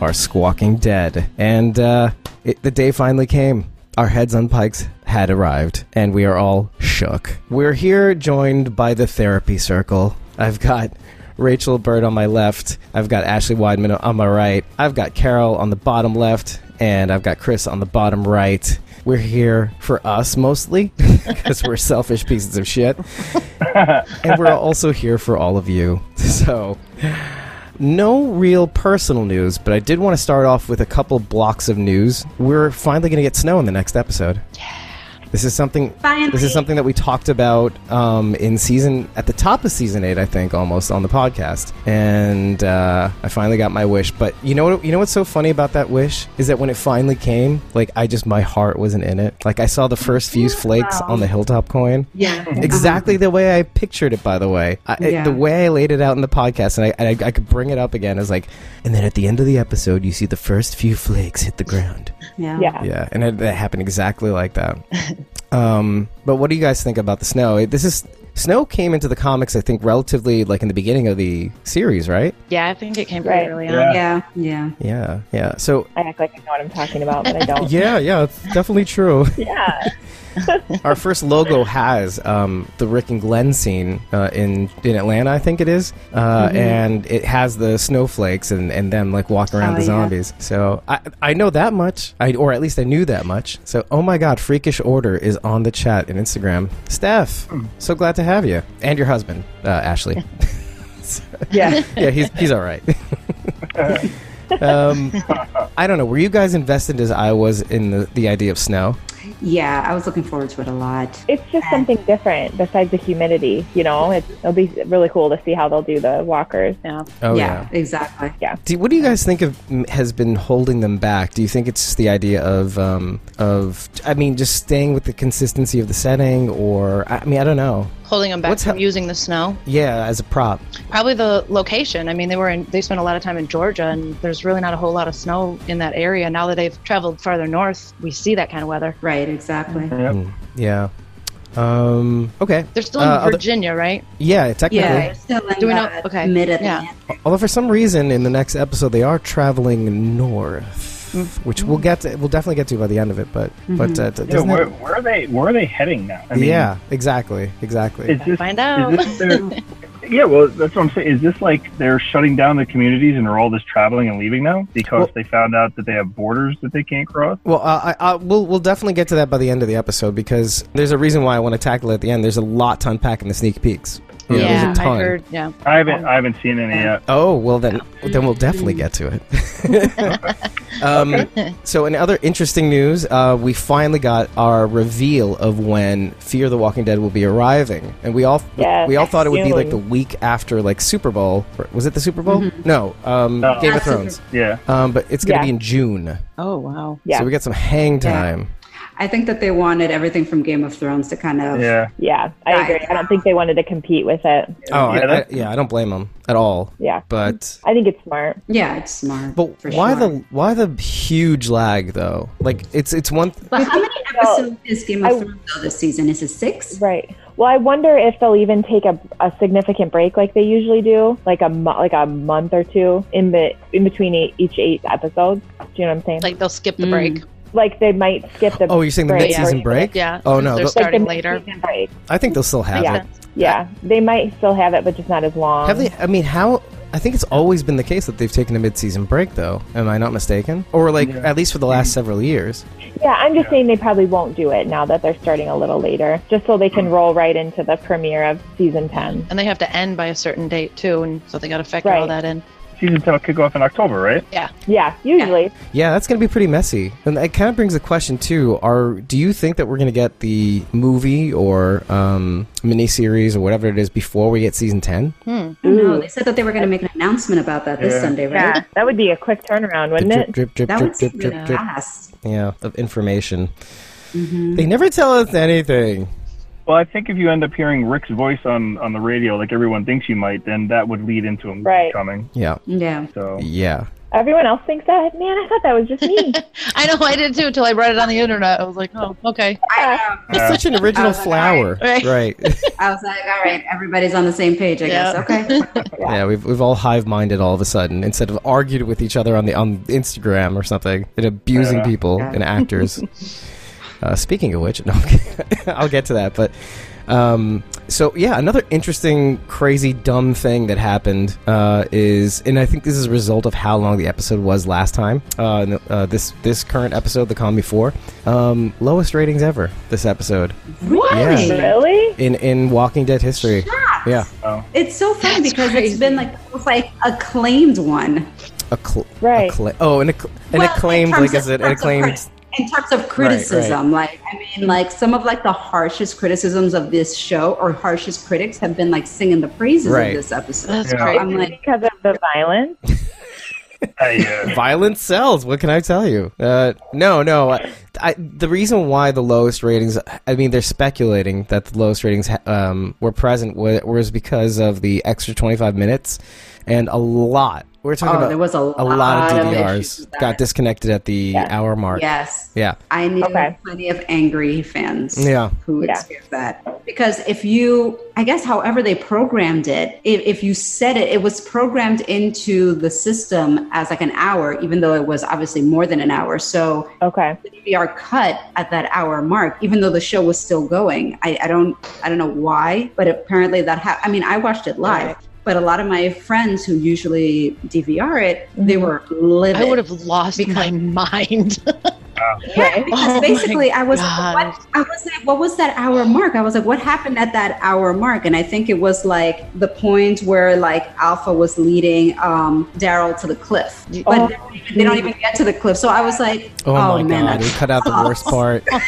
our Squawking Dead. And uh, it, the day finally came. Our heads on pikes had arrived, and we are all shook. We're here joined by the therapy circle. I've got Rachel Bird on my left. I've got Ashley Weidman on my right. I've got Carol on the bottom left, and I've got Chris on the bottom right. We're here for us mostly because we're selfish pieces of shit. and we're also here for all of you. So, no real personal news, but I did want to start off with a couple blocks of news. We're finally going to get snow in the next episode. This is something. Finally. This is something that we talked about um, in season at the top of season eight, I think, almost on the podcast. And uh, I finally got my wish. But you know what? You know what's so funny about that wish is that when it finally came, like I just my heart wasn't in it. Like I saw the first few flakes on the hilltop coin. Yeah. Uh-huh. Exactly the way I pictured it, by the way. I, it- Yeah. the way I laid it out in the podcast, and I, and I, I could bring it up again as like, and then at the end of the episode, you see the first few flakes hit the ground. Yeah. Yeah. Yeah, and it, it happened exactly like that. um, but what do you guys think about the snow? It- This is snow came into the comics, I think, relatively like in the beginning of the series, right? Yeah, I think it came pretty Right. early on. Yeah. Yeah. Yeah. Yeah. Yeah, yeah. So I act like I know what I'm talking about, but I Oh. don't. yeah, yeah, it's definitely true. yeah. Our first logo has um, the Rick and Glenn scene uh, in in Atlanta, I think it is, uh, Mm-hmm. and it has the snowflakes and, and them like walking around Oh, the yeah. zombies. So I I know that much, I or at least I knew that much. So oh my God, freakish order is on the chat and Instagram. Steph, Mm. so glad to have you and your husband uh, Ashley. Yeah. yeah, he's he's all right. um, I don't know. Were you guys invested as I was in the, the idea of snow? Yeah. I was looking forward to it a lot. It's just something different besides the humidity, you know? It's, it'll be really cool to see how they'll do the walkers. Oh yeah, Exactly. Do, what do you guys think of m- has been holding them back? Do you think it's just the idea of um, of I mean, just staying with the consistency of the setting, or I I mean, I don't know. Holding them back What's from hap- using the snow. Yeah, as a prop. Probably the location. I mean, they were in. They spent a lot of time in Georgia, and there's really not a whole lot of snow in that area. Now that they've traveled farther north, we see that kind of weather. Right. Exactly. Mm-hmm. Yeah. Um, okay. They're still in Uh, other- Virginia, right? yeah, technically. Yeah. Still in Do we know- uh, okay. mid of Yeah. Although for some reason, in the next episode, they are traveling north, which we'll get to, we'll definitely get to by the end of it. But but uh, d- Yeah, doesn't where, it, where are they? Where are they heading now? I yeah, exactly, exactly. is this, Find out. Is this their, yeah, well, that's what I'm saying. Is this like they're shutting down the communities and are all just traveling and leaving now because Well- they found out that they have borders that they can't cross? Well, uh, I, I, we'll we'll definitely get to that by the end of the episode because there's a reason why I want to tackle it at the end. There's a lot to unpack in the sneak peeks. You know, there's a I ton. heard. Yeah, I haven't, I haven't seen any yet. Oh well, then then we'll definitely get to it. um, so, in other interesting news, uh, we finally got our reveal of when Fear the Walking Dead will be arriving, and we all Yes, we all thought it would be like the soon. week after like Super Bowl. Was it the Super Bowl? No, um, No. Game of Not Super- Thrones. Yeah, Um, but it's going to Yeah. be in June, Oh wow. Yeah. so we got some hang Yeah. time. I think that they wanted everything from Game of Thrones to kind of. yeah. yeah. I Right. agree. I don't think they wanted to compete with it. Oh, Yeah, yeah, I, I, that's- yeah, I don't blame them at all. Yeah. But I think it's smart. Yeah, It's smart. but for why sure. the why the huge lag though? Like it's it's one. Th- But how many episodes is Game of I- Thrones though this season? Is it six? Right. Well, I wonder if they'll even take a, a significant break like they usually do, like a mo- like a month or two in the in between eight, each eight episodes. Do you know what I'm saying? Like, Like they'll skip the Mm. break. they might skip the oh, you're saying the Right, mid season yeah. break? Yeah. Oh since no, They're th- like starting the later. mid-season break. I think they'll still have Yeah. it. Yeah, they might still have it, but just not as long. Have they? I mean, how? I think it's always been the case that they've taken a mid season break though. Am I not mistaken? Or like Yeah. at least for the last several years. Yeah, I'm just saying they probably won't do it now that they're starting a little later, just so they can roll right into the premiere of season 10. And they have to end by a certain date too, and so they got to factor all Right. that in. Season ten will kick off in October, right? Yeah, usually. Yeah, that's going to be pretty messy. And that kind of brings the question too: Are do you think that we're going to get the movie or um, miniseries or whatever it is before we get season ten? I don't know. They said that they were going to make an announcement about that this Yeah. Sunday, Yeah. right? that would be a quick turnaround, wouldn't Drip, it? drip, drip, That drip, would drip, seem drip, really drip. fast. yeah, of information. They never tell us anything. Well, I think if you end up hearing Rick's voice on on the radio, like everyone thinks you might, then that would lead into him Right. coming. Yeah, Yeah. So yeah. Everyone else thinks that. Man, I thought that was just me. I know I did too until I read it on the internet. I was like, oh, okay. I, um, Yeah. It's such an original flower. Right. Right. I was like, all right, everybody's on the same page, I Yeah. guess. Okay. yeah, we've, we've all hive minded all of a sudden instead of argued with each other on the on Instagram or something and abusing Yeah. people and actors. uh, speaking of which, no, I'm kidding. I'll get to that. But um, so yeah, another interesting, crazy, dumb thing that happened uh, is, and I think this is a result of how long the episode was last time. Uh, no, uh, this this current episode, the con before, um, lowest ratings ever. This episode Really? really? in in Walking Dead history. Yeah, It's so funny That's because crazy. it's been like almost like acclaimed one. Accl- Right. accla- oh, and, acc- and Well, in acclaimed terms like of- as an in terms of acclaimed. criti- in terms of criticism, like I mean, like some of like the harshest criticisms of this show or harshest critics have been like singing the praises Right. of this episode. That's Yeah. great. I'm Is it like, because of the violence? Hey, uh, Violence sells. What can I tell you? Uh, no, no. I, I, the reason why the lowest ratings, I mean, they're speculating that the lowest ratings ha- um, were present wa- was because of the extra 25 minutes and a lot. We're talking oh, about there was a lot, a lot of issues DVRs with that. got disconnected at the hour mark. Yes, Yeah. I knew Okay. plenty of angry fans. Yeah. who Yeah. experienced that because if you i guess however they programmed it if, if you said it it was programmed into the system as like an hour even though it was obviously more than an hour so Okay. the dvr cut at that hour mark even though the show was still going i, I don't i don't know why but apparently that ha- i mean i watched it live Right. But a lot of my friends who usually DVR it, they were livid. Mm-hmm. I would have lost my mind. Yeah, Right. because Oh my basically I was God. what I was like, what was that hour mark? I was like, what happened at that hour mark? And I think it was like the point where like Alpha was leading um, Daryl to the cliff, but Oh, they, don't even, they don't even get to the cliff. So I was like, Oh, oh, my man, god, we that, cut out the worst part. I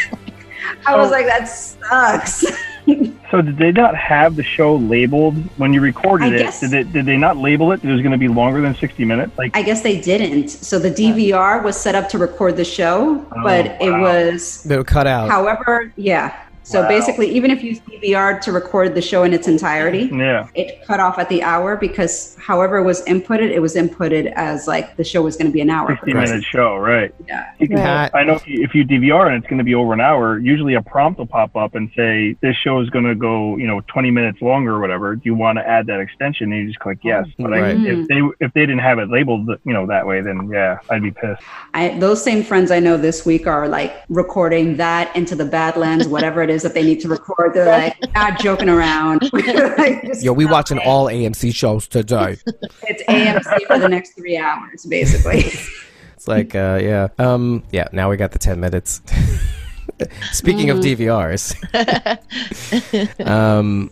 Oh. was like, that sucks. so did they not have the show labeled when you recorded I it? guess- Did they, did they not label it? That it was going to be longer than sixty minutes. Like I guess they didn't. So the DVR was set up to record the show, Oh, but it wow. was, They were cut out. however, yeah. So Wow. basically, even if you DVR to record the show in its entirety, yeah, it cut off at the hour because however it was inputted, it was inputted as like the show was going to be an hour. sixty minute show, right? Yeah. You can- Pat, I know if you, if you DVR and it's going to be over an hour, usually a prompt will pop up and say this show is going to go, you know, 20 minutes longer or whatever. Do you want to add that extension? And you just click yes. But I, Right. if they if they didn't have it labeled, you know, that way, then yeah, I'd be pissed. I, those same friends I know this week are like recording that into the Badlands, whatever it is that they need to record. They're like not joking around. Like, just- yo, we watching all AMC shows today. it's AMC for the next three hours, basically. It's like, uh, yeah, um, yeah. Now we got the ten minutes. Speaking of DVRs, um,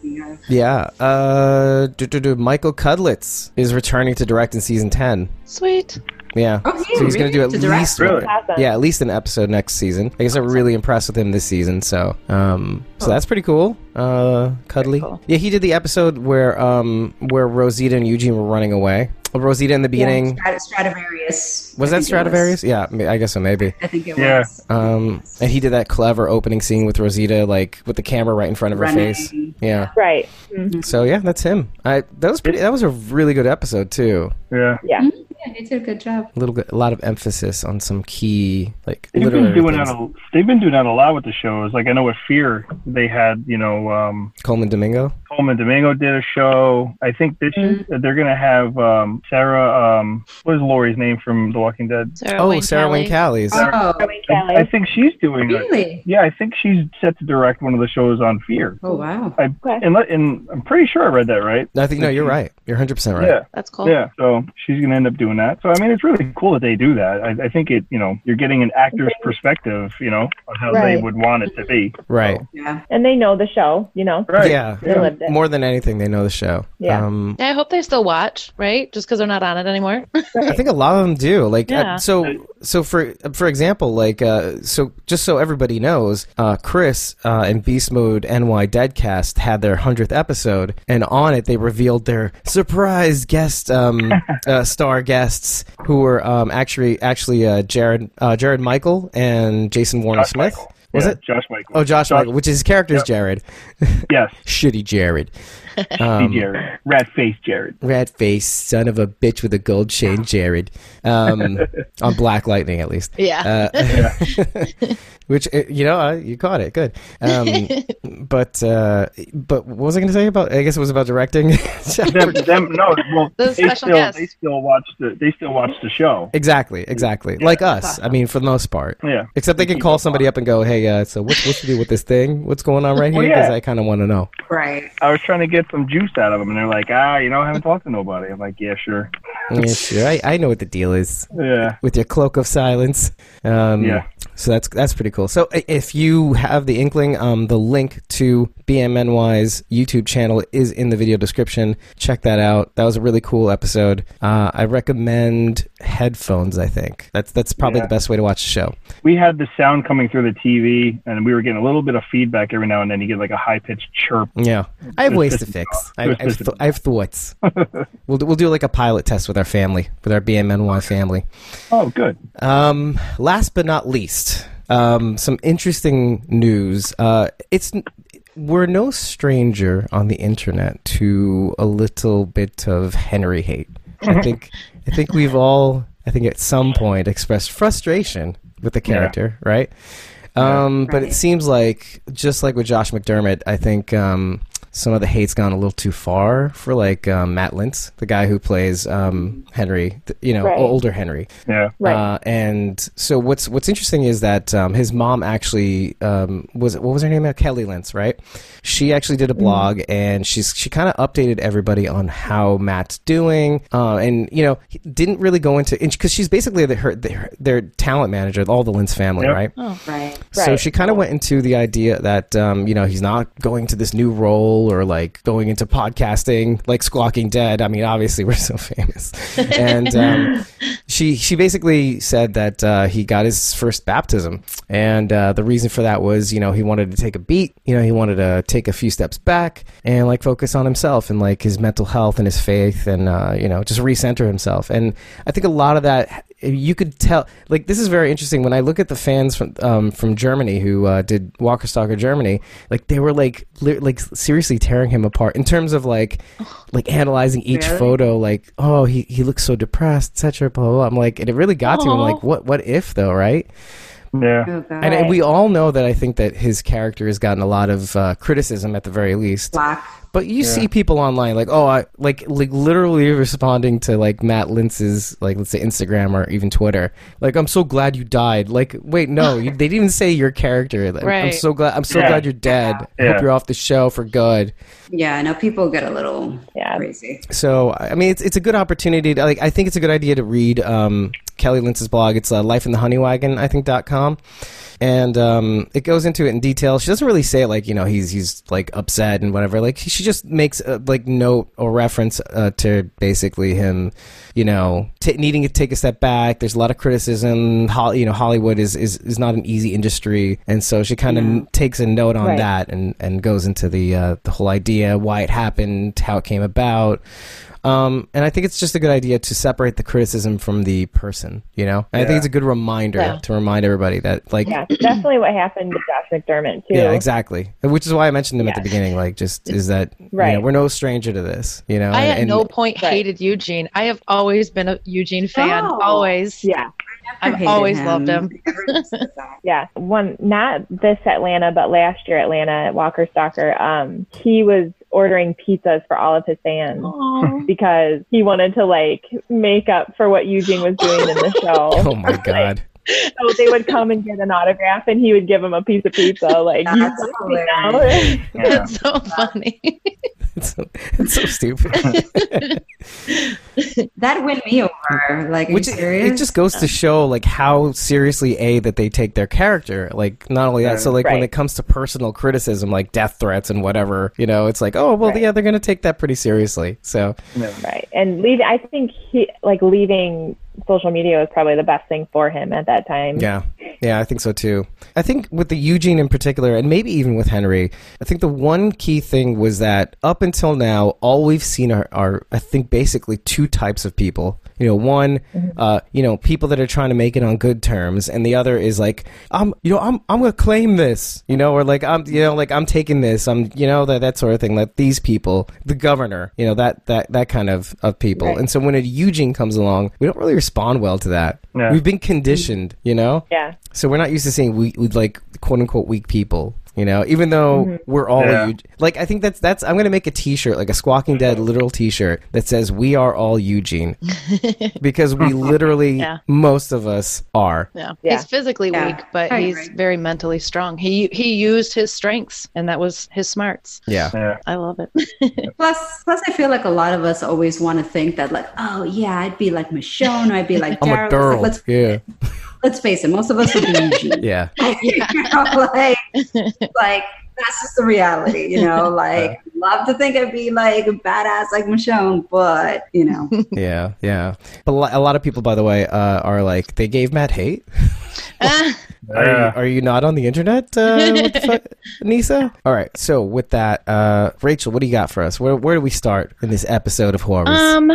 yeah, uh, do, do, do, Michael Cudlitz is returning to direct in season ten. Sweet. Yeah, Okay, so he's going to do at Oh, to direct? least, Really? Awesome. yeah, at least an episode next season. I guess I'm really impressed with him this season. So, um, so that's pretty cool. Uh, cuddly. cool. Yeah, he did the episode where, um, where Rosita and Eugene were running away. Rosita in the beginning. Strat- Stradivarius. Was I that think it Stradivarius? Yeah, I mean, I guess so. Maybe. I think it Yeah. was. Um, and he did that clever opening scene with Rosita, like with the camera right in front of her Running. face. Yeah. Right. So yeah, that's him. I that was pretty. That was a really good episode too. Yeah. Yeah. Yeah, he did a good job. A little, bit- a lot of emphasis on some key like They've literary been doing things. that. A, they've been doing that a lot with the shows. Like I know with Fear, they had you know um, Coleman Domingo. Coleman Domingo did a show. I think this they're going to have um, Sarah. Um, what is Laurie's name from The Walking Dead? Sarah Oh, Wayne Sarah Wayne Kelly. Callies. Uh, Oh, Wayne I, I Kelly. think she's doing it. really? Yeah, I think she's set to direct one of the shows on Fear. Oh, wow. I Okay. and, let- and I'm pretty sure I read that right. I think no, you're right. You're 100 percent right. Mm-hmm. Yeah, That's cool. yeah. So she's gonna end up doing that. So I mean, it's really cool that they do that. I, I think it, you know, you're getting an actor's perspective, you know, on how they Right. would want it to be. Right. Yeah. And they know the show, you know. Right. Yeah. They lived it. More than anything, they know the show. Yeah. Um, Yeah, I hope they still watch, right? Just because they're not on it anymore. I think a lot of them do. Like uh, Yeah. so so for for example, like uh, so just so everybody knows, uh, Chris uh, and Beast Mode NY Deadcast had their hundredth episode, and on it they revealed their surprise guest um, uh, star guests who were um, actually actually uh, Jared uh, Jared Michael and Jason Warner Smith. Was Yeah, it? Josh Michael? Oh, Josh Michael, which is his character's Yep. Jared. Yes, Shitty Jared. see Um, Jared, rat face Jared. Rat face, son of a bitch with a gold chain, Jared. Um, on Black Lightning, at least. Yeah. Uh, which uh, you know uh, you caught it good. Um, but uh, but what was I going to say about? I guess it was about directing. Them, them, no, well, The they special still guest. they still watch the they still watch the show. exactly, exactly. like us. I mean, for the most part. Yeah, Except they can call somebody up and go, "Hey, uh, so what's what's to do with this thing? What's going on right here?" Well, Because yeah. I kind of want to know. Right. I was trying to get some juice out of them, and they're like, ah, you know, I haven't talked to nobody. I'm like, yeah, sure, Yeah, sure. I, I know what the deal is. yeah. with your cloak of silence. Um, Yeah. So that's that's pretty cool. So i- if you have the inkling, um, the link to BMNY's YouTube channel is in the video description. Check that out. That was a really cool episode. Uh, I recommend headphones. I think that's that's probably Yeah. the best way to watch the show. we had the sound coming through the TV, and we were getting a little bit of feedback every now and then. You get like a high pitched chirp. Yeah, I have It's ways just- to fix. it's I, I, have just- th- I have thoughts. we'll do- we'll do like a pilot test with our family, with our BMNY family. Oh, good. Um, last but not least, um, some interesting news. Uh, it's we're no stranger on the internet to a little bit of Henry hate. I think I think we've all I think at some point expressed frustration with the character, right? Um, But it Right. seems like just like with Josh McDermott, I think um, some of the hate's gone a little too far for like um, Matt Lintz, the guy who plays um, Henry, th- you know, Right. older Henry. Yeah. Right. Uh, and so what's what's interesting is that um, his mom actually um, was what was her name? Kelly Lentz, right? She actually did a blog, and she's she kind of updated everybody on how Matt's doing, uh, and you know he didn't really go into because she's basically the, her their, their talent manager, all the Lentz family, Yep. right? Right. So Right. she kind of went into the idea that um, you know he's not going to this new role or like going into podcasting like Squawking Dead. I mean, obviously we're so famous, and um, she she basically said that uh, he got his first baptism, and uh, the reason for that was you know he wanted to take a beat, you know he wanted to take a few steps back and like focus on himself and like his mental health and his faith and uh, you know just recenter himself. And I think a lot of that you could tell like this is very interesting when i look at the fans from um, from germany who uh, did walker stalker germany like they were like li- like seriously tearing him apart in terms of like like analyzing each Really? photo like oh he, he looks so depressed etc blah, blah blah i'm like and it really got to him Aw. like what what if though right Yeah. Oh, God. and, and we all know that i think that his character has gotten a lot of uh, criticism at the very least Black. but you see people online like, oh, I like like literally responding to like Matt Lintz's like let's say Instagram or even Twitter. Like, I'm so glad you died. Like, wait, no, you, they didn't even say your character. Like, I'm Right. so glad. I'm so Yeah. glad you're dead. I Yeah. hope you're off the show for good. Yeah, I know people get a little Yeah. crazy. So I I mean, it's it's a good opportunity. To, like, I think it's a good idea to read um, Kelly Lintz's blog. It's uh, Life in the Honeywagon, I think dot com, and um, it goes into it in detail. She doesn't really say like you know he's he's like upset and whatever. Like she just makes a, like note or reference uh, to basically him, you know, t- needing to take a step back. There's a lot of criticism. Hol- you know, Hollywood is, is is not an easy industry, and so she kind of takes a note on Right. that that and, and goes into the uh, the whole idea, why it happened, how it came about. Um, and I think it's just a good idea to separate the criticism from the person, you know? And I think Yeah. it's a good reminder Yeah. to remind everybody that, like, yeah, definitely what happened to Josh McDermott too. yeah, exactly. Which is why I mentioned them at the Yeah. beginning, like, just is that, you know, Right. we're no stranger to this, you know? I Uh, and, at no point Right. hated Eugene. I have always been a Eugene fan. No. Always. Yeah, I I've hated always loved him. Ever since that. yeah. One, not this Atlanta, but last year Atlanta at Walker Stalker, um, he was ordering pizzas for all of his fans Aw. because he wanted to like make up for what Eugene was doing in the show. oh my God. so they would come and get an autograph, and he would give them a piece of pizza. Like That's you fucking hilarious. know? Yeah. That's so funny. It's so, it's so stupid. That win me over. Like, are Which you it, serious? it just goes to show like how seriously a that they take their character. Like not only that, so like when Right. it comes to personal criticism, like death threats and whatever, you know, it's like oh well, Right. yeah, they're gonna take that pretty seriously. So right. And leave. I think he like leaving social media was probably the best thing for him at that time. yeah, yeah, I think so too. I think with the Eugene in particular, and maybe even with Henry, I think the one key thing was that up until now, all we've seen are, are I think basically two types of people. You know, one, uh, you know, people that are trying to make it on good terms, and the other is like, I'm, you know, I'm, I'm gonna claim this, you know, or like, I'm, you know, like I'm taking this, I'm, you know, that that sort of thing. Like these people, the governor, you know, that that that kind of of people. Right. And so when a Eugene comes along, we don't really respond well to that. Yeah. We've been conditioned, you know. Yeah. So we're not used to seeing we we like quote unquote weak people. You know, even though we're all Yeah. Eug- like I think that's that's I'm gonna make a T-shirt like a Squawking Dead literal T-shirt that says "We are all Eugene," because we literally Yeah. most of us are. Yeah. Yeah. He's physically Yeah. weak, but I he's agree. very mentally strong. He he used his strengths and that was his smarts. Yeah, Yeah. I love it. Plus, plus, I feel like a lot of us always want to think that, like, oh yeah, I'd be like Michonne, or I'd be like I'm Daryl. a It's like, girl. let's Yeah, let's face it, most of us would be Eugene. yeah, you know, like, like that's just the reality, you know. Like, love to think I'd be like badass like Michonne, but you know, yeah, yeah. But li- a lot of people, by the way, uh, are like they gave Matt hate. Ah, Are, Yeah. you, are you not on the internet, uh, what the fuck, Nisa? All right. So with that, uh, Rachel, what do you got for us? Where where do we start in this episode of horrors? um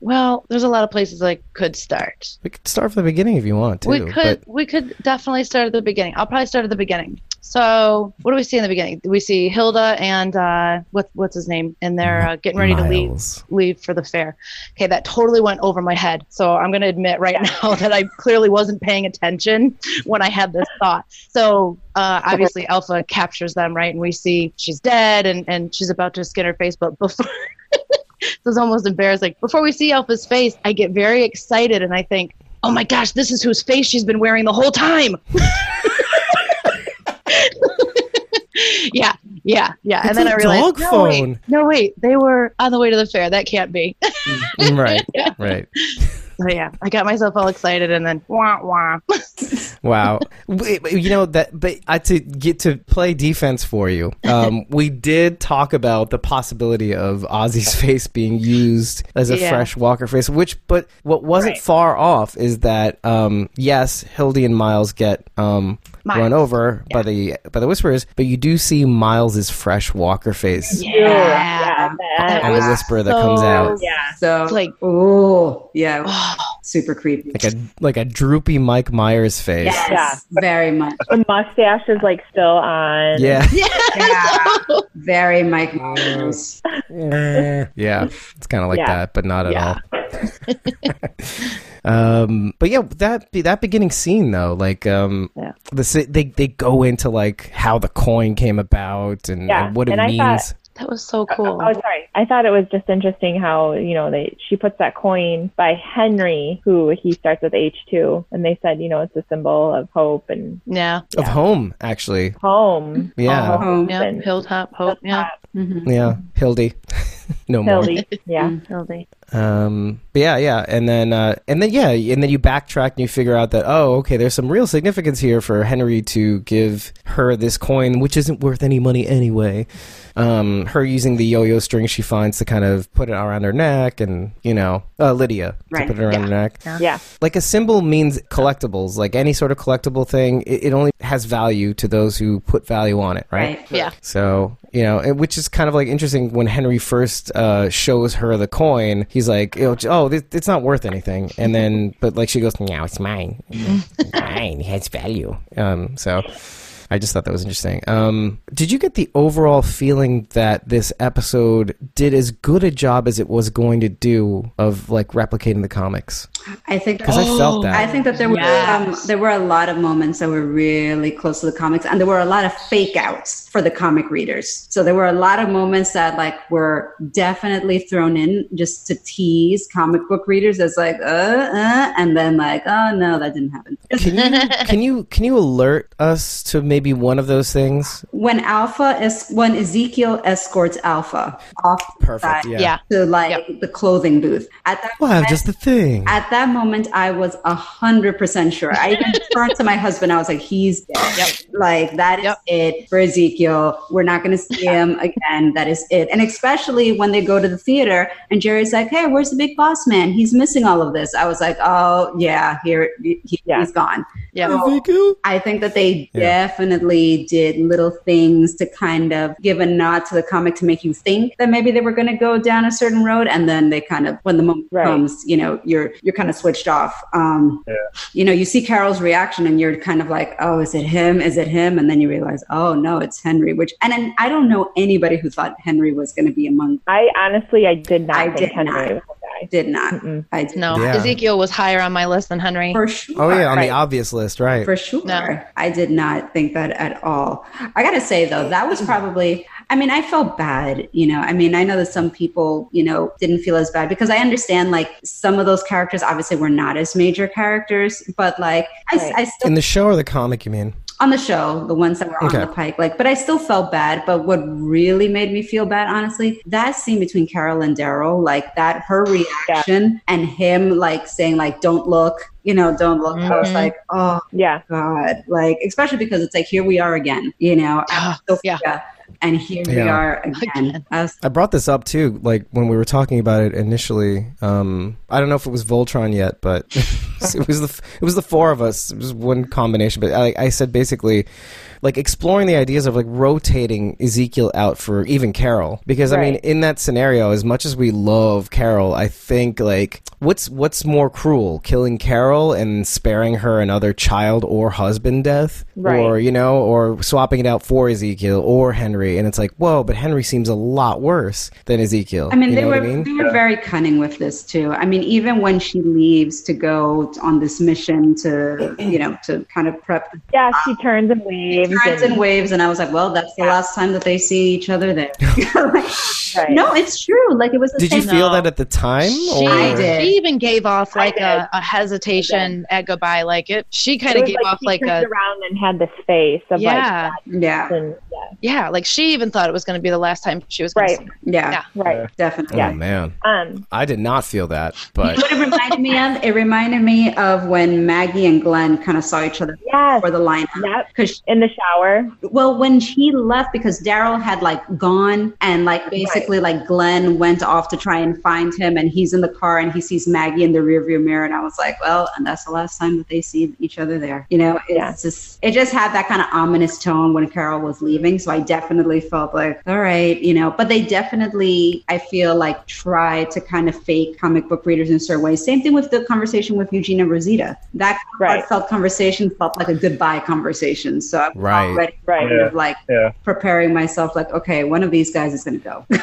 well, there's a lot of places I could start. we could start from the beginning if you want to. we could we could definitely start at the beginning. I'll probably start at the beginning. So what do we see in the beginning? We see Hilda and uh, what what's his name, and they're uh, getting ready to leave Miles. leave for the fair. Okay, that totally went over my head. So I'm going to admit right now that I clearly wasn't paying attention when I had this thought. So uh, obviously Alpha captures them, right? And we see she's dead and, and she's about to skin her face. But before, this is almost embarrassing. Before we see Alpha's face, I get very excited and I think, oh my gosh, this is whose face she's been wearing the whole time. yeah, yeah, yeah. and It's then a I realized, dog no, wait, phone." no, wait, they were on the way to the fair. That can't be. right. Right. So yeah, I got myself all excited and then wah wah. Wow. Wait, but you know that, but I, to get to play defense for you, um, we did talk about the possibility of Ozzy's face being used as a Yeah. fresh Walker face. Which, but what wasn't Right. far off is that um, yes, Hildy and Miles get um, Miles. run over by the by the Whisperers, but you do see Miles's fresh Walker face Yeah. Ew, Yeah. that- and the whisper that comes out. yeah. so Like- oh yeah, Oh, super creepy. Like a like a droopy Mike Myers face. yes, Yeah. very much. The mustache is like still on. Yeah. Yeah, very Mike Myers. yeah, it's kind of like Yeah. that, but not at Yeah. all. um, but yeah, that be- that beginning scene though, like um, Yeah. the si- they they go into like how the coin came about and, Yeah, and what it and I means. thought- that was so cool. Oh, sorry. I thought it was just interesting how you know they she puts that coin by Henry, who he starts with H two, and they said you know it's a symbol of hope and Yeah, Of home, actually, home. yeah, Oh, yeah. Then- Hilltop hope. Yeah, mhm. yeah, Hildy, no more. Hildy. Yeah. Hildy. Um, but yeah, yeah, and then uh, and then yeah, and then you backtrack and you figure out that oh, okay, there's some real significance here for Henry to give her this coin, which isn't worth any money anyway. Um, her using the yo-yo string she finds to kind of put it around her neck, and you know, uh, Lydia Right, to put it around her neck. Yeah. Like a symbol means collectibles, like any sort of collectible thing. It, it only has value to those who put value on it, right? Right. Yeah. So you know, and which is kind of like interesting when Henry first uh, shows her the coin. He's like, "Oh, j- "Oh, this, it's not worth anything," and then, but like she goes, "No, it's mine. It's mine. It has value." Um, so. I just thought that was interesting. Um, did you get the overall feeling that this episode did as good a job as it was going to do of like replicating the comics? I think Because I felt that. I think that there were Yes. um, there were a lot of moments that were really close to the comics, and there were a lot of fake outs for the comic readers. So there were a lot of moments that like were definitely thrown in just to tease comic book readers. It's like uh, uh and then like oh no, that didn't happen. can you can you can you alert us to maybe one of those things? When Alpha is when Ezekiel escorts Alpha off to the Perfect. side Yeah. Yeah. to like the clothing booth at that Wow, just the thing. At that moment, I was a hundred percent sure. I even turned to my husband. I was like, "He's dead. Like that is Yep. it for Ezekiel. We're not going to see him again. That is it." And especially when they go to the theater, and Jerry's like, "Hey, where's the big boss man? He's missing all of this." I was like, "Oh yeah, here he, Yeah. he's gone." Yeah. Oh. Ezekiel? I think that they Yeah. definitely did little things to kind of give a nod to the comic to make you think that maybe they were going to go down a certain road, and then they kind of, when the moment Right. comes, you know, you're you're kind of switched off. Um, Yeah. You know, you see Carol's reaction, and you're kind of like, oh, is it him? Is it him? And then you realize, oh no, it's Henry. Which, and then I don't know anybody who thought Henry was going to be among. I honestly, I did not I think did Henry not. was a guy. Did not. Mm-mm. I did No, Yeah. Ezekiel was higher on my list than Henry. for sure. Oh, yeah, on Right. the obvious list, right. For sure. No. I did not think that at all. I got to say, though, that was probably, I mean, I felt bad. You know, I mean, I know that some people, you know, didn't feel as bad because I understand like some of those characters obviously were not as major characters, but like I, s- Right. I still, In the show or the comic, you mean? on the show, the ones that were Okay. on the pike, like, but I still felt bad. But what really made me feel bad, honestly, that scene between Carol and Daryl, like that, her reaction and him like saying, like, don't look, you know, don't look. I was Mhm. like, oh, Yeah. God, like especially because it's like here we are again, you know, Ah, Sophia, and here we Yeah. are again. Again. I was- I brought this up too, like when we were talking about it initially. Um, I don't know if it was Voltron yet, but it was the it was the four of us. It was one combination, but I, I said basically, like exploring the ideas of like rotating Ezekiel out for even Carol, because I mean, Right. in that scenario, as much as we love Carol, I think like what's what's more cruel, killing Carol and sparing her another child or husband death, Right. or you know, or swapping it out for Ezekiel or Henry, and it's like, whoa, but Henry seems a lot worse than Ezekiel. I mean, you they know were what I mean? they were very cunning with this too. I mean, even when she leaves to go t- on this mission to you know to kind of prep the Yeah, she turns and waves. turns and waves, and I was like, well, that's the Yeah. last time that they see each other there. Right. No, it's true. Like it was. The Did same you feel No. that at the time? She, or- I did. she even gave off like I a, a hesitation at goodbye. Like it, she kind It of was gave like off she like turned a around and had this face of like. yeah, Yeah, And, yeah. yeah. Like she even thought it was going to be the last time she was gonna Right. see him. yeah, Yeah. Right. Oh definitely. Yeah. man, Um. I did not feel that, but You know what it reminded me of? It reminded me of when Maggie and Glenn kind of saw each other Yes. for the line Yep. because In the shower. Well, when she left, because Daryl had like gone and like basically like Glenn went off to try and find him, and he's in the car and he sees Maggie in the rearview mirror, and I was like, well, and that's the last time that they see each other there. You know, it's Yeah. just it just had that kind of ominous tone when Carol was leaving, so I definitely felt like, all right, you know. But they definitely, I feel like, tried to kind of fake comic book readers in certain ways. Same thing with the conversation with Eugenia Rosita. That Right. heartfelt conversation felt like a goodbye conversation. So I'm Right. already Right. kind of like Yeah. preparing myself like okay one of these guys is going to go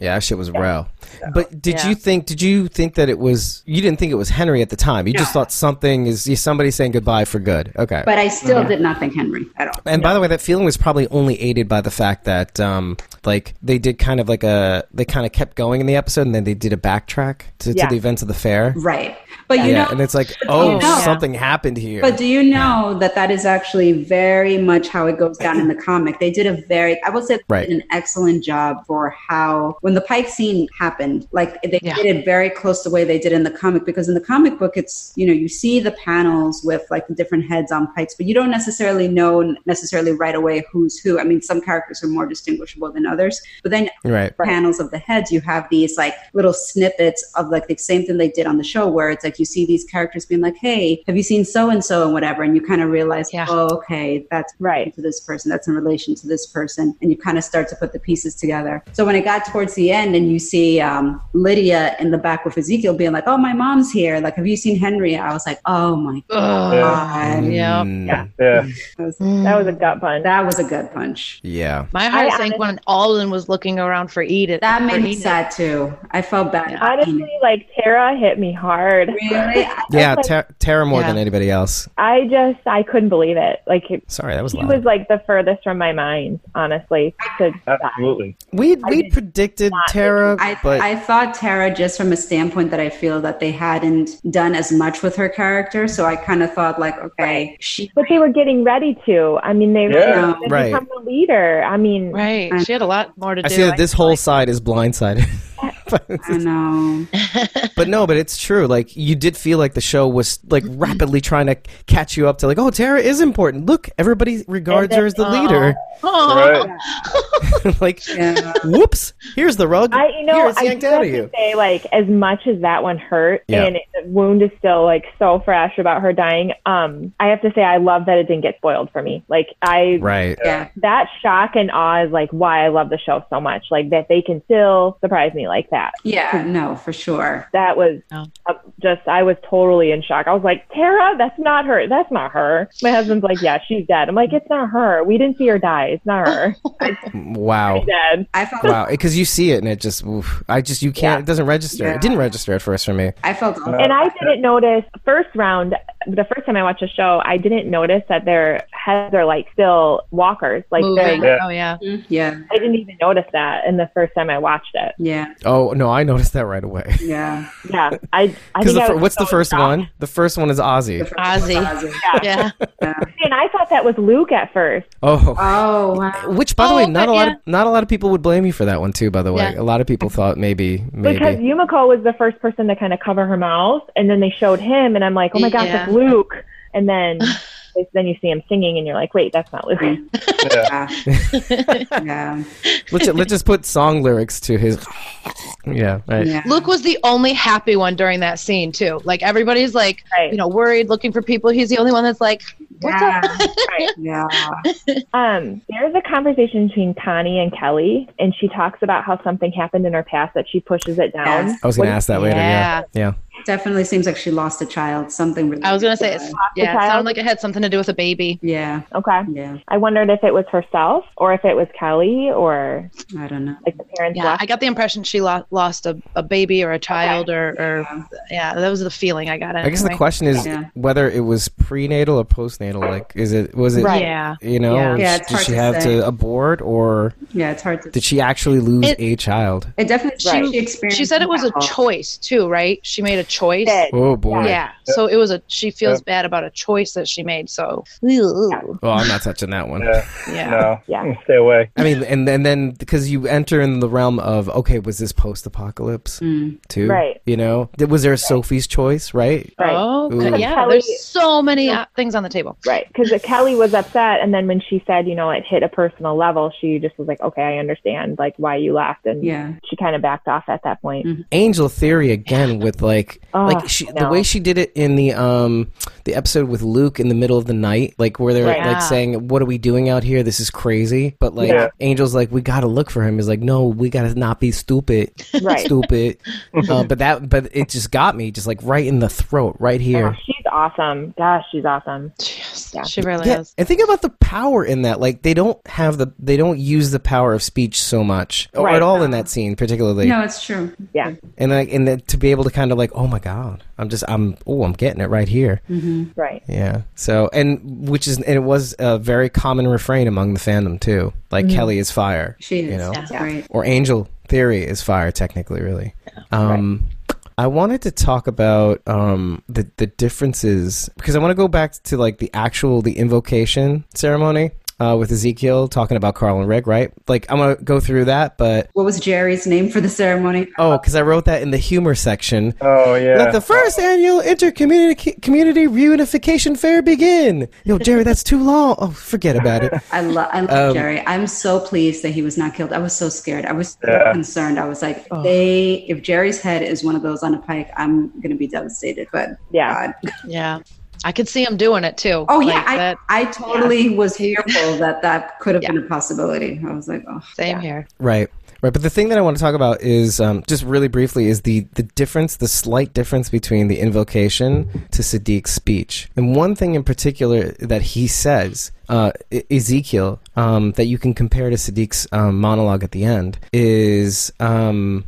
yeah, that shit was row. But did Yeah. you think? Did you think that it was? You didn't think it was Henry at the time. You just thought something is somebody saying goodbye for good. Okay. but i still did not think henry at all And by the way, that feeling was probably only aided by the fact that, um, like, they did kind of like a they kind of kept going in the episode, and then they did a backtrack to, Yeah. to the events of the fair. right but you Yeah, know and it's like, oh, You know. something happened here. but do you know that that is actually very much how it goes down in the comic? They did a very, I would say, they Right. did an excellent job for how when the Pike scene happened, like they Yeah. did it very close to the way they did in the comic. Because in the comic book, it's you know you see the panels with like the different heads on pikes, but you don't necessarily know necessarily right away who's who. I mean, some characters are more distinguishable than others, but then right. panels of the heads, you have these like little snippets of like the same thing they did on the show, where it's like you see these characters being like, "Hey, have you seen so and so and whatever?" And you kind of realize, Yeah. "Oh, okay, that's Right. to this person, that's in relation to this person," and you kind of start to put the pieces together. So when it got towards the end, and you see um, Lydia in the back with Ezekiel being like, "Oh, my mom's here. Like, have you seen Henry?" I was like, "Oh my Ugh. Yeah. god, Yeah. Mm, Yeah. Yeah. That was a gut punch. that was a good punch." yeah. My heart I sank when Alden was looking around for Edith. That for made me Enid. sad too. I felt bad. Yeah. Honestly, like Tara hit me hard. really, Yeah, like- Ter- Tara more Yeah. than anybody else. I just I couldn't believe it. Like it, Sorry, that was he loud. was like the furthest from my mind, honestly. To die. Absolutely. we I we did predicted not- Tara, I, but I thought Tara just from a standpoint that I feel that they hadn't done as much with her character, so I kind of thought like, okay, she. But they were getting ready to. I mean, they Yeah. were Right. become the leader. I mean, Right. She had a lot more to I do. see that this whole feel side is blindsided. But- I know. but no, but it's true. Like you did feel like the show was like rapidly trying to catch you up to like, oh, Tara is important. Look, everybody regards then- her as the Aw. leader. like- Aw. Right. like, Yeah. whoops, here's the rug. I you know Here, it's I yanked do out have of you. to say like as much as that one hurt Yeah. and it, wound is still like so fresh about her dying. Um, I have to say, I love that it didn't get spoiled for me. Like I, Right. Yeah. that shock and awe is like why I love the show so much. Like that they can still surprise me like that. Yeah. No, for sure. That was Oh. uh, just, I was totally in shock. I was like, Tara, that's not her. That's not her. My husband's like, yeah, she's dead. I'm like, it's not her. We didn't see her die. It's not her. Wow. She's dead. I felt Wow. Because you see it and it just, oof, I just, you can't, Yeah. it doesn't register. Yeah. It didn't register at first for me. I felt awful. And I didn't notice first round, the first time I watched the show, I didn't notice that their heads are like still walkers. Like Moving. they're- Yeah. Oh yeah. Yeah. I didn't even notice that in the first time I watched it. Yeah. Oh, no, I noticed that right away. Yeah. Yeah, I. I Because think I was what's the so first shocked. one? The first one is Ozzy. Ozzy. Yeah. And I thought that was Luke at first. Oh. Oh, wow. Which, by the Oh, way, not a but lot. yeah. Of, not a lot of people would blame you for that one, too. By the way, Yeah. a lot of people thought maybe, maybe. Because Yumiko was the first person to kind of cover her mouth, and then they showed him, and I'm like, oh my gosh, Yeah. it's Luke. And then, then you see him singing, and you're like, wait, that's not Luke. Mm-hmm. Yeah. Yeah. Yeah. let's, ju- let's just put song lyrics to his. Yeah. Right. Yeah. Luke was the only happy one during that scene too. Like everybody's like, Right. you know, worried, looking for people. He's the only one that's like, what's up? Right. Yeah. Um, there's a conversation between Connie and Kelly, and she talks about how something happened in her past that she pushes it down. Yes. I was gonna What- ask that later. Yeah. Yeah. Definitely seems like she lost a child. Something. Really I was gonna say, it's, yeah, it child. sounded like it had something to do with a baby. Yeah. Okay. Yeah. I wondered if it was herself or if it was Kelly or I don't know. like the parents. Yeah, left. I got the impression she lo- lost a, a baby or a child or, or yeah, that was the feeling I got. I guess the anyway. question is Yeah. whether it was prenatal or postnatal. Like, is it was it? Right. Yeah. You know, Yeah. Yeah, s- it's did hard she to have say. to abort, or Yeah. It's hard to. did she actually lose It- a child? It definitely. She, Right. she experienced. She said it was a that. choice too, right? She made a choice. Did. Oh boy! Yeah. So it was a she feels bad about a choice that she made. So Ew. Oh, I'm not touching that one. Yeah. yeah. No. Yeah. Stay away. I mean, and and then because you enter in the realm of okay, was this post-apocalypse Mm. too? Right. You know, Th- was there a Sophie's Choice? Right. Right. Oh, okay. Ooh. yeah. There's so many uh, things on the table. Right, because Kelly was upset, and then when she said, you know, it hit a personal level, she just was like, okay, I understand, like why you left, and Yeah. she kind of backed off at that point. Mm. Angel Theory again with like Oh, like she, the no. way she did it in the um the episode with Luke in the middle of the night, like where they're Right. like Yeah. saying, "What are we doing out here? This is crazy." But like Yeah. Angel's like, "We gotta look for him." Is like, "No, we gotta not be stupid, Right, stupid." uh, but that but it just got me, just like right in the throat, right here. Oh, she's awesome. Gosh, she's awesome. Yes, She really Yeah, is. and think about the power in that. Like they don't have the they don't use the power of speech so much, or Right. at all in that scene particularly. No, it's true. Yeah, And like and then to be able to kind of like, oh my god, I'm just I'm oh I'm getting it right here. right. Yeah. So and which is and it was a very common refrain among the fandom too. Like Kelly is fire. She is. You know? Yeah. Right. Or Angel Theory is fire technically really. Um I wanted to talk about um, the the differences because I want to go back to like the actual the invocation ceremony uh, with Ezekiel talking about Carl and Rick, right? Like I'm gonna go through that, but What was Jerry's name for the ceremony? oh, because I wrote that in the humor section, Oh yeah. let the first annual intercommunity community reunification fair begin. Yo, Jerry, that's too long. Oh, forget about it. I love I love Um, Jerry. I'm so pleased that he was not killed. I was so scared. I was so Yeah. concerned. I was like, Oh. they if Jerry's head is one of those on a pike, I'm gonna be devastated. But Yeah. God. Yeah. I could see him doing it too. Oh yeah, Like I, that- I totally was fearful that that could have Yeah. been a possibility. I was like, oh same here. Right, right. But the thing that I want to talk about is um, just really briefly is the the difference, the slight difference between the invocation to Sadiq's speech, and one thing in particular that he says, uh, E- Ezekiel, um, that you can compare to Sadiq's um, monologue at the end is. Um,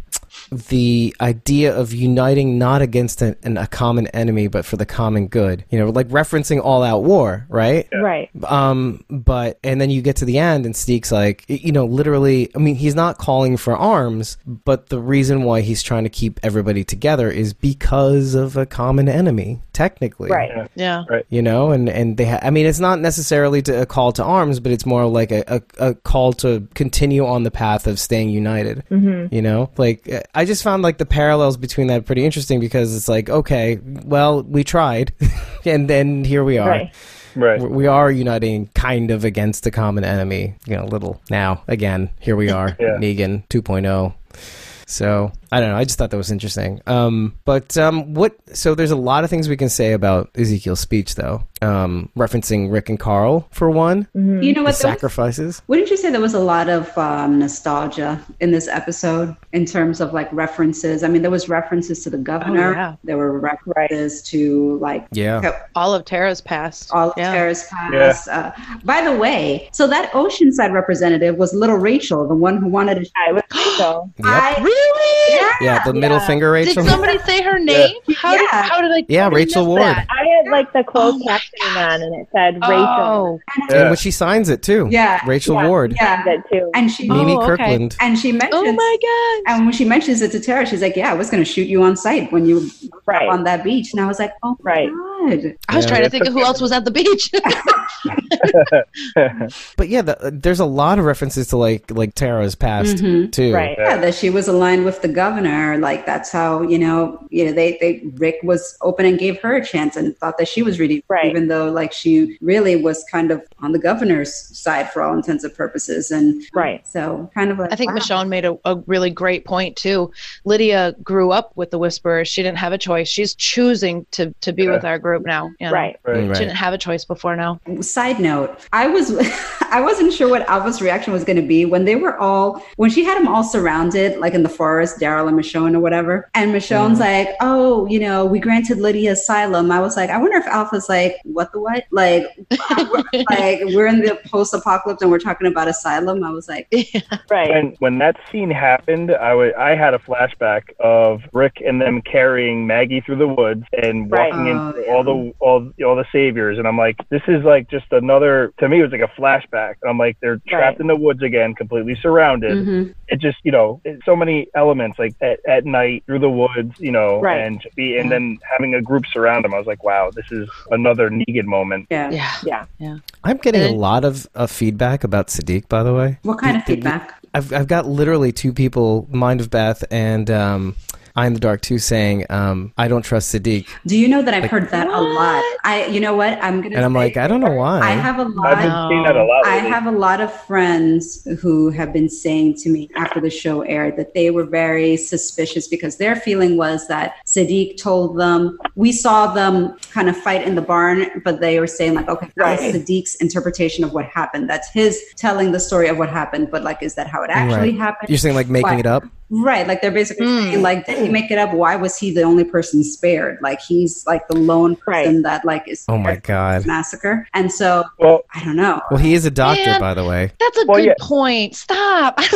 the idea of uniting not against an, an, a common enemy, but for the common good. You know, like referencing all out war, right? Right, Um, but and then you get to the end, and Sneak's like, you know, literally. I mean, he's not calling for arms, but the reason why he's trying to keep everybody together is because of a common enemy, technically. right, Yeah. You know, and and they. Ha- I mean, it's not necessarily to a call to arms, but it's more like a, a, a call to continue on the path of staying united. Mm-hmm. You know, like uh, I just found like the parallels between that pretty interesting because it's like, okay, well, we tried, and then here we are right. Right. we we are uniting kind of against the common enemy you know little now again here we are Yeah. negan 2.0 oh. so I don't know. I just thought that was interesting. Um, but um, what? So there's a lot of things we can say about Ezekiel's speech, though. Um, referencing Rick and Carl for one, Mm, Mm-hmm. You know the what? There was- sacrifices. Wouldn't you say there was a lot of um, nostalgia in this episode in terms of like references? I mean, there was references to the governor. Oh, yeah. There were references to like Yeah, All of Tara's past. all of Yeah. Tara's past. Uh, by the way, so that Oceanside representative was little Rachel, the one who wanted to. I would think so. Yep. I, Really? Ah, yeah. yeah. The middle finger, Did Rachel. somebody say her name? How, did, Yeah. how did I? Yeah, how did I Rachel miss Ward. that? I had like the closed Oh my captioning on, and it said Rachel. Oh, And Yeah. when she signs it too. Yeah. Rachel Yeah. Ward, Yeah. That too. And she Oh, Mimi okay. Kirkland. and she mentions. oh my god! and when she mentions it to Tara, she's like, "Yeah, I was going to shoot you on sight when you were Right. on that beach." And I was like, "Oh, my Right. God. I was Yeah. trying to think of who else was at the beach. But yeah, the, there's a lot of references to like like Tara's past Mhm. too. Right. Yeah, that she was aligned with the governor. Like that's how you know, you know, they they Rick was open and gave her a chance and thought that she was ready, Right. even though like she really was kind of on the governor's side for all intents and purposes. And Right. so, kind of like I think wow. Michonne made a, a really great point too. Lydia grew up with the Whisperers. She didn't have a choice. She's choosing to to be with our group now. you know. Right. Right. She didn't have a choice before now. Side note: I was I wasn't sure what Alva's reaction was going to be when they were all when she had them all surrounded, like in the forest, Daryl and Michonne or whatever. And Michonne's like, "Oh, you know, we granted Lydia asylum." I was like, I wonder if Alpha's like, "What the what?" Like, wow, we're- like we're in the post-apocalypse and we're talking about asylum. I was like, Right. When when that scene happened, I wa- I had a flashback of Rick and them carrying Maggie through the woods and Right. walking Oh, into yeah. all the all all the saviors, and I'm like, this is like just another. To me, it was like a flashback. I'm like, they're trapped in the woods again, completely surrounded. Mm-hmm. mhm. It just you know, it's so many elements like at, at night through the woods, you know, Right. and to be Mm-hmm. and then having a group surround them. I was like, wow, this is another Negan moment. yeah. Yeah. I'm getting a And- lot of, of feedback about Sadiq, by the way. What kind of Did- did- feedback? I've, I've got literally two people, Mind of Beth and um, I in the Dark 2, saying, um, I don't trust Sadiq. Do you know that I've heard that a lot? I, you know what? I'm gonna. And I'm say- like, I don't know why. I have a lot. I've been seeing that a Oh, lot. I lately. have a lot of friends who have been saying to me after the show aired that they were very suspicious because their feeling was that Sadiq told them, we saw them kind of fight in the barn, but they were saying, like, okay, that was Sadiq's interpretation of what happened. That's his telling the story of what happened, but like, is that how it actually Right. happened? You're saying, like, making Why? it up? Right. Like they're basically Hmm. saying, like, did he make it up? Why was he the only person spared? Like he's like the lone person Right. that like is Oh, my spared God. from massacre. And so well, I don't know. Well, he is a doctor, Man. by the way. That's a Well, good yeah. point. Stop.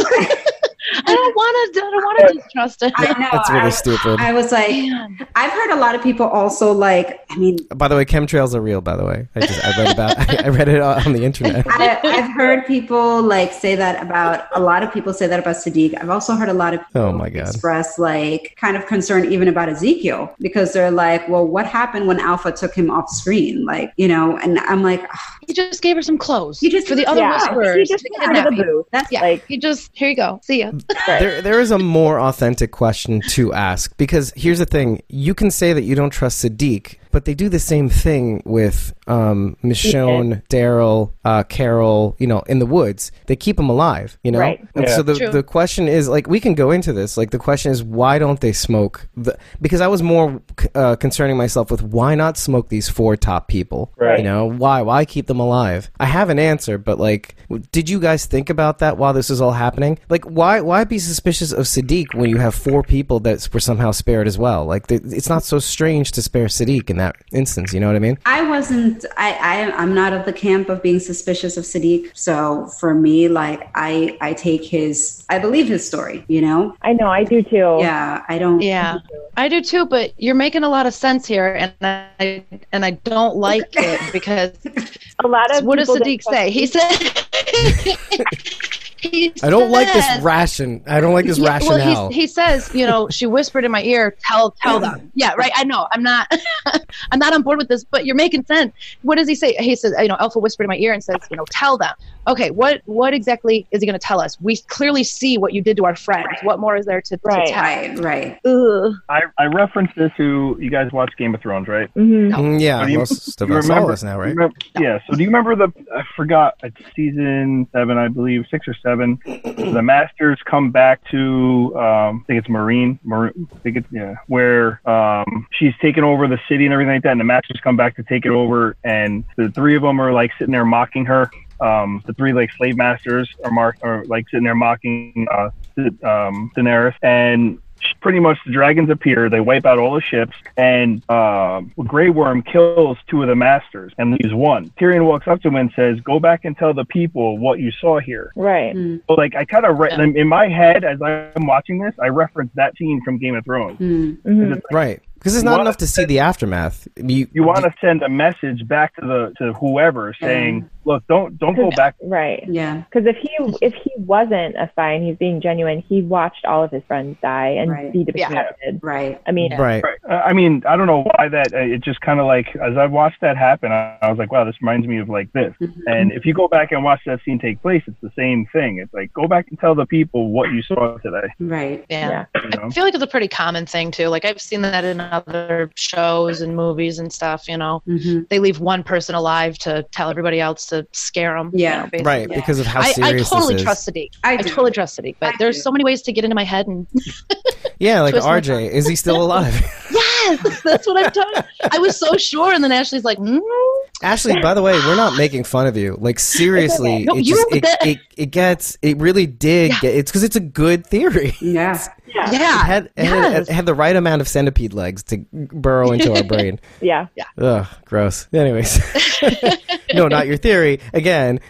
I don't want to. I don't want to distrust it. I know. That's I really was- stupid. I was like, Man. I've heard a lot of people also like. I mean, by the way, chemtrails are real, by the way. I, just, I read about I, read it on the internet. I, I've heard people like say that about a lot of people say that about Sadiq. I've also heard a lot of people Oh, my God. express like kind of concern even about Ezekiel because they're like, well, what happened when Alpha took him off screen? Like, you know, and I'm like, "Ugh, He just gave her some clothes. He just- for the other yeah. whisperers. He just the got out of the kidnapping. booth. that's Yeah. Like- he just here you go. See ya. There, there is a more authentic question to ask because here's the thing: you can say that you don't trust Sadiq, but they do the same thing with um, Michonne, Daryl, uh, Carol. You know, in the woods, they keep them alive. You know, Right. And Yeah. so the True. the question is like we can go into this. Like the question is why don't they smoke? The, because I was more uh, concerning myself with why not smoke these four top people. Right. You know why? Why keep them alive? I have an answer, but like, w- did you guys think about that while this was all happening? Like, why why be suspicious of Sadiq when you have four people that were somehow spared as well? Like, th- it's not so strange to spare Sadiq in that instance. You know what I mean? I wasn't. I, I I'm not of the camp of being suspicious of Sadiq. So for me, like, I I take his. I believe his story. You know. I know. I do too. Yeah. I don't. Yeah, I do too. But you're making a lot of sense here, and I and I don't like it because A lot of what does people that- Sadiq say? He said. he I don't like this says- ration. I don't like this Yeah, rationale. Well, he's, he says, you know, she whispered in my ear, "Tell, tell them." Yeah, right. I know. I'm not. I'm not on board with this, but you're making sense. What does he say? He says, you know, Alpha whispered in my ear and says, you know, tell them. okay, what what exactly is he going to tell us? We clearly see what you did to our friends. What more is there to, to Right. tell? Right, right. Ugh. I, I referenced this to you guys watch Game of Thrones, right? hmm Mm, yeah, What do you- most of you us, all of us now, right? remember- yeah. So do you remember the? I forgot. It's season seven, I believe, six or seven. the Masters come back to. Um, I think it's Marine. Mar- I think it's yeah. Where um, she's taken over the city and everything like that, and the Masters come back to take it over, and the three of them are like sitting there mocking her. Um, the three like slave masters are mark are like sitting there mocking uh, Da- um, Daenerys, and sh- pretty much the dragons appear. They wipe out all the ships, and um Grey Worm kills two of the masters and leaves one. Tyrion walks up to him and says, "Go back and tell the people what you saw here." Right. Mm, So, like, I kind of re- in my head as I'm watching this, I reference that scene from Game of Thrones. mm. hmm Right. Because it's not What- enough to see the aftermath. You, You want to send a message back to the to whoever saying, "Look, don't don't go back." Right. Yeah, Because if he if he wasn't a spy and he's being genuine, he watched all of his friends die and Right. be Yeah. decapitated. right. I mean, right. Right. Uh, I mean, I don't know why that. uh, It just kind of like as I watched that happen, I, I was like, "Wow, this reminds me of like this." Mhm. And if you go back and watch that scene take place, it's the same thing. It's like go back and tell the people what you saw today. Right. Yeah. Yeah. You I know? feel like it's a pretty common thing too. Like I've seen that in other shows and movies and stuff. You know, hmm they leave one person alive to tell everybody else to scare them. Yeah. Right. Yeah. Because of how I, I serious totally this is. trust Sadiq. I, I do. totally trust Sadiq. But I there's do. so many ways to get into my head, and yeah, like twist my RJ. Is he still alive? yes, that's what I'm talking. I was so sure, and then Ashley's like, mm, Ashley, by the way, we're not making fun of you. Like seriously, No, it, you just, know it, that- it it gets it really did Yeah. get it's because it's a good theory. Yeah. yeah, It yeah, had, it had- yes. it had the right amount of centipede legs to burrow into our brain. yeah. Ugh, gross. Anyways, no, not your theory again.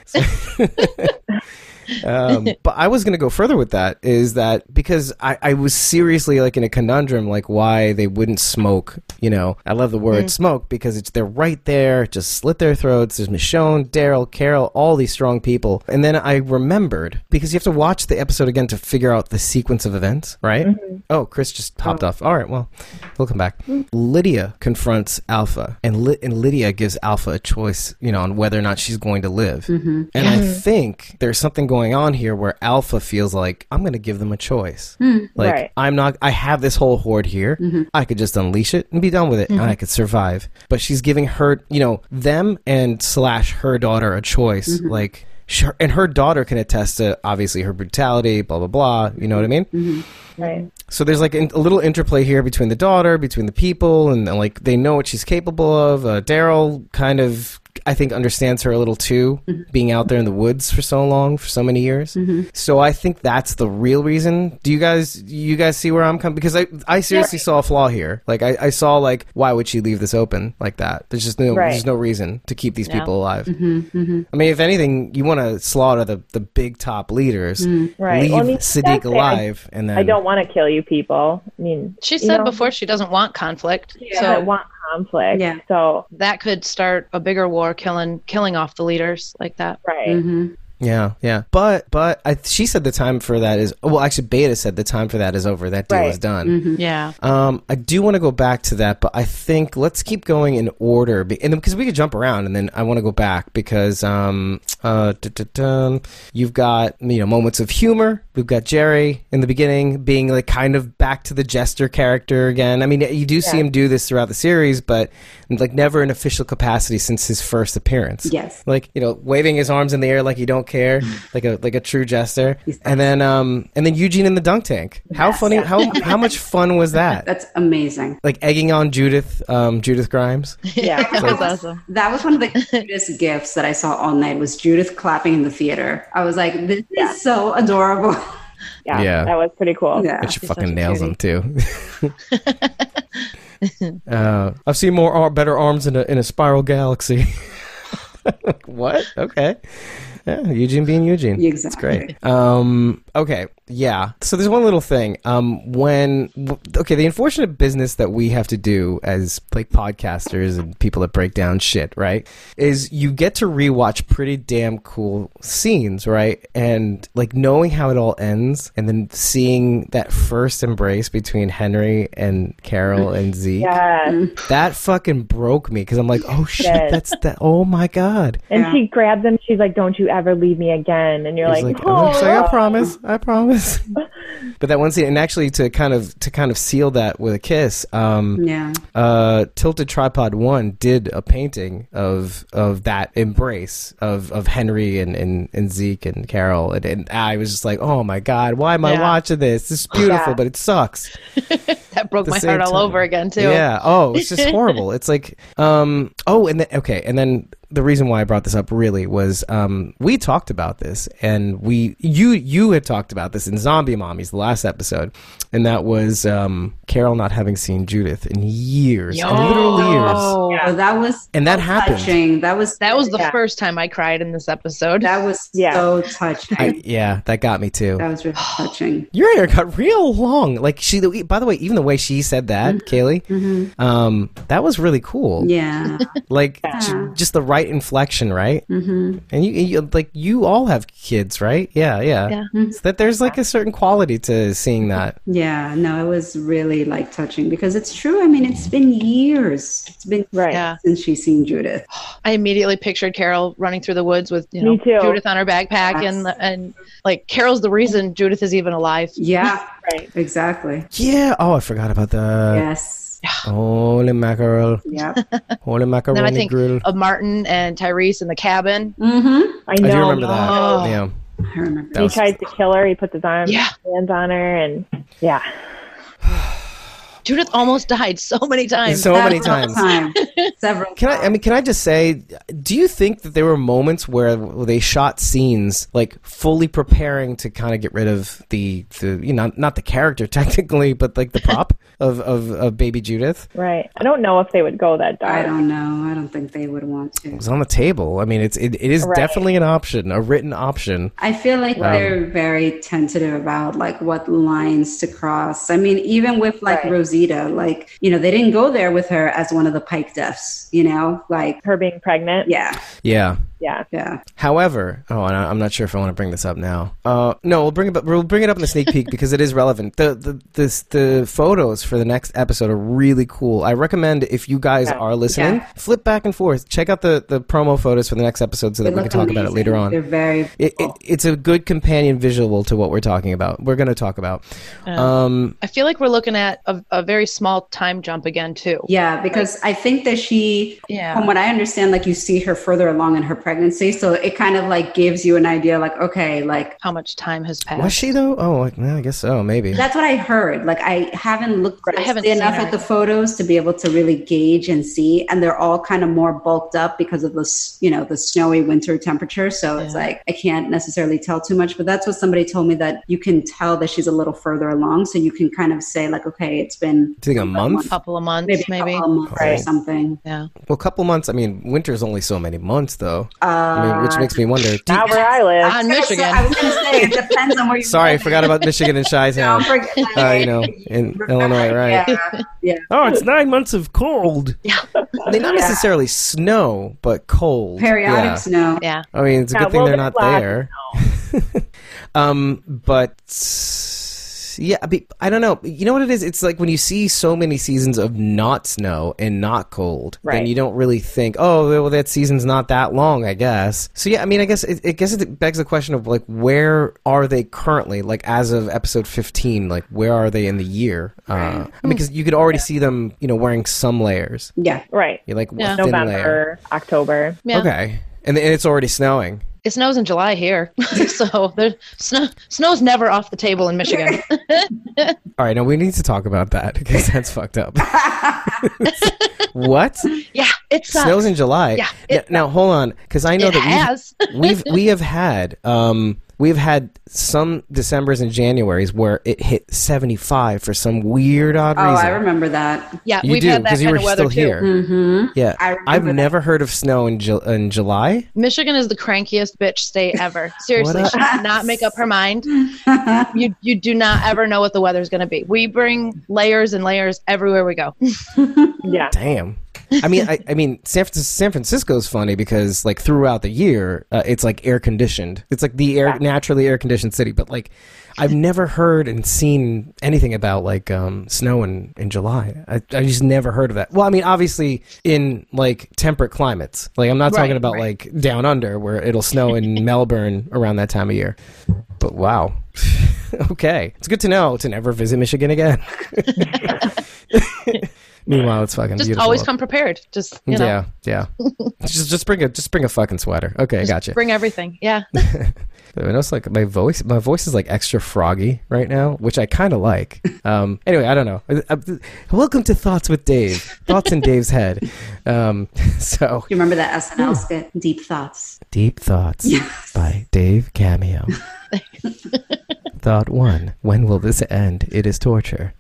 um, but I was going to go further with that is that because I, I was seriously like in a conundrum, like why they wouldn't smoke. You know, I love the word smoke because it's they're right there, just slit their throats. There's Michonne, Daryl, Carol, all these strong people, and then I remembered because you have to watch the episode again to figure out the sequence of events, right? Oh, Chris just popped off. All right, well, we'll come back. Lydia confronts Alpha, and Ly- and Lydia gives Alpha a choice, you know, on whether or not she's going to live. And I think there's something going on here where Alpha feels like I'm going to give them a choice. Like Right. I'm not. I have this whole horde here. I could just unleash it and be done with it, and I could survive. But she's giving her, you know, them and slash her daughter a choice, like. Sure, and her daughter can attest to obviously her brutality, blah blah blah. You know what I mean? Mm-hmm. Right. So there's like in, a little interplay here between the daughter, between the people, and like they know what she's capable of. Uh, Daryl kind of, I think, understands her a little too, Mm-hmm. being out there in the woods for so long, for so many years. So I think that's the real reason. Do you guys, you guys see where I'm coming? Because I, I seriously saw a flaw here. Like I, I saw like, why would she leave this open like that? There's just no, Right. Mm-hmm. there's no reason to keep these Yeah. people alive. I mean, if anything, you want to slaughter the the big top leaders, Mm. Right. leave Well, I mean, she does Sadiq say, I- alive, and then I don't want to kill you people. I mean, she you said know, before she doesn't want conflict. I don't So want conflict. Yeah. So that could start a bigger war, killing killing off the leaders like that. right. hmm Yeah, yeah, but but I, she said the time for that is well, actually, Beta said the time for that is over. That deal Right. is done. Yeah, Um, I do want to go back to that, but I think let's keep going in order, be- and because we could jump around, and then I want to go back because um, uh, dun-dun-dun. you've got you know moments of humor. We've got Jerry in the beginning being like kind of back to the jester character again. I mean, you do see him do this throughout the series, but like never in official capacity since his first appearance. Yes. like you know, waving his arms in the air like you don't care, like a like a true jester. And then um, and then Eugene in the dunk tank. How funny! How how much fun was that? That's amazing. like egging on Judith, um, Judith Grimes. Ah, Yeah. that was awesome. That was one of the cutest gifts that I saw all night was Judith clapping in the theater. I was like, this is so adorable. yeah. Yeah. That was pretty cool. yeah. she she's fucking such a nails them too. uh, I've seen more ar- better arms in a in a spiral galaxy. what? Okay. Yeah, Eugene being Eugene. Exactly. That's great. Um, Okay, yeah. So there's one little thing. Um, when w- okay, the unfortunate business that we have to do as like podcasters and people that break down shit, right? Is you get to rewatch pretty damn cool scenes, right? And like knowing how it all ends, and then seeing that first embrace between Henry and Carol and Zeke, Yes. Mm-hmm. that fucking broke me because I'm like, oh shit, Yes. that's that. Oh my god. And Yeah. she grabs him. She's like, "Don't you ever leave me again." And you're He's like, like, "Oh, "Oh, sorry, I promise, I promise. but that one scene, and actually to kind of to kind of seal that with a kiss, um, Yeah. uh, Tilted Tripod One did a painting of of that embrace of of Henry and and, and Zeke and Carol, and, and I was just like, oh my god, why am I Yeah. watching this? This is beautiful, Yeah. but it sucks. That broke the my same heart all time. over again too. Yeah. Oh, it's just horrible. It's like, um, oh, and then okay, and then the reason why I brought this up really was um, we talked about this, and we you you had talked about this in Zombie Mommies the last episode, and that was um, Carol not having seen Judith in years, in literal years, Yo. Oh, that was and that so happened. touching. That was That was the Yeah. first time I cried in this episode. that was Yeah. so touching. I, yeah, that got me too. that was really touching. Your hair got real long. Like she, by the way, even the way she said that, Mm-hmm. Kaylee, um, that was really cool. Yeah. like j- just the right inflection, right? Mm-hmm. And you, you like you all have kids, right? Yeah, yeah. So that there's like a certain quality to seeing that. Yeah, no, it was really like touching because it's true. I mean, it's been years. It's been Right. Yeah. since she's seen Judith. I immediately pictured Carol running through the woods with you Me know too. Judith on her backpack and and like Carol's the reason Judith is even alive. Yeah, Right. exactly. Yeah. Oh, I forgot about that. yes. Holy mackerel! Yeah. Holy And then I macaroni think oh, grill! of Martin and Tyrese in the cabin. Mm-hmm. I I know." do remember that. Oh. Yeah. I remember. That He was- tries to kill her. He puts his arm, Yeah. hands on her, and yeah, Judith almost died so many times. so many Several times. times. Several. Can I? I mean, can I just say? Do you think that there were moments where they shot scenes like fully preparing to kind of get rid of the the you know not the character technically, but like the prop of, of of baby Judith? right. I don't know if they would go that I dark. don't know. I don't think they would want to. It's on the table. I mean, it's it, it is Right. definitely an option, a written option. I feel like they're very tentative about like what lines to cross. I mean, even with like Right. Rosita, like you know, they didn't go there with her as one of the Pike deaths. You know, like Her being pregnant. yeah, Yeah. Yeah. yeah, However, oh, and I- I'm not sure if I want to bring this up now. Uh, no, we'll bring it up. We'll bring it up in the sneak peek because it is relevant. The the this, the photos for the next episode are really cool. I recommend if you guys are listening, Yeah. flip back and forth, check out the the promo photos for the next episode so that They we can look talk about it amazing. later on. They're very. It, it, it's a good companion visual to what we're talking about. We're going to talk about. Oh. Um, I feel like we're looking at a, a very small time jump again too. Yeah, because I think that she, Yeah. from what I understand, like you see her further along in her pregnancy, so it kind of like gives you an idea, like okay, like How much time has passed? was she though? Oh, like, yeah, I guess so. Maybe. that's what I heard. Like I haven't looked I haven't closely enough seen her. at the photos to be able to really gauge and see, and they're all kind of more bulked up because of the s- you know the snowy winter temperature. So it's Yeah. like I can't necessarily tell too much, but that's what somebody told me that you can tell that she's a little further along, so you can kind of say like okay, it's been Do you think a month? couple of months maybe maybe? a couple of months or Right. something. Yeah. Well, a couple months. I mean, winter's only so many months, though. Uh, I mean, which makes me wonder. do- Not where I live. On Michigan. I was going to say it depends on where you. sorry, I live. forgot about Michigan and Chi Town. Don't forget, like, Uh, you know, in Illinois, right? Yeah. Oh, it's nine months of cold. they not necessarily snow, but cold. Periodic Yeah. snow. Yeah. I mean, it's a Yeah, good thing well, they're there's not lots of there. um, but yeah, I, mean, I don't know. You know what it is? It's like when you see so many seasons of not snow and not cold, then Right. you don't really think, oh, well, that season's not that long, I guess. So yeah, I mean, I guess it, it guess it begs the question of like, where are they currently? Like as of episode fifteen, like where are they in the year? Uh, I mean, because you could already see them, you know, wearing some layers. Yeah. Right. You're like Yeah. a thin layer. November, October. Yeah. Okay, and, and it's already snowing. It snows in July here. so there snow snow's never off the table in Michigan. All right, now we need to talk about that because that's fucked up. what? yeah, it sucks. Snows in July. Yeah, N- it now hold on, because I know it that has. we've, we've we have had um, We've had some Decembers and Januarys where it hit 75 for some weird odd Oh, reason. I remember that. Yeah, You we've do had that because kind you were of still weather too. here. Mm-hmm. hmm Yeah, I remember I've that. never heard of snow in, Ju- in July. Michigan is the crankiest bitch state ever. Seriously, What she does not make up her mind. You you do not ever know what the weather's going to be. We bring layers and layers everywhere we go. Yeah. Damn. I mean, I, I mean, San, Fran- San Francisco is funny because like throughout the year, uh, it's like air conditioned. It's like the air naturally air conditioned city. But like, I've never heard and seen anything about like um, snow in in July. I, I just never heard of that. Well, I mean, obviously in like temperate climates. Like I'm not Right, talking about right. like down under where it'll snow in Melbourne around that time of year. But wow. okay, it's good to know to never visit Michigan again. Meanwhile, it's fucking Just beautiful. always up come prepared. Just you know, yeah, yeah. just just bring a just bring a fucking sweater. Okay, I got you. bring everything. Yeah, I notice like my voice my voice is like extra froggy right now, which I kind of like. Um, anyway, I don't know. I- I- welcome to Thoughts with Dave. Thoughts in Dave's head. Um, so You remember that Hmm. SNL skit, Deep Thoughts? deep thoughts Yes. by Dave Cameo. Thought one: When will this end? It is torture.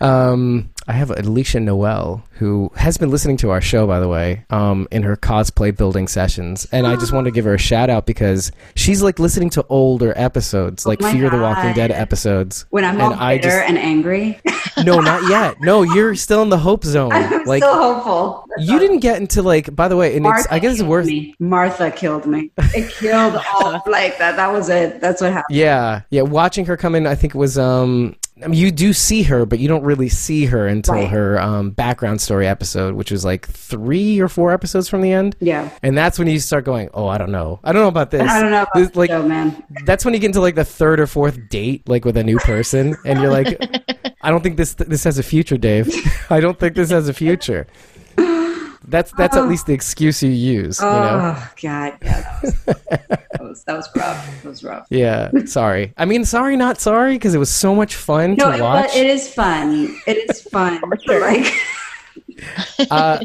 Um, I have Alicia Noel, who has been listening to our show, by the way, um, in her cosplay building sessions, and I just wanted to give her a shout out because she's like listening to older episodes, like Oh my Fear the Walking God. Dead episodes. When I'm and all I bitter just and angry, no, not yet. No, you're still in the hope zone. I'm like so hopeful. you didn't get into like. By the way, and it's, I guess it's killed worth. me. Martha killed me. It killed all like that. That was it. That's what happened. Yeah, yeah. Watching her come in, I think it was. Um, I mean, you do see her, but you don't really see her until Right. her um, background story episode, which was like three or four episodes from the end. Yeah. And that's when you start going, oh, I don't know. I don't know about this. I don't know about This- the like, show, man. that's when you get into like the third or fourth date, like with a new person, and you're like, I don't think this this has a future, Dave. I don't think this has a future. That's that's Uh-huh. at least the excuse you use. Oh you know? God, yeah, that was, that was that was rough. That was rough. Yeah. Sorry. I mean, sorry, not sorry, because it was so much fun No, to it, watch. was, it is fun. It is fun. Like uh,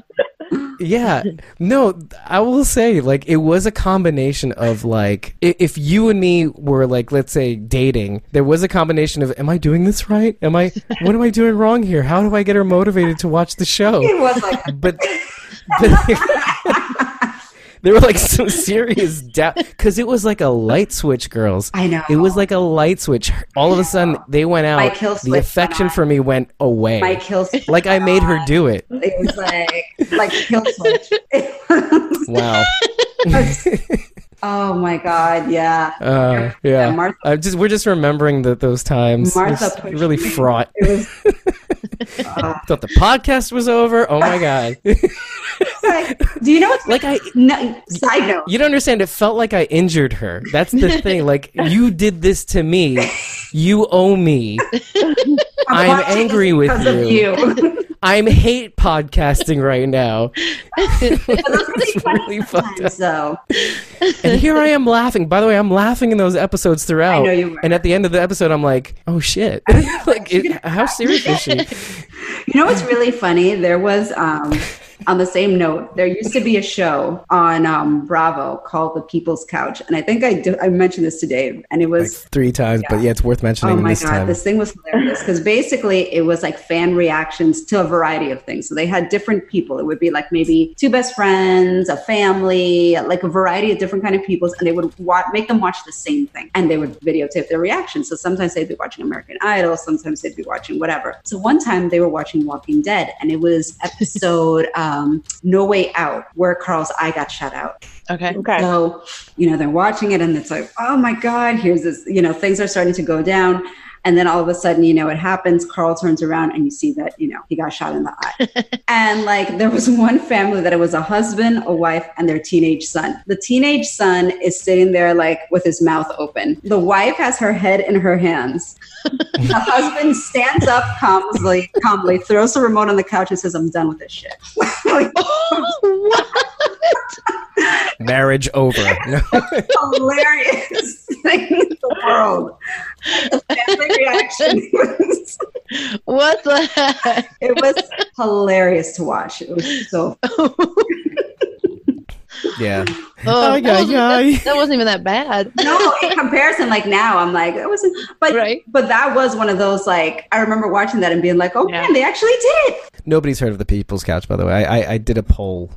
yeah no th- i will say like it was a combination of like i- if you and me were like let's say dating there was a combination of am i doing this right am i what am i doing wrong here how do i get her motivated to watch the show it was like but, but- there were like some serious doubt because it was like a light switch girls I know. it was like a light switch all of a sudden they went out My kill switch the went affection on. for me went away my kill. switch. like i made her do it It was like like kill switch. It was- wow oh my God, yeah. Uh, yeah, Yeah, Martha- I just we're just remembering that those times. Martha It's pushed really me. fraught. It was Ah. Thought the podcast was over. Oh my god! like, do you know what's like I, no, side note? you don't understand. It felt like I injured her. That's the thing. Like you did this to me. You owe me. I'm watching this angry with because of you. you. I'm hate podcasting right now. it's really fucked up. So And here I am laughing. By the way, I'm laughing in those episodes throughout. I know you were. And at the end of the episode, I'm like, oh shit! like, it, how serious is she? You know what's really funny? There was um, on the same note, there used to be a show on um, Bravo called The People's Couch, and I think I do, I mentioned this to Dave, and it like was three times, but yeah, it's worth mentioning oh my this god, time. this thing was hilarious because basically it was like fan reactions to a variety of things. So they had different people. It would be like maybe two best friends, a family, like a variety of different kind of peoples, and they would wa- make them watch the same thing, and they would videotape their reactions. So sometimes they'd be watching American Idol, sometimes they'd be watching whatever. So one time they were watching Walking Dead, and it was episode um, No Way Out where Carl's eye got shut out. okay. Okay. So, you know, they're watching it and it's like, oh my God, here's this, you know, things are starting to go down. And then all of a sudden, you know, it happens. Carl turns around and you see that, you know, he got shot in the eye. and like there was one family that it was a husband, a wife, and their teenage son. The teenage son is sitting there like with his mouth open. The wife has her head in her hands. the husband stands up calmly, calmly, throws the remote on the couch and says, I'm done with this shit. Like, what? Marriage over. No. hilarious thing in the world. The family reaction was, What the heck? it was hilarious to watch. It was so Yeah. Oh, Ay, that, ay, wasn't, ay. that- that wasn't even that bad. no, in comparison, like now, I'm like, it wasn't, but Right. but that was one of those like I remember watching that and being like, oh Yeah. man, they actually did it. Nobody's heard of the People's Couch, by the way. I, I, I did a poll.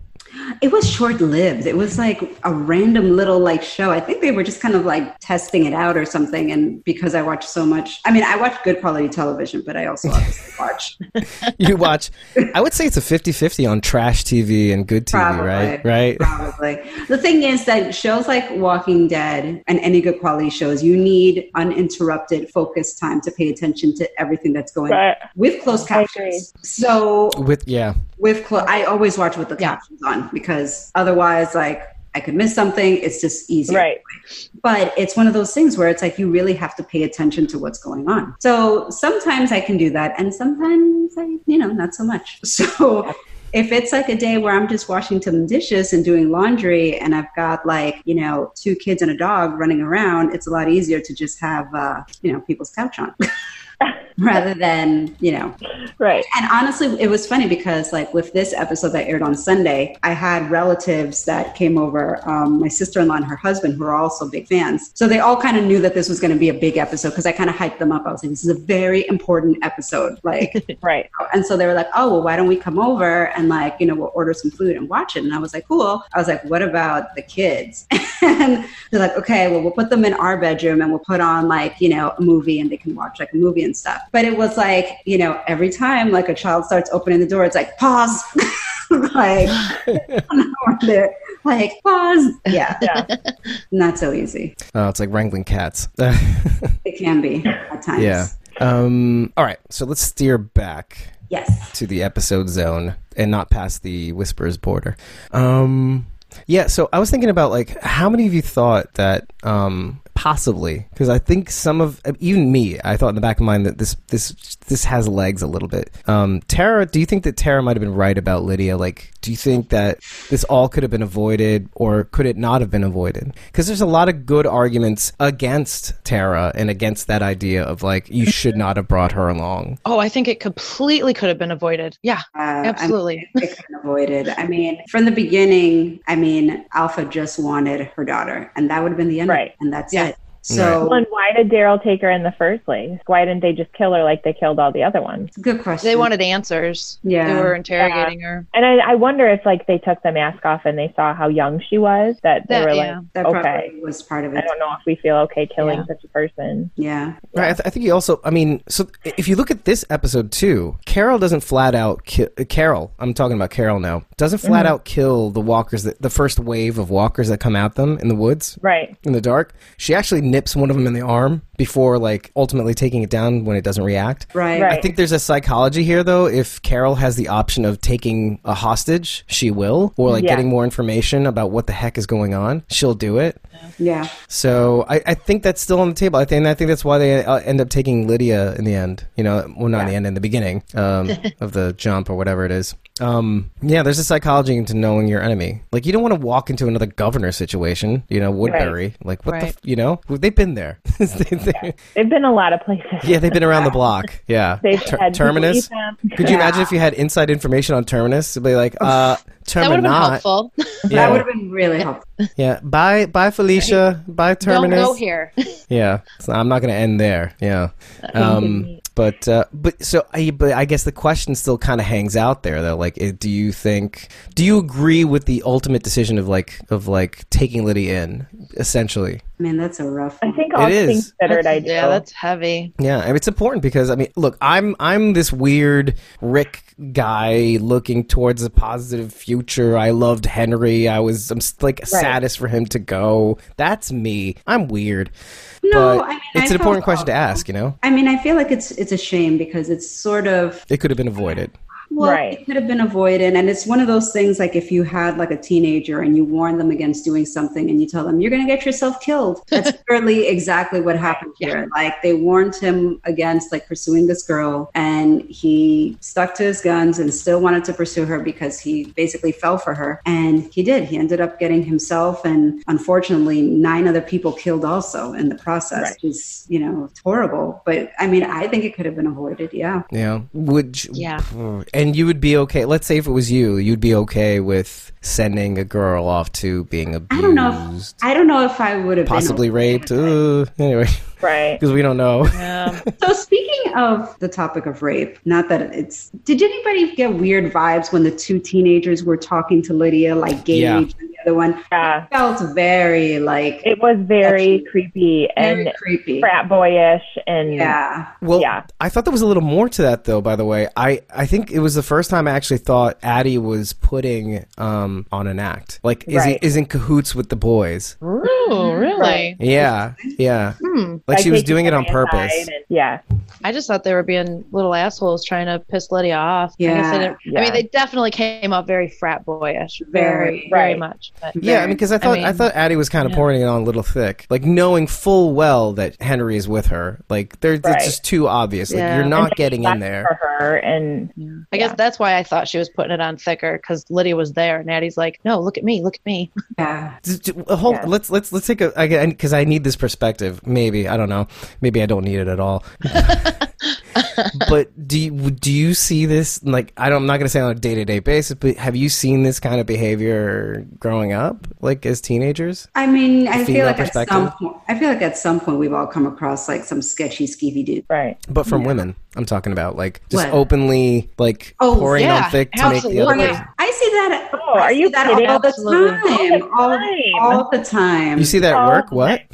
It was short lived. It was like a random little like show. I think they were just kind of like testing it out or something. And because I watched so much, I mean, I watch good quality television, but I also obviously watch. You watch. I would say it's a 50-50 on trash TV and good TV, Probably. right? Right. Probably. The thing is that shows like Walking Dead and any good quality shows, you need uninterrupted focus time to pay attention to everything that's going on Right. with closed I captions. So With yeah. with clo- I always watch with the Yeah. captions on because otherwise, like I could miss something. It's just easy. Right. But it's one of those things where it's like you really have to pay attention to what's going on. So sometimes I can do that, and sometimes I, you know, not so much. So if it's like a day where I'm just washing some dishes and doing laundry, and I've got like you know two kids and a dog running around, it's a lot easier to just have uh, you know people's couch on. Rather than, you know, Right. and honestly, it was funny because, like, with this episode that aired on Sunday, I had relatives that came over, um, my sister in law and her husband, who are also big fans. So they all kind of knew that this was going to be a big episode because I kind of hyped them up. I was like, this is a very important episode. Like, Right. and so they were like, oh, well, why don't we come over and like, you know, we'll order some food and watch it. And I was like, cool. I was like, what about the kids? and they're like, okay, well, we'll put them in our bedroom and we'll put on like, you know, a movie and they can watch like a movie and stuff. But it was like, you know, every time like a child starts opening the door, it's like, pause. like, they're like, pause. Yeah, Yeah. not so easy. Oh, it's like wrangling cats. It can be at times. yeah. Um, all right. So let's steer back. Yes. to the episode zone and not past the whispers border. Um, yeah, so I was thinking about like how many of you thought that um, possibly because I think some of even me I thought in the back of my mind that this this this has legs a little bit. Um, Tara, do you think that Tara might have been right about Lydia? Like, do you think that this all could have been avoided or could it not have been avoided? Because there's a lot of good arguments against Tara and against that idea of like you should not have brought her along. Oh, I think it completely could have been avoided. Yeah, Uh, I'm- absolutely. it could have been avoided. I mean, from the beginning, I mean, Alpha just wanted her daughter, and that would have been the end. of it, Right. And that's Yeah. it. So, Well, and why did Daryl take her in the first place? Why didn't they just kill her like they killed all the other ones? it's a good question. They wanted answers. Yeah. They were interrogating her. And I, I wonder if like they took the mask off and they saw how young she was that they That- were yeah. like, that okay, probably was part of I it. don't know if we feel okay killing Yeah. such a person. Yeah. Right. I, th- I think you also. I mean, so if you look at this episode too, Carol doesn't flat out ki- uh, Carol. I'm talking about Carol now. Doesn't flat Mm-hmm. out kill the walkers. That, the first wave of walkers that come at them in the woods Right. in the dark. She actually nips one of them in the arm before, like, ultimately taking it down when it doesn't react. Right. Right. I think there's a psychology here, though. If Carol has the option of taking a hostage, she will, or like Yeah. getting more information about what the heck is going on, she'll do it. Yeah. So I, I think that's still on the table. I think and I think that's why they uh, end up taking Lydia in the end. You know, well, not in the end, in the beginning um, of the jump or whatever it is. Um, yeah, there's a psychology into knowing your enemy. Like you don't want to walk into another governor situation. You know, Woodbury. Like what the Right. f- you know they've been there. They- they- They've been a lot of places. yeah, they've been around the block. Yeah, They've Ter- had people terminus. eat them. Could you imagine if you had inside information on terminus? It'd be like, uh, That would have been terminus. helpful. That would Yeah, have been really helpful. yeah. Bye, bye, Felicia. Bye, Don't terminus. go here. Yeah, so I'm not going to end there. Yeah, um, but uh, but so I but I guess the question still kind of hangs out there though. Like, it, do you think? Do you agree with the ultimate decision of like of like taking Liddy in essentially? Man, that's a rough I one. think all It is. things considered, I do. yeah, that's heavy. Yeah, and it's important because I mean, look, I'm I'm this weird Rick guy looking towards a positive future. I loved Henry. I was I'm s- like saddest for him to go. That's me. I'm weird. No, but I mean, it's I an important felt question to awful. ask. You know, I mean, I feel like it's it's a shame because it's sort of it could have been avoided. well, Right. it could have been avoided, and it's one of those things like if you had like a teenager and you warn them against doing something, and you tell them you're going to get yourself killed. That's literally exactly what happened here. Like they warned him against like pursuing this girl, and he stuck to his guns and still wanted to pursue her because he basically fell for her, and he did. He ended up getting himself and unfortunately nine other people killed also in the process, Right. which is you know it's horrible. But I mean, I think it could have been avoided. Yeah. Yeah. Would you- Yeah. Mm. And you would be okay. Let's say if it was you, you'd be okay with sending a girl off to being abused, I don't know. If, I don't know if I would have possibly Been raped. Ugh. anyway, Right. because we don't know. so speaking of the topic of rape, not that it's. Did anybody get weird vibes when the two teenagers were talking to Lydia, like gay Yeah. age and the other one? Yeah. Felt very like It was very That's- creepy very and creepy. frat boyish and Yeah. Well, Yeah. I thought there was a little more to that, though. By the way, I I think it was the first time I actually thought Addie was putting um on an act. Like, is Right. he is in cahoots with the boys? Ooh, really? Yeah, yeah. Mm-hmm. Hmm. Like she was taking doing it on somebody purpose. aside and- yeah. I just thought they were being little assholes trying to piss Lydia off. I, guess Yeah. I, didn't, I Yeah. mean, they definitely came up very frat boyish, Very, very, very right. much. But Yeah, I mean, because I thought I, mean, thought Addie was kind of pouring it on a little thick, like knowing full well that Henry is with her. Like, they're Right. it's just too obvious. Like, Yeah. you're not And getting that's in there. for her and I guess yeah. that's why I thought she was putting it on thicker because Lydia was there, and Addie's like, "No, look at me, look at me." Yeah. D- d- Hold, Yeah. let's let's let's take a because I, need this perspective. Maybe I don't know. Maybe I don't need it at all. but do you, do you see this? Like, I don't, I'm not going to say on a day to day basis, but have you seen this kind of behavior growing up, like as teenagers? I mean, I feel Female like at perspective. some point, I feel like at some point we've all come across like some sketchy skeevy dude. right. But from women, I'm talking about like just What? openly like Oh, pouring yeah, on thick to make the other absolutely. person. Yeah, I see that. Oh, I are see you that kidding? all the Absolutely. time? All All, the time. all the time. You see that at Oh, work? What?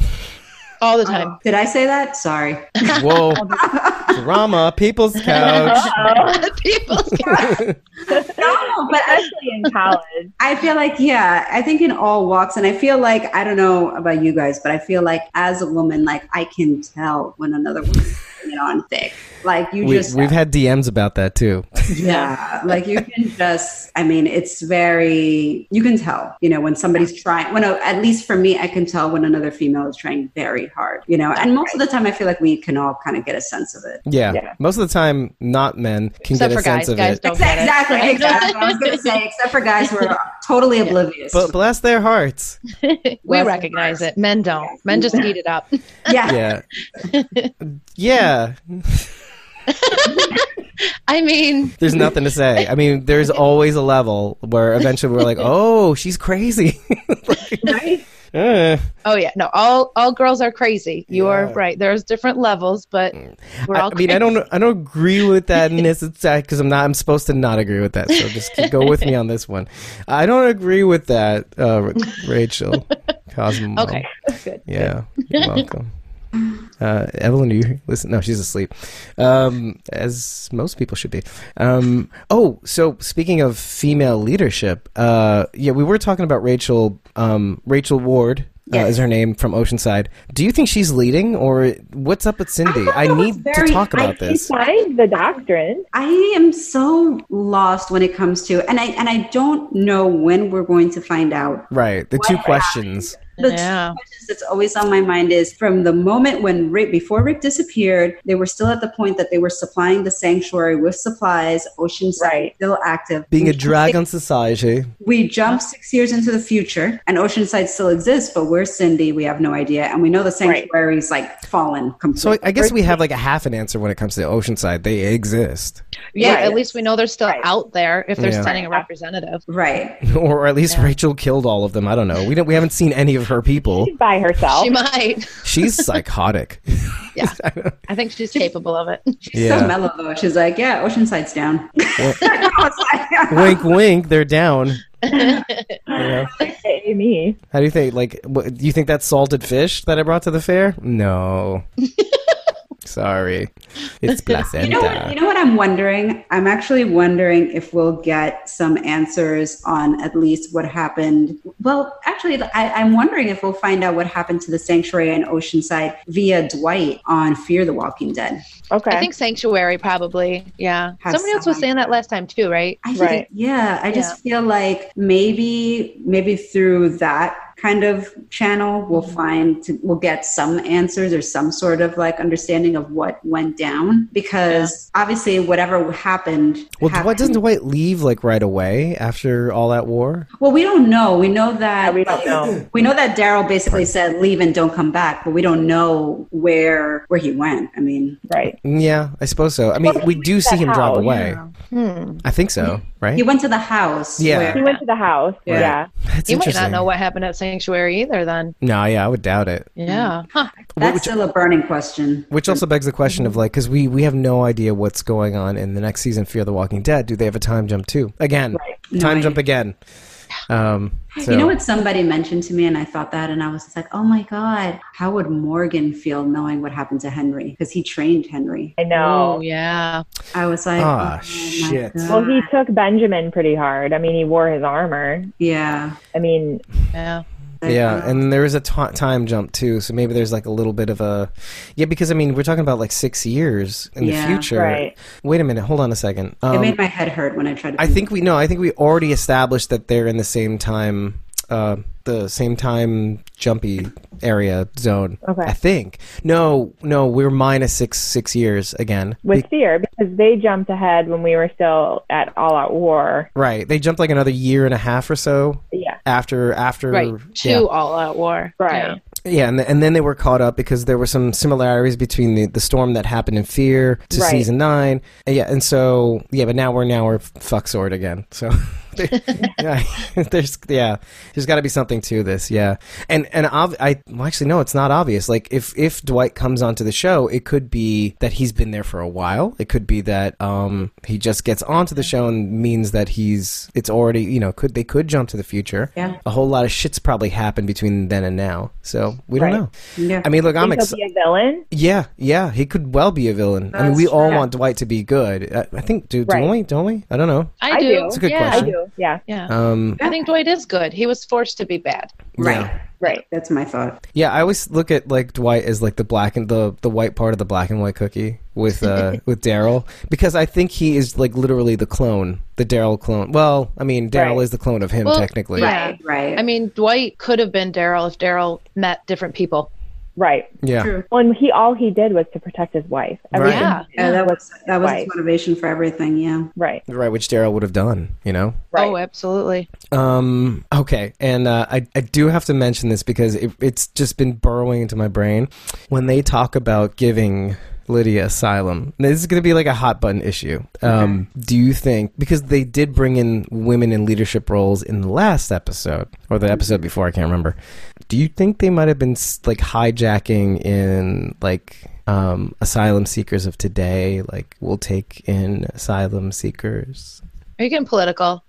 All the Oh, time. did I say that? Sorry. Whoa. Drama, people's couch. Uh-oh. People, no, but I, Especially in college. I feel like yeah, I think in all walks, and I feel like I don't know about you guys, but I feel like as a woman, like I can tell when another woman's putting it on thick. Like you We, just we've had DMs about that too. Yeah. Like you can just, I mean, it's very, you can tell, you know, when somebody's trying, when, a- at least for me, I can tell when another female is trying very hard, you know, and most of the time I feel like we can all kind of get a sense of it. Yeah. Yeah. Most of the time, not men can except get a for sense guys. of Guys it. don't get it. exactly. Exactly. I was going to say, except for guys who are totally oblivious. But bless their hearts. we Bless recognize their it. Men don't. Men just eat it up. yeah. Yeah. yeah. I mean, There's nothing to say. I mean, there's always a level where eventually we're like, oh, she's crazy. Like, eh. oh yeah, no, all all girls are crazy. You are Yeah. Mm. right. There's different levels, but we're I, all. I mean, I crazy. don't, I don't agree with that in this because I'm not, I'm supposed to not agree with that. So just keep, go with me on this one. I don't agree with that, uh, Rachel Cosmo. Okay, good. Yeah, you're welcome. Uh, Evelyn, are you listen? No, she's asleep, um, as most people should be. Um, oh, so speaking of female leadership, uh, yeah, we were talking about Rachel. Um, Rachel Ward uh, Yes. is her name from Oceanside. Do you think she's leading, or what's up with Cindy? thought I, that was need to very- talk I about think this. Besides the doctrine. I am so lost when it comes to, and I, and I don't know when we're going to find out Right, the two questions. The Yeah. two questions that's always on my mind is from the moment when Rick, before Rick disappeared, they were still at the point that they were supplying the sanctuary with supplies. Oceanside Right. still active. Being we a drag on society. we jump six years into the future, and Oceanside still exists, but we're Cindy. We have no idea, and we know the sanctuary's like fallen So I, completely. I guess we have like a half an answer when it comes to Oceanside. They exist, Yeah, Right. at least we know they're still Right. out there if they're Yeah. sending a representative. right. or at least Rachel killed all of them. I don't know. We don't. We haven't seen any of her people. She's by herself. She might. She's psychotic. Yeah. I think she's capable of it. She's Yeah. so mellow though. She's like, yeah, Oceanside's down. wink, wink. They're down. You know? Hey, me. How do you think? Like, what, do you think that's salted fish that I brought to the fair? No. Sorry, it's placenta. You know, what, you know what I'm wondering? I'm actually wondering if we'll get some answers on at least what happened. Well, actually, I, I'm wondering if we'll find out what happened to the sanctuary in Oceanside via Dwight on Fear the Walking Dead. Okay. I think Sanctuary probably. Yeah. Has Somebody else was someone- saying that last time too, right? I think, Right. yeah, I just feel like maybe, maybe through that kind of channel, we'll find we'll get some answers or some sort of like understanding of what went down because obviously whatever happened. Well, happened. Dwight doesn't Dwight leave like right away after all that war? Well, we don't know. We know that Yeah, we don't know. We know that Daryl basically said leave and don't come back, but we don't know where where he went. I mean, Right. Yeah, I suppose so. I mean, Well, we do see that him drive house, away. Hmm. I think so, right? he went to the house. Yeah. where- He went to the house. Yeah. Yeah. That's You might interesting. not know what happened at Sanctuary either. Then, No, yeah, I would doubt it. yeah. Huh. that's still a burning question. Which also begs the question of like, because we we have no idea what's going on in the next season, Fear the Walking Dead. Do they have a time jump too? Again, No time idea. jump again. Um, so, You know what somebody mentioned to me, and I thought that, and I was just like, "Oh my god, how would Morgan feel knowing what happened to Henry? Because he trained Henry." I Oh know. yeah. I was like, Ah, "Oh my shit. God." Well, he took Benjamin pretty hard. I mean, he wore his armor. yeah, I mean, Yeah. yeah, and there is a ti time jump too, so maybe there's like a little bit of a yeah, because I mean we're talking about like six years in Yeah. the future. Right. Wait a minute, hold on a second. it Um, made my head hurt when I tried to. I think we no. I think we already established that they're in the same time, uh, the same time jumpy area zone. Okay. I think no, no. We're minus six six years again. with fear because they jumped ahead when we were still at all out war. right. They jumped like another year and a half or so Yeah. after after Right. Two yeah. all out war. Right. Yeah. Yeah, and, th- and then they were caught up because there were some similarities between the, the storm that happened in Fear to Right. season nine. And yeah, and so yeah, but now we're now we're fuck sword again. So there- yeah, there's yeah, there's got to be something to this. Yeah, and and ob- I well, actually no, it's not obvious. Like if if Dwight comes onto the show, it could be that he's been there for a while. It could be that um he just gets onto the show and means that he's it's already you know could they could jump to the future. Yeah. a whole lot of shit's probably happened between then and now. So we don't Right. know. Yeah. I mean, look, I'm Think excited. he'll be a villain. Yeah, yeah, he could well be a villain. I mean, we That's all true. want Dwight to be good. I, I think, do, Right. don't we? Don't we? I don't know. I I do. do. It's a good yeah. I question. do. Yeah. Yeah. Um, I think Dwight is good. He was forced to be bad. right, Yeah. Right. That's my thought. yeah, I always look at like Dwight as like the black and the the white part of the black and white cookie with uh with Daryl because I think he is like literally the clone, the Daryl clone. Well, I mean, Daryl Right. is the clone of him Well, technically. Yeah. Right, right. I mean, Dwight could have been Daryl if Daryl met different people. Right. Yeah. True. Well, and he all he did was to protect his wife. Everything- Yeah. yeah, that was that was his Right. motivation for everything. Yeah. Right. Right, which Daryl would have done, you know? Right. Oh, absolutely. Um, okay, and uh, I, I do have to mention this because it, it's just been burrowing into my brain. When they talk about giving Lydia asylum, this is going to be like a hot button issue. Um, Do you think, because they did bring in women in leadership roles in the last episode, or the episode before, I can't remember, do you think they might have been s- like hijacking in like. Um, asylum seekers of today, like we'll take in asylum seekers Are you getting political?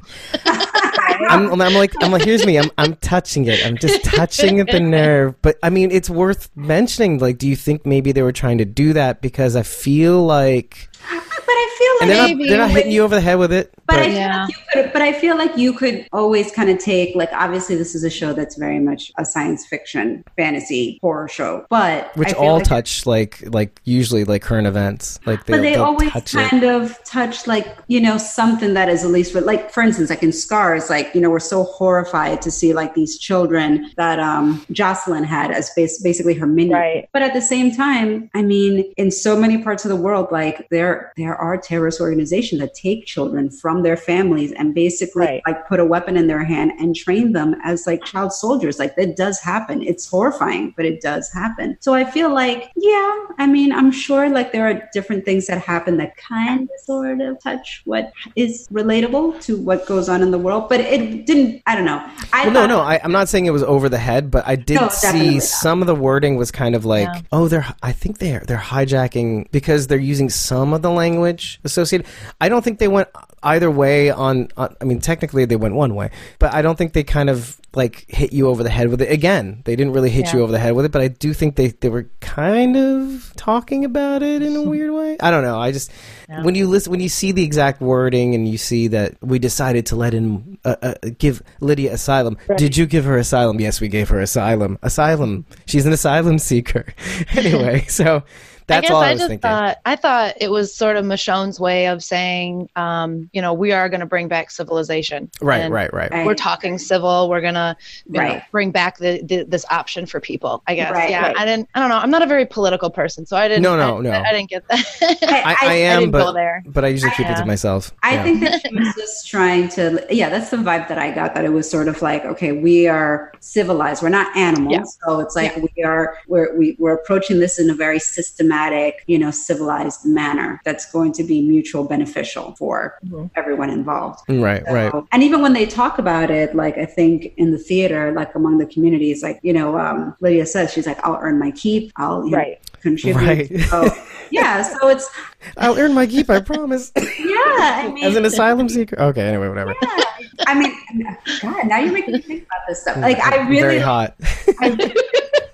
I'm, I'm like, I'm like, here's me. I'm, I'm touching it. I'm just touching the nerve. But I mean, it's worth mentioning. Like, do you think maybe they were trying to do that because I feel like, But I and feel like they're not, Maybe. they're not hitting you over the head with it. But But, I feel Yeah. like you could, but I feel like you could always kind of take like obviously this is a show that's very much a science fiction, fantasy, horror show, but I which feel all like- touch like, like usually like current events. Like they, But they they'll always touch it. kind of touch like you know something that is at least but like for instance like in Scars like you know we're so horrified to see like these children that um Jocelyn had as bas- basically her minion. Right. But at the same time, I mean, in so many parts of the world, like there there are terrorist organizations that take children from their families and basically Right. like put a weapon in their hand and train them as like child soldiers. Like that does happen. It's horrifying, but it does happen. So I feel like, yeah, I mean, I'm sure like there are different things that happen that kind of sort of touch what is relatable to what goes on in the world. But it didn't. I don't know. I Well, no, thought- no, I, I'm not saying it was over the head, but I did No, definitely see not. some of the wording was kind of like, Yeah. oh, they're, I think they're, they're hijacking because they're using some of the language associated. I don't think they went either way on, on, I mean, technically they went one way, but I don't think they kind of like hit you over the head with it. Again, they didn't really hit you over the head with it, but I do think they, they were kind of talking about it in a weird way. I don't know. I just, when you listen, when you see the exact wording and you see that we decided to let in, uh, uh, give Lydia asylum. Did you give her asylum? Yes, we gave her asylum. Asylum. She's an asylum seeker. anyway, so I That's guess all I, I, was just thinking. thought I thought it was sort of Michonne's way of saying, um, you know, we are going to bring back civilization. right, And right, right, Right. We're talking civil. We're gonna you know, Right. bring back the, the this option for people. I guess. Right, yeah. right. I didn't. I don't know. I'm not a very political person, so I didn't. No, no, I, no. I didn't get that. I, I, I- I I am, didn't go but there. but I usually keep it Yeah. to myself. I Yeah. think that she was just trying to, yeah, that's the vibe that I got. That it was sort of like, okay, we are civilized. We're not animals, Yeah. so it's like we are we're we, we're approaching this in a very systematic, you know, civilized manner that's going to be mutual beneficial for Mhm. everyone involved. right, right. So- And even when they talk about it, like I think in the theater, like among the communities, like you know, um, Lydia says she's like, I'll earn my keep. I'll you know, Right. contribute. Right. So, yeah. So it's I'll earn my keep, I promise. yeah. I mean, As an asylum seeker. Okay, anyway, whatever. yeah. I mean, God, now you're making me think about this stuff. Like, I really, Mm, very hot. I,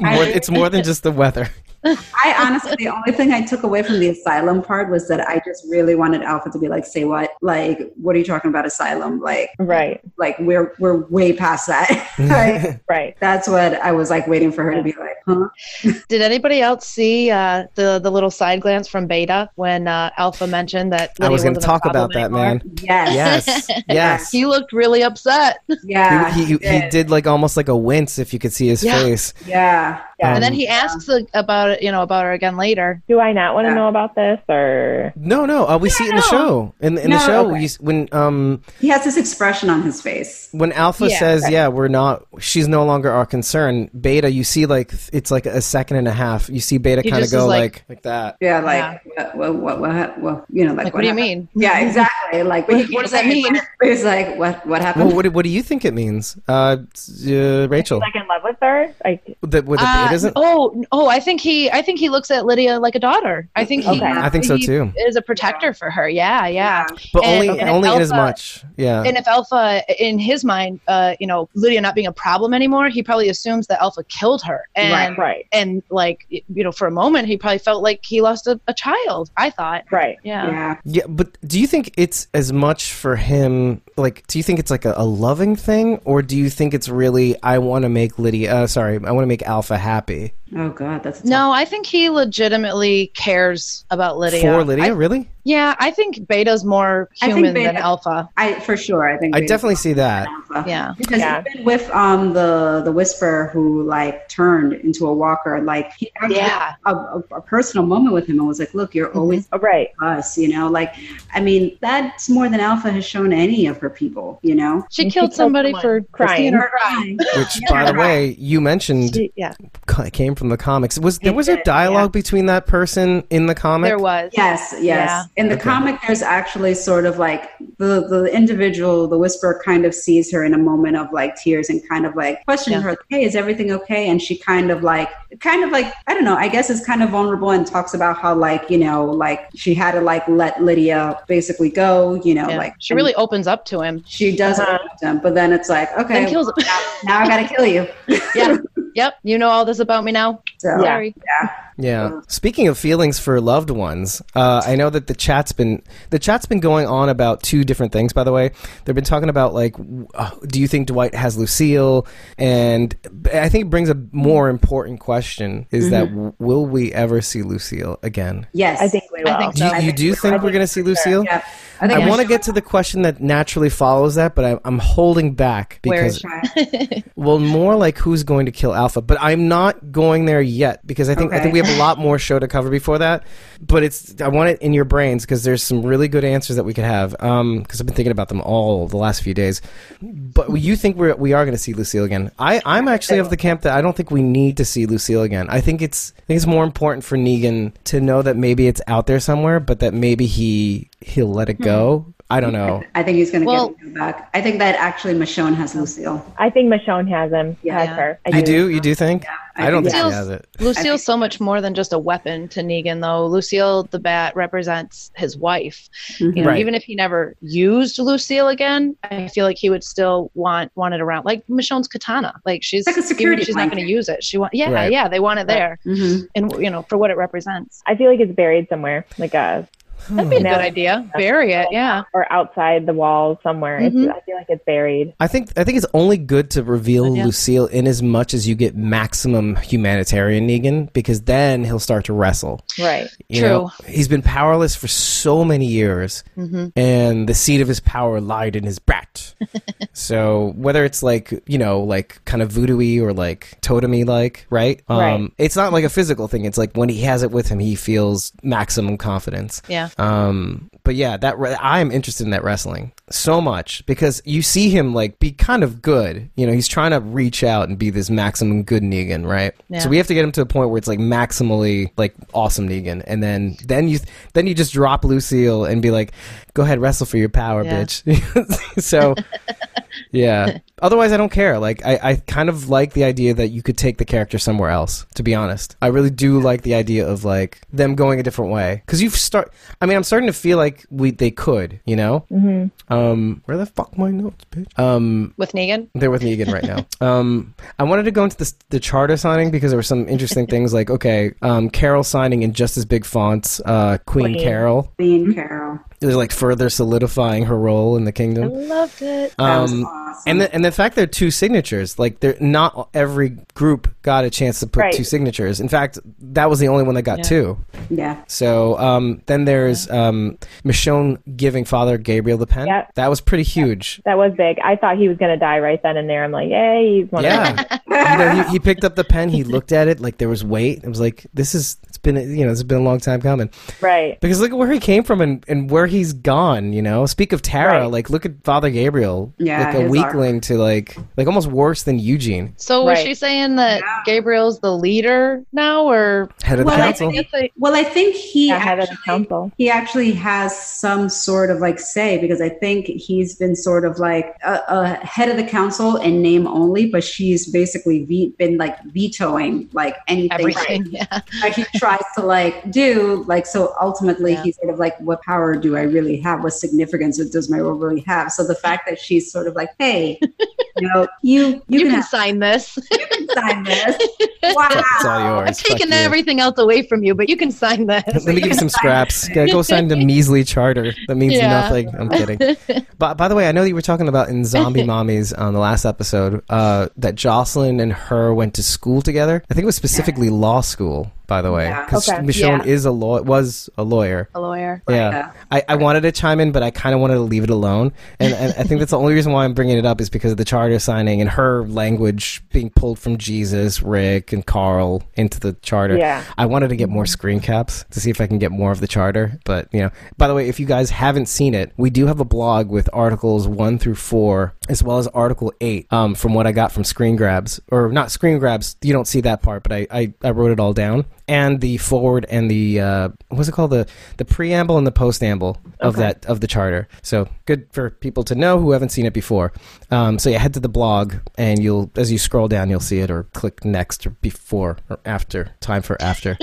More- it's more than just the weather. I honestly, the only thing I took away from the asylum part was that I just really wanted Alpha to be like, "Say what? Like, what are you talking about? Asylum? Like, Right. like we're we're way past that." Like, Right. that's what I was like waiting for her to be like, "Huh?" Did anybody else see uh, the the little side glance from Beta when uh, Alpha mentioned that? I Lydia was going to wasn't a talk problem about that, anymore? man. Yes. Yes, yes. He looked really upset. Yeah. he, he, he did like almost like a wince if you could see his Yeah. face. Yeah. Yeah. and then Um, he asks uh, about it, you know, about her again later. Do I not want to Yeah. know about this or? No, no, uh, we see it in the no. show. In, in the No, show, okay. we, s- when um He has this expression on his face. when Alpha Yeah, says, "Yeah, we're not," she's no longer our concern. Beta, you see, like it's like a second and a half. You see Beta He kind of just go is like, like- like that. Yeah, like What, what, what, what, what, you know, like, Like, what do you happened? mean? Yeah, exactly. Like, What- what does that mean? It's like, what, what happened? Well, what do- what do you think it means, uh, uh Rachel? Like in love with her? Like That with Uh, it isn't. oh, oh, I think he, I think he looks at Lydia like a daughter. I think he, Okay. I think so he too. Is a protector for her. Yeah, yeah. But and- only okay. only in as Alpha- much. Yeah. And if Alpha, in his mind, uh, you know, Lydia not being a problem anymore, he probably assumes that Alpha killed her. And right. and like y- you know, for a moment, he probably felt like he lost a, a child. I thought. Right. Yeah. Yeah. Yeah, but do you think it's as much for him? Like, do you think it's like a, a loving thing, or do you think it's really I want to make Lydia? Uh, sorry, I want to make Alpha happy Oh God, that's a tough- No, I think he legitimately cares about Lydia. for Lydia. I- really, yeah, I think Beta's more I think human than Beta- Alpha. I for sure. I think I we- definitely see that. Yeah. Because Yeah. even with um the the whisperer who like turned into a walker, like he actually Yeah. had a, a, a personal moment with him and was like, "Look, you're Mhm. always Oh, Right. us," you know. Like, I mean, that's more than Alpha has shown any of her people, you know. She And she killed killed somebody someone. for Crying. seeing her cry. Right. Which, by the way, you mentioned She- yeah, co- came from the comics. Was there It was a did, dialogue between that person in the comic? there was. Yes, yes. Yeah. In the Okay. comic, there's actually sort of like the the individual, the whisperer, kind of sees her in a moment of like tears and kind of like questions Yeah. her, like, "Hey, is everything okay?" And she kind of like, kind of like, I don't know. I guess is kind of vulnerable and talks about how like you know, like she had to like let Lydia basically go. You know, Yeah. like she and really opens up to him. she does Uh-huh. open up to him, but then it's like, okay, Then kills him. now, now I gotta kill you. yeah. Yep. You know all this about me now. So, Yeah. Sorry. Yeah. Speaking of feelings for loved ones, uh, I know that the chat's been the chat's been going on about two different things. By the way, they've been talking about like, w- uh, do you think Dwight has Lucille? And b- I think it brings a more important question: is that Mm-hmm. w- will we ever see Lucille again? yes, I think we will. I think Do so. you, I you think do we think will. we're going to see Lucille? Yeah. I, think we want to should. get to the question that naturally follows that, but I, I'm holding back Where is because well, more like who's going to kill Alpha, but I'm not going there yet because I think I Okay. think we have a lot more show to cover before that. But it's I want it in your brains because there's some really good answers that we could have. Um, because I've been thinking about them all the last few days. But you think we're we are going to see Lucille again? I I'm actually of the camp that I don't think we need to see Lucille again. I think it's I think it's more important for Negan to know that maybe it's out there somewhere, but that maybe he he'll let it go. I don't know. I think he's gonna Well- get him back. I think that actually Michonne has Lucille. I think Michonne has him. Yeah. Has her. I You do? You do think? I I don't think think he so. has it. Lucille's so much more than just a weapon to Negan, though. Lucille the Bat represents his wife. Mm-hmm. You know, Right. even if he never used Lucille again, I feel like he would still want want it around, like Michonne's katana. Like she's Like a even if security she's not blanket. going to use it. She want, yeah, Right. yeah, they want it there, Mhm. and you know for what it represents. I feel like it's buried somewhere, like a Hmm. That'd be a good idea. Bury it. Yeah. or outside the wall somewhere. Mm-hmm. It's, I feel like it's buried. I think I think it's only good to reveal Lucille in as much as you get maximum humanitarian Negan because then he'll start to wrestle. Right. You know, he's been powerless for so many years, and the seat of his power lied in his brat. so whether it's like you know, like kind of voodoo-y or like totemy like, right? Um, Right. It's not like a physical thing. It's like when he has it with him, he feels maximum confidence. Yeah. Um, but yeah, that re- I am interested in that wrestling so much because you see him like be kind of good. You know, he's trying to reach out and be this maximum good Negan, right? So we have to get him to a point where it's like maximally like awesome Negan, and then then you then you just drop Lucille and be like, go ahead, wrestle for your power, Yeah. bitch. so. Yeah. Otherwise, I don't care. Like, I, I kind of like the idea that you could take the character somewhere else, to be honest. I really do like the idea of, like, them going a different way. Because you've start. I mean, I'm starting to feel like we they could, you know? Mm-hmm. Um, where the fuck my notes, bitch? Um, With Negan. they're with Negan right now. Um, I wanted to go into this, the charter signing because there were some interesting things like, okay, um, Carol signing in just as big fonts, uh, Queen Carol. Me and Carol. It was, like, further solidifying her role in the kingdom. Loved it. That was Um, awesome. And the, and the fact there are two signatures, like they're not every group got a chance to put Right. two signatures. In fact, that was the only one that got two. yeah. So um, then there's um, Michonne giving Father Gabriel the pen. Yep. That was pretty huge. That was big. I thought he was going to die right then and there. I'm like, yay, he's one of Yeah, you know, he, he picked up the pen. He looked at it like there was weight. It was like this is it's been you know it's been a long time coming. the- Right. Because look at where he came from and, and where he's gone, you know. Speak of Tara, Right. like look at Father Gabriel, Yeah, like a his arc. weakling to like like almost worse than Eugene, So was Right. she saying that Gabriel's the leader now, or head of Well, the I council. think- well, I think he Yeah, head of the actually, council. he actually has some sort of like say because I think he's been sort of like a, a head of the council in name only, but she's basically ve- been like vetoing like anything everything? Yeah. that he tries to like do. Like so, ultimately, Yeah. he's sort of like, what power do I really have? What significance does my role really have? So the fact that she's sort of like, hey, you know, you you, You can, can sign this. sign this. Wow. It's all yours. I've Fuck taken you. everything else away from you, but you can sign this. Let me give you some scraps. Go go sign a measly charter that means Yeah. nothing. I'm kidding. But by the way, I know that you were talking about in Zombie Mommies on the last episode uh, that Jocelyn and her went to school together. I think it was specifically law school, by the way, Yeah. because Okay. Michonne Yeah. is a law was a lawyer. a lawyer. Yeah, I, I wanted to chime in, but I kind of wanted to leave it alone, and, and I think that's the only reason why I'm bringing it up is because of the charter signing and her language being pulled from Jesus, Rick, and Carl into the charter. Yeah. I wanted to get more screen caps to see if I can get more of the charter, but you know. By the way, if you guys haven't seen it, we do have a blog with articles one through four, as well as article eight. Um, from what I got from Screen Grabs, or not Screen Grabs, you don't see that part, but I I, I wrote it all down, and the forward and the uh, what's it called the the preamble and the postamble of that of the charter. So good for people to know who haven't seen it before. Um, so yeah, head to the blog and you'll as you scroll down you'll see it or click next or before or after time for after.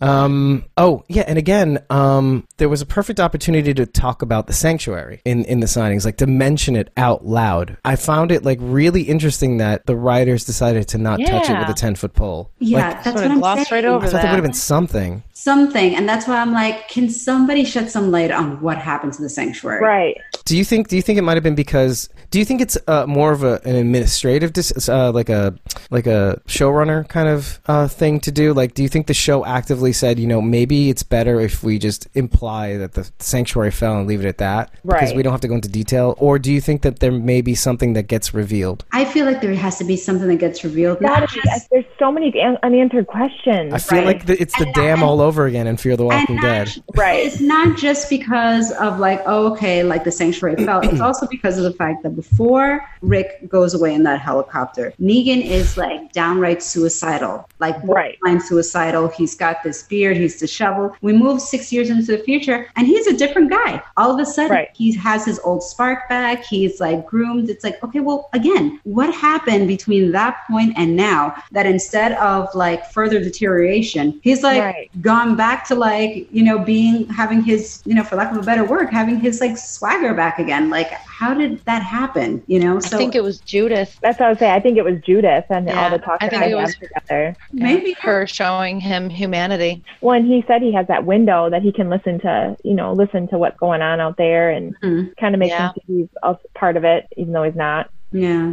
Um, oh yeah, and again, um, there was a perfect opportunity to talk about the sanctuary in in the signings, like to mention it out loud. I found it like really interesting that the writers decided to not touch it Yeah. with a ten foot pole. Yeah, Like, that's Sort what of I'm glossed saying. right over I thought that. that would have been something. something and that's why i'm like can somebody shed some light on what happened to the sanctuary Right. Do you think? Do you think it might have been because? Do you think it's uh, more of a, an administrative, dis- uh, like a like a showrunner kind of uh, thing to do? Like, do you think the show actively said, you know, maybe it's better if we just imply that the sanctuary fell and leave it at that, because Right. we don't have to go into detail? Or do you think that there may be something that gets revealed? i feel like there has to be something that gets revealed Gotta be- there's so many an- unanswered questions. I feel Right. like the, it's the And- dam all over again in Fear the Walking And Dead. not- Right. It's not just because of like, oh, okay, like the sanctuary fell. It's also because of the fact that before Rick goes away in that helicopter, Negan is like downright suicidal, like Right. borderline suicidal. He's got this beard, he's disheveled. We move six years into the future, and he's a different guy. All of a sudden, Right. he has his old spark back. He's like groomed. It's like, okay, well, again, what happened between that point and now that instead of like further deterioration, he's like Right. gone back to like you know being having his you know for lack of a better word having his like swagger back again. Like, how did that happen? You know, so I think it was Judith. That's what I was saying. I think it was Judith and Yeah, all the talk I that think I it have was- together. maybe her showing him humanity. When he said he has that window that he can listen to, you know, listen to what's going on out there and Mhm. kind of makes Mm-hmm. Yeah. him think he's a part of it, even though he's not. Yeah.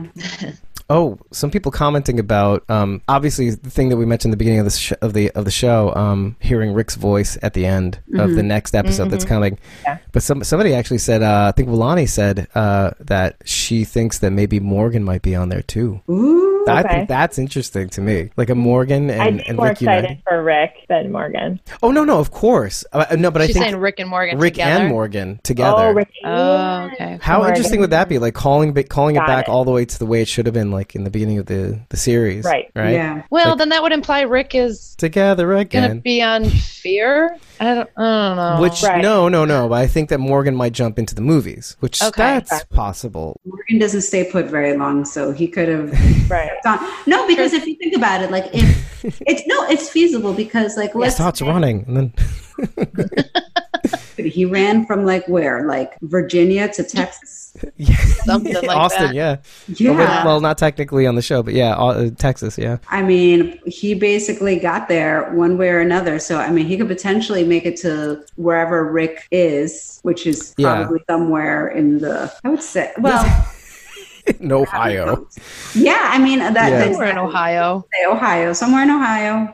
Oh, some people commenting about um, obviously the thing that we mentioned at the beginning of the sh- of the of the show, um, hearing Rick's voice at the end of the next episode that's coming. Mm-hmm. Yeah. But some somebody actually said, uh, I think Wilani said uh, that she thinks that maybe Morgan might be on there too. Ooh. I Okay. think that's interesting to me, like a Morgan I'd and, be and more Rick excited united. for Rick than Morgan. Oh no, no, of course, uh, no, but She's I saying think Rick and Morgan Rick together. and Morgan together. Oh, Rick. Oh, okay. How Morgan. interesting would that be? Like calling ba- calling it Got back it. all the way to the way it should have been, like in the beginning of the the series, Right. Right. Yeah. Well, then that would imply Rick is Together gonna again. be on Fear. I don't, I don't know. Which Right. no, no, no. But I think that Morgan might jump into the movies, which Okay. that's possible. Morgan doesn't stay put very long, so he could have Right. gone. No, because if you think about it, like if it's no, it's feasible because like He let's starts running, and then he ran from like where, like Virginia to Texas. yeah. Something like Austin, that. yeah. Yeah, Or wait, well, not technically on the show, but yeah, au- uh, Texas, yeah. I mean, he basically got there one way or another. So I mean, he could potentially make it to wherever Rick is, which is Yeah. probably somewhere in the. I would say, well, In Ohio. yeah. I mean, that Yeah. that's- We're in Ohio. say Ohio, somewhere in Ohio.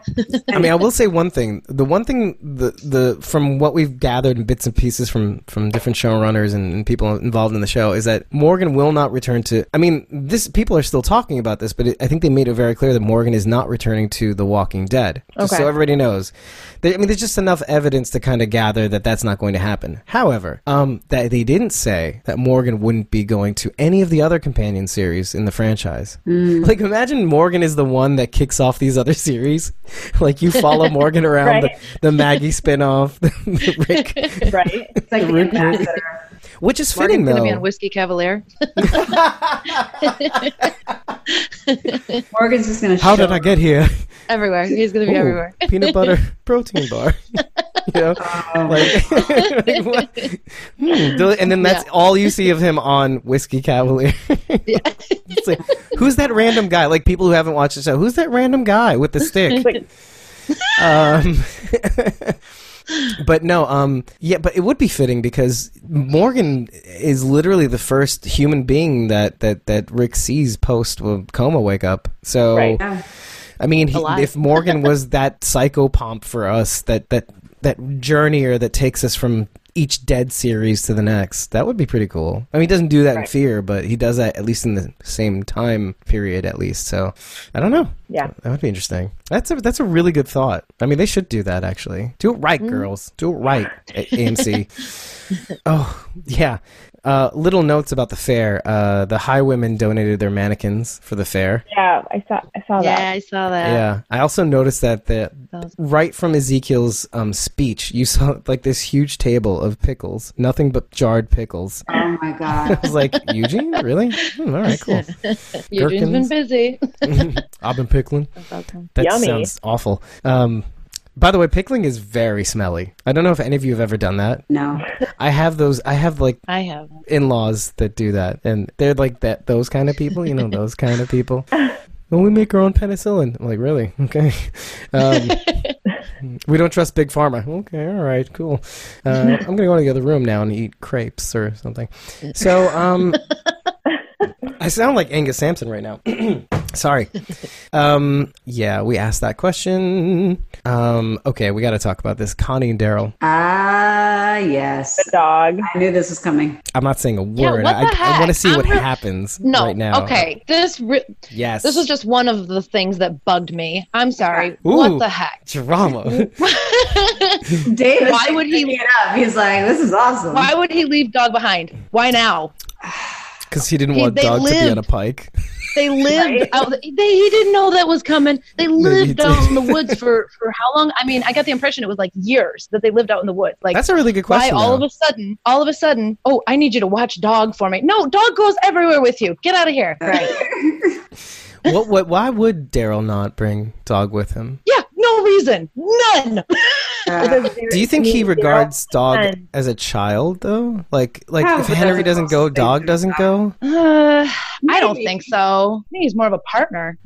I mean, I will say one thing. The one thing the the from what we've gathered in bits and pieces from from different showrunners and, and people involved in the show is that Morgan will not return to. I mean, this people are still talking about this, but it, I think they made it very clear that Morgan is not returning to The Walking Dead. Just Okay. So everybody knows. There, I mean, there's just enough evidence to kind of gather that that's not going to happen. However, um, that they didn't say that Morgan wouldn't be going to any of the other companion series in the franchise. Hmm. Like, imagine Morgan is the one that kicks off these other series. Like, you follow Morgan around Right. the, the Maggie spinoff, the, the Rick, Right. It's like the ambassador. which is fitting Morgan's gonna be though. on Whiskey Cavalier. Morgan's just gonna. How show did I get here? everywhere. He's gonna be Ooh, everywhere. peanut butter protein bar. you know, like, like what? Hmm, deli- and then that's Yeah. all you see of him on Whiskey Cavalier. It's like, who's that random guy? Like people who haven't watched the show, who's that random guy with the stick? Like- um, but no, um, yeah, but it would be fitting because Morgan is literally the first human being that that that Rick sees post coma wake up. So. Right. Yeah. I mean, he, Alive. if Morgan was that psychopomp for us, that that that journeyer that takes us from each dead series to the next, that would be pretty cool. I mean, he doesn't do that in Right. Fear, but he does that at least in the same time period, at least. So I don't know. Yeah. that would be interesting. That's a that's a really good thought. I mean, they should do that actually. Do it Mm. right, girls. Do it right, A- AMC. Oh, yeah. Uh, little notes about the fair. Uh, the High Women donated their mannequins for the fair. Yeah. I saw. I saw Yeah, that. I saw that. Yeah, I also noticed that the Those- right from Ezekiel's um, speech, you saw like this huge table of pickles, nothing but jarred pickles. I Oh my god. was like, Eugene, really? Hmm, all right, cool. Eugene's Gherkins. been busy. I've been pickling. That Yummy. sounds awful. Um, by the way, pickling is very smelly. I don't know if any of you have ever done that. No. I have those. I have like I have. in-laws that do that, and they're like that. Those kind of people, you know, those kind of people. Well, we make our own penicillin. I'm like, really? Okay. Um, we don't trust big pharma. Okay, all right, cool. Uh, I'm gonna go to the other room now and eat crepes or something. So, um, I sound like Angus Sampson right now. Sorry. Um, yeah, we asked that question. Um, okay, we got to talk about this. Connie and Daryl. Ah, yes. The dog. I knew this was coming. I'm not saying a word. what the I, I want to heck? see I'm what re- happens No. right now. Okay. This re- Yes. this was just one of the things that bugged me. I'm sorry. Ooh. What the heck? drama. Dave, Why would he- It up. He's like, this is awesome. Why would he leave dog behind? Why now? Because he didn't He- want they Doug to be on lived. a pike. They lived out. They, he didn't know that was coming. They lived did. out in the woods for for how long? I mean, I got the impression it was like years that they lived out in the woods. Like That's a really good why question. all of though. a sudden? All of a sudden? Oh, I need you to watch dog for me. No, dog goes everywhere with you. Get out of here. Right. what, what, why would Daryl not bring Dog with him? Yeah, no reason. None. Do you think he regards dog as a child though? Like like Ah, No, if but Henry that's doesn't go, dog doesn't go. Uh, I don't Maybe. think so. I think he's more of a partner.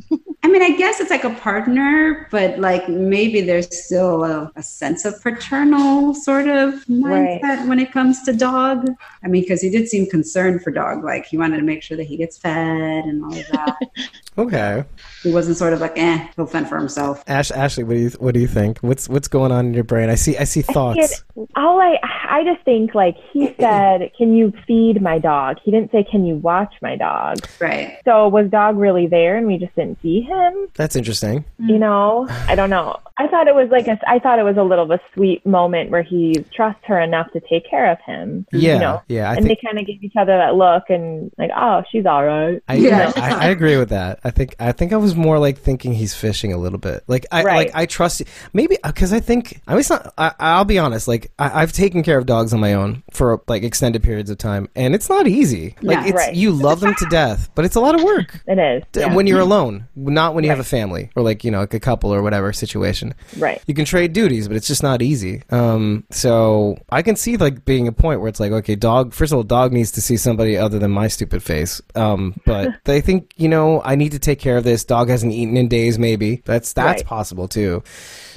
I mean, I guess it's like a partner, but like maybe there's still a, a sense of paternal sort of mindset Right. when it comes to dog. I mean, because he did seem concerned for dog, like he wanted to make sure that he gets fed and all of that. Okay, he wasn't sort of like, eh, he'll fend for himself. Ash, Ashley, what do you what do you think? What's what's going on in your brain? I see I see thoughts. All I, I just think like he said, "Can you feed my dog?" He didn't say, "Can you watch my dog?" Right. So was dog really there, and we just didn't see him? That's interesting. You know, I don't know. I thought it was like a, I thought it was a little of a sweet moment where he trusts her enough to take care of him. Yeah, you know? yeah. I and think they kind of gave each other that look and like, oh, she's all right. I, Yeah. I, I agree with that. I think I think I was more like thinking he's fishing a little bit. Like I Right. like I trust maybe because I think I was not. I, I'll be honest. Like I, I've taken care of dogs on my own for like extended periods of time, and it's not easy. Like Yeah. it's Right. you love them to death, but it's a lot of work It is D- when you're alone, not when you have a family or like you know like a couple or whatever situation. right. You can trade duties, but it's just not easy. Um, so I can see like being a point where it's like, okay, dog. First of all, dog needs to see somebody other than my stupid face. Um, but they think, you know, I need to take care of this. Dog hasn't eaten in days, maybe. That's that's Right. possible too.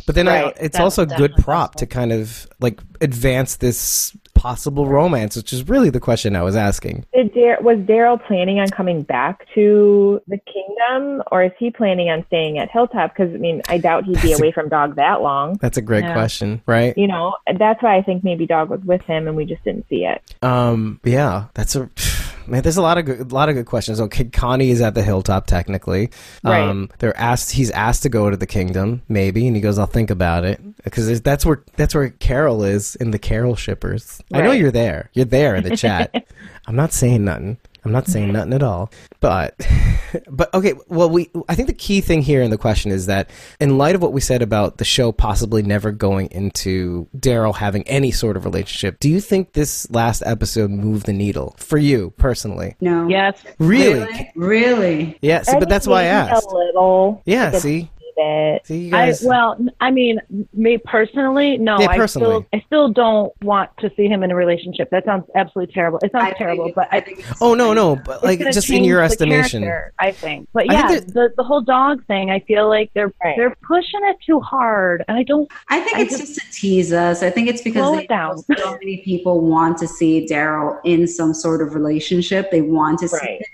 But then I, Right. it's That's also a good definitely prop to kind of like advance this possible romance, which is really the question I was asking. Did Dar- was Daryl planning on coming back to the kingdom, or is he planning on staying at Hilltop? Because I mean, I doubt he'd be away from Dog that long. That's a great Yeah. question, right? You know, that's why I think maybe Dog was with him and we just didn't see it. Um, yeah, that's a man. There's a lot of good, a lot of good questions. Oh, Kid Connie is at the hilltop technically. Um, they're asked. He's asked to go to the kingdom, maybe, and he goes, "I'll think about it," because that's where that's where Carol is in the Carol shippers. I know Right. you're there. You're there in the chat. I'm not saying nothing. I'm not saying nothing at all. But but okay, well we I think the key thing here in the question is that in light of what we said about the show possibly never going into Daryl having any sort of relationship, do you think this last episode moved the needle for you personally? No. Yes. Really? Really? Yeah, see, I but think that's why I maybe asked. A little. Yeah, like a see? teeny bit. See you I, guys. well, I mean, me personally, no. Yeah, I personally. still, I still don't want to see him in a relationship. That sounds absolutely terrible. It sounds terrible, but I think. oh no, no, but it's like gonna just in change your the estimation. character, I think. But I yeah, think the the whole dog thing, I feel like they're Right. they're pushing it too hard, and I don't. I think I it's just, to tease us. I think it's because Slow they it down. know so many people want to see Daryl in some sort of relationship. They want to see. Right. it.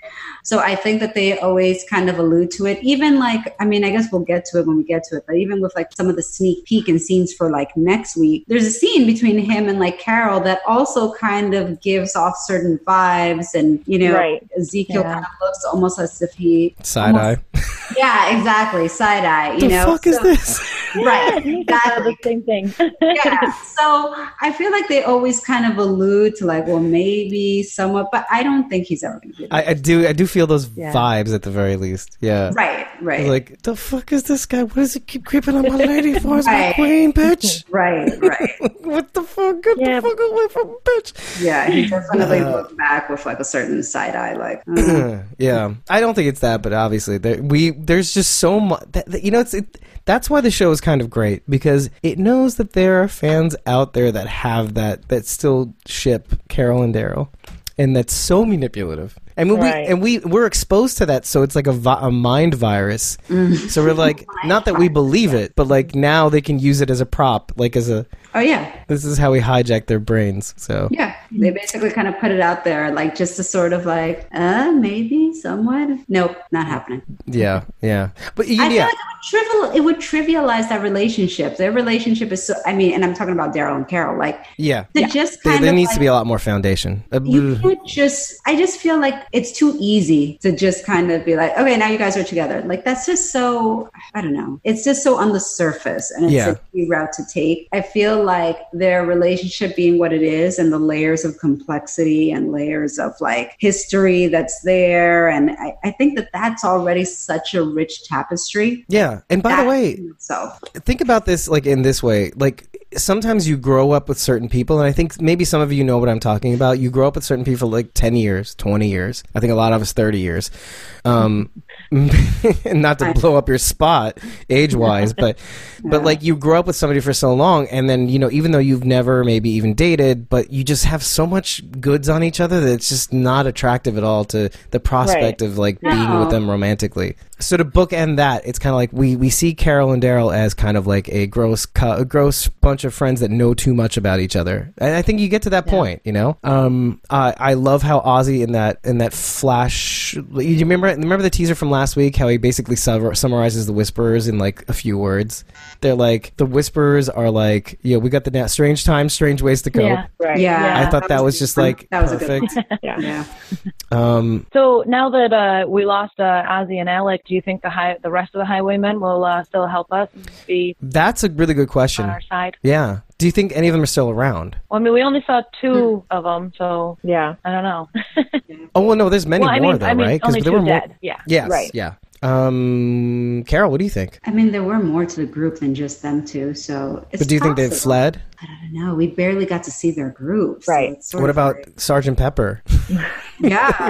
So I think that they always kind of allude to it. Even like, I mean, I guess we'll get to it when we get to it. But even with like some of the sneak peek and scenes for like next week, there's a scene between him and like Carol that also kind of gives off certain vibes, and you know, Right. Ezekiel Yeah. kind of looks almost as if he, Side eye. yeah, exactly, side eye. You The know, fuck is So- this? Right, Yeah, Denise exactly said the same thing. yeah. So I feel like they always kind of allude to like, well, maybe somewhat, but I don't think he's ever going to do I, that. I do I do feel those Yeah. vibes at the very least. Yeah. right, right, Like, the fuck is this guy? What does he keep creeping on my lady for? It's my Right. queen, bitch. right, right. what the fuck? Get Yeah. the fuck away from bitch. Yeah, he definitely Uh, looked back with like a certain side eye, like. mm. yeah, I don't think it's that, but obviously there, we there's just so much. That, that- you know, it's it, that's why the show is kind of great because it knows that there are fans out there that have that that still ship Carol and Daryl, and that's so manipulative. I mean, Right. we and we we're exposed to that, so it's like a, vi- a mind virus. So we're like, not that we believe it, but like now they can use it as a prop, like as a oh yeah, this is how we hijack their brains. So yeah. They basically kind of put it out there, like just to sort of like, uh, maybe somewhat. Nope, not happening. yeah, yeah, but you, I feel yeah. like it would, trivial, it would trivialize that relationship. Their relationship is so. I mean, and I'm talking about Daryl and Carol. Like, yeah. to just There, kind there of needs like, to be a lot more foundation. Uh, you can't just i just feel like it's too easy to just kind of be like okay now you guys are together like that's just so i don't know it's just so on the surface and it's Yeah. a key route to take i feel like their relationship being what it is and the layers of complexity and layers of like history that's there and i, I think that that's already such a rich tapestry yeah. And by the That way, in itself think about this like in this way. Like sometimes you grow up with certain people, and I think maybe some of you know what I'm talking about. You grow up with certain people like 10 years, 20 years. I think a lot of us 30 years. Um, not to blow up your spot age wise, but but like you grow up with somebody for so long, and then you know even though you've never maybe even dated, but you just have so much goods on each other that it's just not attractive at all to the prospect of like being with No. them romantically. So to bookend that, it's kind of like we we see Carol and Daryl as kind of like a gross co- a gross bunch of friends that know too much about each other, and I think you get to that point, you know. Um, I I love how Ozzy in that in that flash. You remember remember the teaser from last week how he basically summa- summarizes the Whisperers in like a few words. They're like the Whisperers are like yeah we got the na- strange times, strange ways to go. Yeah. Right. Yeah. I thought that was just like That was a good perfect. one. Yeah. Um, So now that uh, we lost uh, Ozzy and Alec, do you think the high, the rest of the Highwaymen will uh, still help us be that's a really good on question. our side? Yeah. Do you think any of them are still around? Well, I mean, we only saw two Hmm. of them, so Yeah. I don't know. Oh well, no, there's many well, I more mean, though, I mean, right? only there two were more. dead. Yeah. Yes, Right. yeah. Um, Carol, what do you think? I mean, there were more to the group than just them two. So, it's But do you think they've possible. fled? I don't know. We barely got to see their groups. Right. What about Sergeant Pepper? Yeah.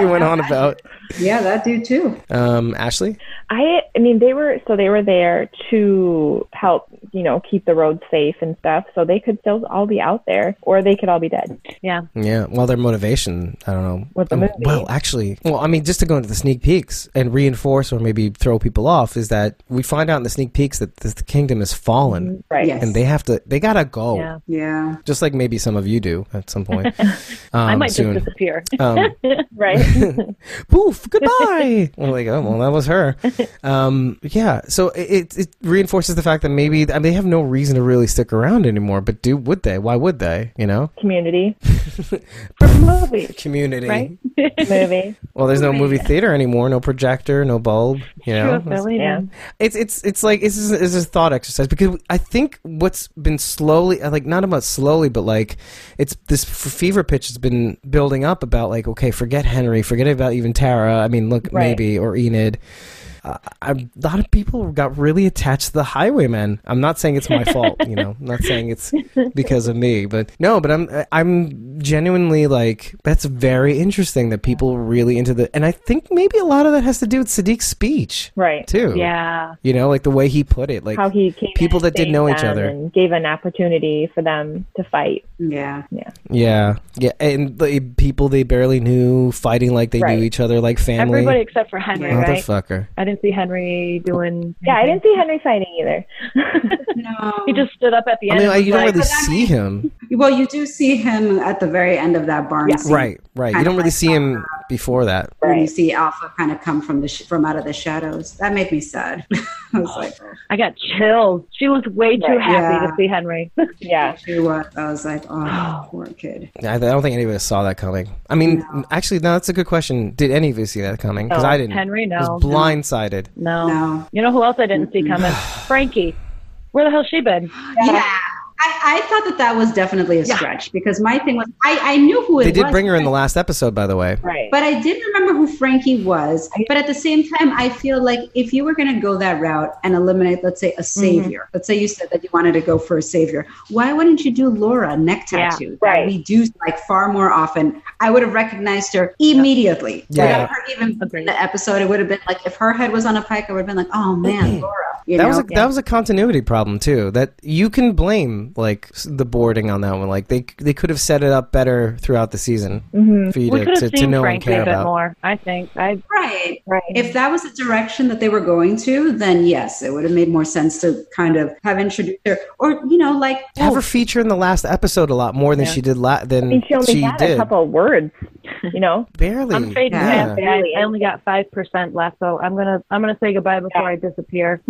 you went on about yeah, that dude too. um, Ashley. I I mean they were so they were there to help, you know, keep the roads safe and stuff. So they could still all be out there or they could all be dead. Yeah. Well, their motivation, I don't know. With the Um, movie. well, actually, well, I mean, just to go into the sneak peeks and reinforce or maybe throw people off is that we find out in the sneak peeks that this, the kingdom has fallen Right. Yes. and they have to, they gotta go. Yeah. yeah. Just like maybe some of you do at some point. Um, I might soon. just disappear. um, Right. poof, goodbye. I'm like, oh well, that was her. Um, yeah. So it, it it reinforces the fact that maybe I mean, they have no reason to really stick around anymore. But do would they? Why would they? You know, Community. From movie. community. Right. Movie. Well, there's no movie theater anymore. No projector. No bulb. You know, True, Billy, yeah. then. it's it's it's like this is this is a thought exercise because I think what's been slowly uh, like not about slowly but like it's this f- fever pitch has been building up about like okay forget Henry forget about even Tara I mean look Right. maybe or Enid uh, I, a lot of people got really attached to the Highwaymen I'm not saying it's my fault you know I'm not saying it's because of me but no but I'm I'm genuinely like that's very interesting that people were really into the and I think maybe a lot of that has to do with Sadiq's speech Right. too Yeah. you know, like the way he put it, like How he came in people and that didn't saved know each them other. and gave an opportunity for them to fight. Yeah. yeah, yeah, and the people they barely knew fighting like they Right. knew each other, like family. Everybody except for Henry, right? Motherfucker. I didn't see Henry doing. Yeah, I didn't see Henry fighting either. No. He just stood up at the I end. mean, and I, was you don't like, really but I see him, well, you do see him at the very end of that barn. scene right? Right. You Kinda don't really like see him before that. When you Right. see Alpha kind of come from the sh- from out of the shadows, that made me sad. I was like, oh, I got chills. She was way too Right. happy Yeah. to see Henry. Yeah. she was. I was like, oh, poor kid. I, I don't think anybody saw that coming. I mean, No. Oh, actually, no, that's a good question. Did any of you see that coming? Because No. I didn't. Henry, I no. was blindsided. No. No. You know who else I didn't see coming? Frankie. Where the hell's she been? Yeah. I, I thought that that was definitely a stretch because my thing was I, I knew who it They did was, bring her in the last episode, by the way. Right. But I did remember who Frankie was. But at the same time, I feel like if you were going to go that route and eliminate, let's Mm-hmm. say, a savior, let's say you said that you wanted to go for a savior, why wouldn't you do Laura neck Yeah, tattoo? right. That we do like far more often. I would have recognized her immediately. Yeah. Without her even being in Agreed. the episode, it would have been like if her head was on a pike, I would have been like, oh man, Laura. Mm-hmm. You that know? was a, that was a continuity problem too. That you can blame like s- the boarding on that one. Like they they could have set it up better throughout the season Mm-hmm. for you We to, could to, have to seen know and Frankie care a bit about. more, I think. I right. Right. If that was the direction that they were going to, then yes, it would have made more sense to kind of have introduced her, or you know, like Have her feature in the last episode a lot more than she did la- than I mean, she she, only had did a couple of words, you know? barely. I'm fading Yeah. fast. I, I only got five percent left, so I'm gonna I'm gonna say goodbye before I disappear.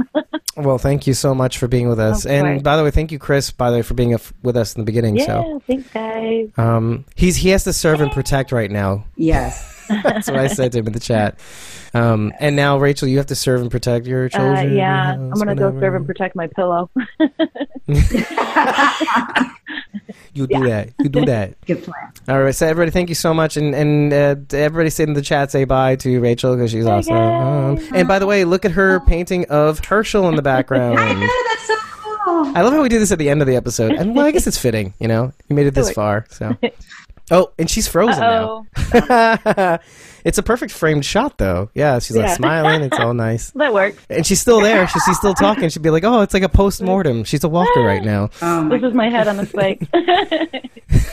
Well, thank you so much for being with us. Of and course. by the way, thank you, Chris. By the way, for being a f- with us in the beginning. So thanks guys. Uh, um, he's he has to serve and protect right now. oh, yes, That's what I said to him in the chat. Um, and now, Rachel, you have to serve and protect your Uh, children. yeah, your I'm gonna go husband, serve and protect my pillow. You do that. You do that. good plan. All right, so everybody, thank you so much, and and uh, to everybody sit in the chat say bye to Rachel because she's awesome. Um, and by the way, look at her painting of Herschel in the I know background. that's so cool. Oh. I love how we do this at the end of the episode. And well, I guess it's fitting, you know. You made it this far, so. Oh, and she's frozen Uh-oh. now. it's a perfect framed shot, though. Yeah, she's like Yeah. smiling. It's all nice, That works. and she's still there. She, she's still talking. She'd be like, "Oh, it's like a post mortem." She's a walker right now. Oh my Uh, This is my head on a spike.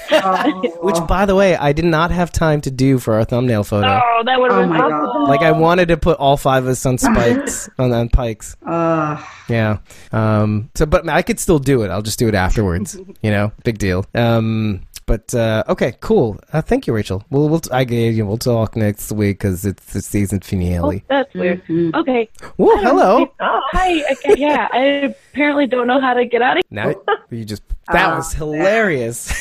god. Which, by the way, I did not have time to do for our thumbnail photo. oh, that would have Oh been my awesome. God. Like, I wanted to put all five of us on spikes on, on pikes. Ugh. Yeah. Um, so, but I could still do it. I'll just do it afterwards. you know, big deal. Um, but uh, okay, cool. Uh, thank you, Rachel. We'll we'll I, you we'll talk next week because it's the season finale. Oh, That's weird. mm, Mm-hmm. Okay. Whoa, hello. Oh, hi. Okay, yeah, I apparently don't know how to get out of Now Oh. you just that was hilarious.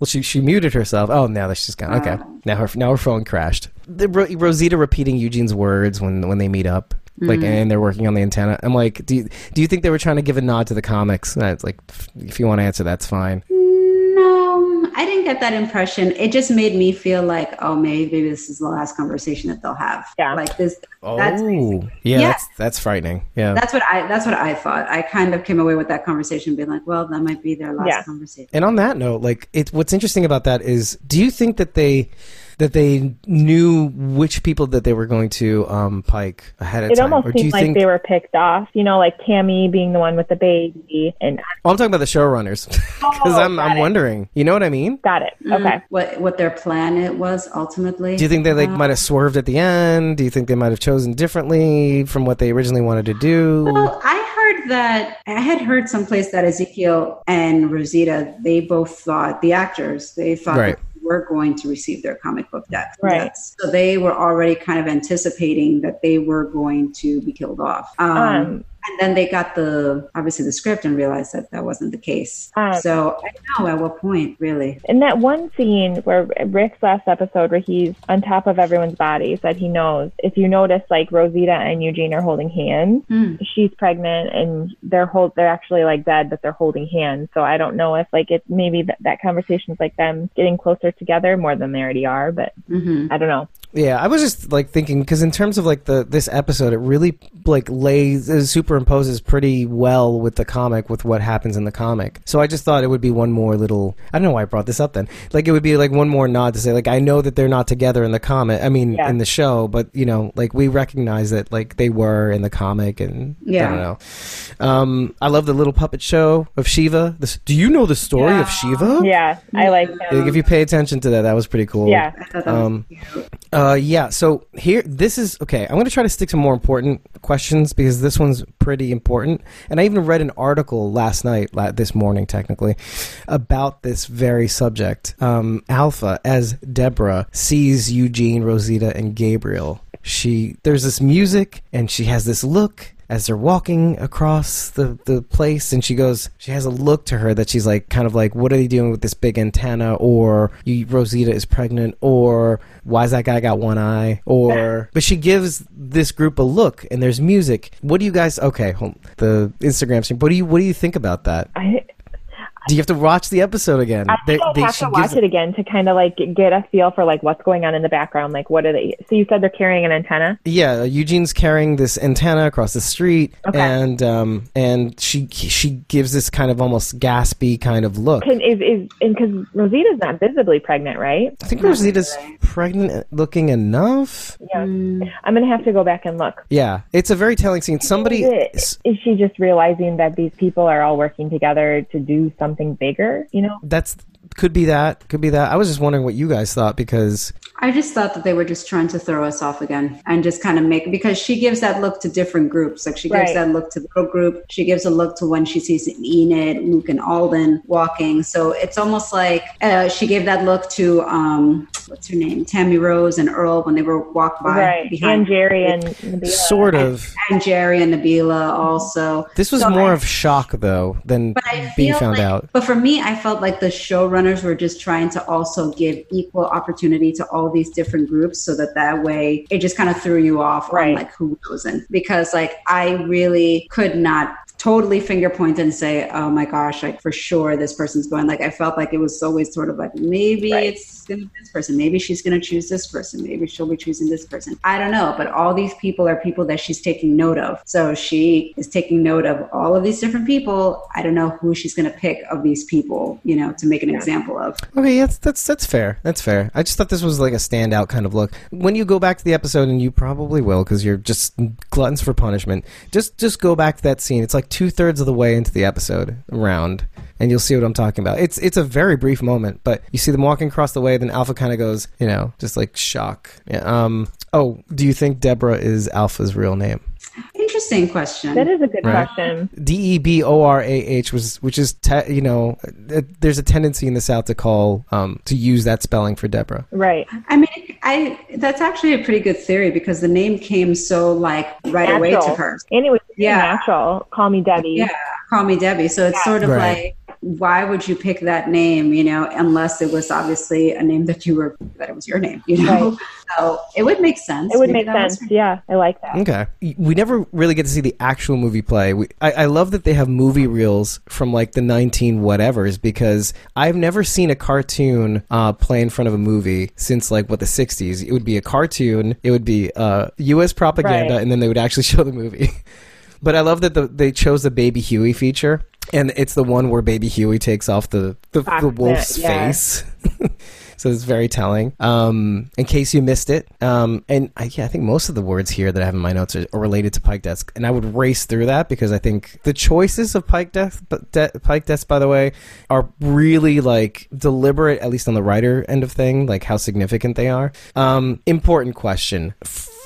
well, she she muted herself. Oh, now that she's gone. Uh-huh. Okay, now her now her phone crashed. The, Ro- Rosita repeating Eugene's words when when they meet up. Mm-hmm. Like and they're working on the antenna. I'm like, do you, do you think they were trying to give a nod to the comics? And it's like, if you want to answer, that's fine. No, I didn't get that impression. It just made me feel like, oh, maybe, maybe this is the last conversation that they'll have. Yeah. Like this. Oh, That's yeah, Yeah. That's, that's frightening. Yeah. That's what I. That's what I thought. I kind of came away with that conversation, being like, well, that might be their last Yeah. conversation. and on that note, like it's what's interesting about that is, do you think that they that they knew which people that they were going to um, pike ahead of It time, almost or do you seemed like think? they were picked off, you know, like Tammy being the one with the baby, and oh, I'm talking about the showrunners because Oh, I'm I'm wondering. You know what I mean? got it. Mm-hmm. Okay. What what their plan it was ultimately. Do you think they like might have swerved at the end? Do you think they might have chosen differently from what they originally wanted to do? Well, I heard that I had heard someplace that Ezekiel and Rosita, they both thought the actors, they thought Right. that they were going to receive their comic book death. Right. That's- So they were already kind of anticipating that they were going to be killed off. Um, Um, and then they got the obviously the script and realized that that wasn't the case. Um, so I don't know at what point really. In that one scene where Rick's last episode, where he's on top of everyone's bodies, that he knows. If you notice, like Rosita and Eugene are holding hands. Hmm. She's pregnant, and they're hold. They're actually like dead, but they're holding hands. So I don't know if like it maybe that, that conversation's like them getting closer together more than they already are. But hmm I don't know. Yeah, I was just like thinking because in terms of like the this episode, it really like lays it superimposes pretty well with the comic with what happens in the comic. So I just thought it would be one more little. I don't know why I brought this up then. Like it would be like one more nod to say like I know that they're not together in the comic. I mean Yeah. in the show, but you know like we recognize that like they were in the comic and I Yeah. don't know. Um, I love the little puppet show of Shiva. This, do you know the story of Shiva? Yeah, I like. Like, if you pay attention to that, that was pretty cool. Yeah. I thought that Um, was cute. Uh, yeah. So here, this is okay. I'm going to try to stick to more important questions because this one's pretty important. And I even read an article last night, la- this morning technically, about this very subject. Um, Alpha, as Deborah sees Eugene, Rosita, and Gabriel, she there's this music, and she has this look, as they're walking across the, the place and she goes she has a look to her that she's like kind of like what are they doing with this big antenna or you, rosita is pregnant or why's that guy got one eye or but she gives this group a look and there's music what do you guys okay hold, the instagram stream what do you what do you think about that I, do you have to watch the episode again I think They- I'd they- have she to gives watch it again to kind of like get a feel for like what's going on in the background. Like, what are they? So you said they're carrying an antenna. Yeah, Eugene's carrying this antenna across the street, and um, and she she gives this kind of almost gaspy kind of look. Can, is is because Rosita's not visibly pregnant, right? I think Rosita's pregnant looking enough. Yeah. I'm gonna have to go back and look. Yeah, it's a very telling scene. Somebody, Is, it- is she just realizing that these people are all working together to do something bigger? You know, that's could be that, could be that. I was just wondering what you guys thought because I just thought that they were just trying to throw us off again and just kind of make because she gives that look to different groups. Like she gives Right. that look to the little group. She gives a look to when she sees Enid, Luke, and Alden walking. So it's almost like uh, she gave that look to um, what's her name, Tammy Rose and Earl when they were walked by behind And Jerry and Nabila. sort of and Jerry and Nabila also. this was So more I- of shock though than but I being feel found like- out. But for me, I felt like the showrunners were just trying to also give equal opportunity to all these different groups, so that that way it just kind of threw you off on Right. like who was in. Because like I really could not. totally finger point and say, oh my gosh, like for sure this person's going. Like I felt like it was always sort of like maybe Right. it's gonna be this person, maybe she's gonna choose this person, maybe she'll be choosing this person. I don't know, but all these people are people that she's taking note of. So she is taking note of all of these different people. I don't know who she's gonna pick of these people, you know, to make an example of. Okay, that's that's that's fair. That's fair. I just thought this was like a standout kind of look. When you go back to the episode, and you probably will, because you're just gluttons for punishment. Just just go back to that scene. It's like two thirds of the way into the episode round, and you'll see what I'm talking about. It's it's a very brief moment, but you see them walking across the way. Then Alpha kind of goes, you know, just like shock. Yeah, um. Oh, do you think Deborah is Alpha's real name? Interesting question. That is a good Right. question. D E B O R A H was which is te- you know uh, there's a tendency in the South to call um to use that spelling for Deborah. Right. I mean, I that's actually a pretty good theory because the name came so like right away to Natural. her. And it was Yeah. natural. Call me Debbie. Yeah, call me Debbie. So it's sort of Right. like, why would you pick that name? You know, unless it was obviously a name that you were that it was your name. You know, so it would make sense. It would Maybe make that was sense. Yeah, I like that. Okay. We never really get to see the actual movie play. We, I, I love that they have movie reels from like the 19 whatevers because I've never seen a cartoon uh, play in front of a movie since like what the 60s. It would be a cartoon, it would be uh, U.S. propaganda, Right. and then they would actually show the movie. But I love that the, they chose the Baby Huey feature, and it's the one where Baby Huey takes off the, the, the wolf's yeah. face. so it's very telling. Um, in case you missed it, um, and I, yeah, I think most of the words here that I have in my notes are, are related to Pike Desk, and I would race through that because I think the choices of Pike Desk, but de- Pike Desk, by the way, are really like deliberate, at least on the writer end of thing, like how significant they are. Um, important question.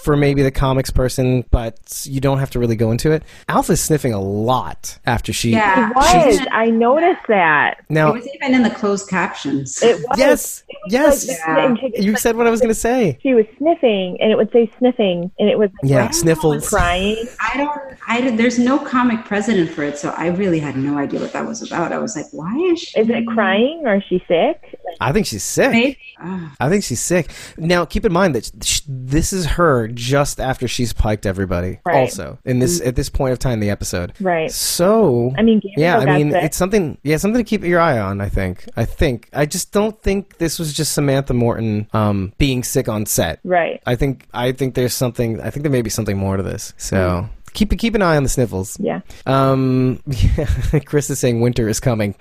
For maybe the comics person, but you don't have to really go into it. Alpha's sniffing a lot after she. Yeah. It was. I noticed that. Now, It was even in the closed captions. It was. yes, yes, Like, Yeah. and she, you said what I was going to say. she was sniffing, and it would say sniffing, and it was like, Yeah, like, sniffles. crying. I don't. I don't- there's no comic president for it, so I really had no idea what that was about. I was like, why is she? Is it crying or is she sick? I think she's sick. Maybe. Ah, Ugh. I think she's sick. Now, keep in mind that sh- this is her just after she's piked everybody. Right. Mm-hmm. Also, in this at this point of time in the episode, Right. so I mean, Gabriel yeah, I got mean, sick. it's something. Yeah, something to keep your eye on. I think. I think. I just don't think this was just Samantha Morton um, being sick on set. Right. I think. I think there's something. I think there may be something more to this. So. Keep keep an eye on the sniffles. Mm-hmm. Yeah. Um, Chris is saying winter is coming.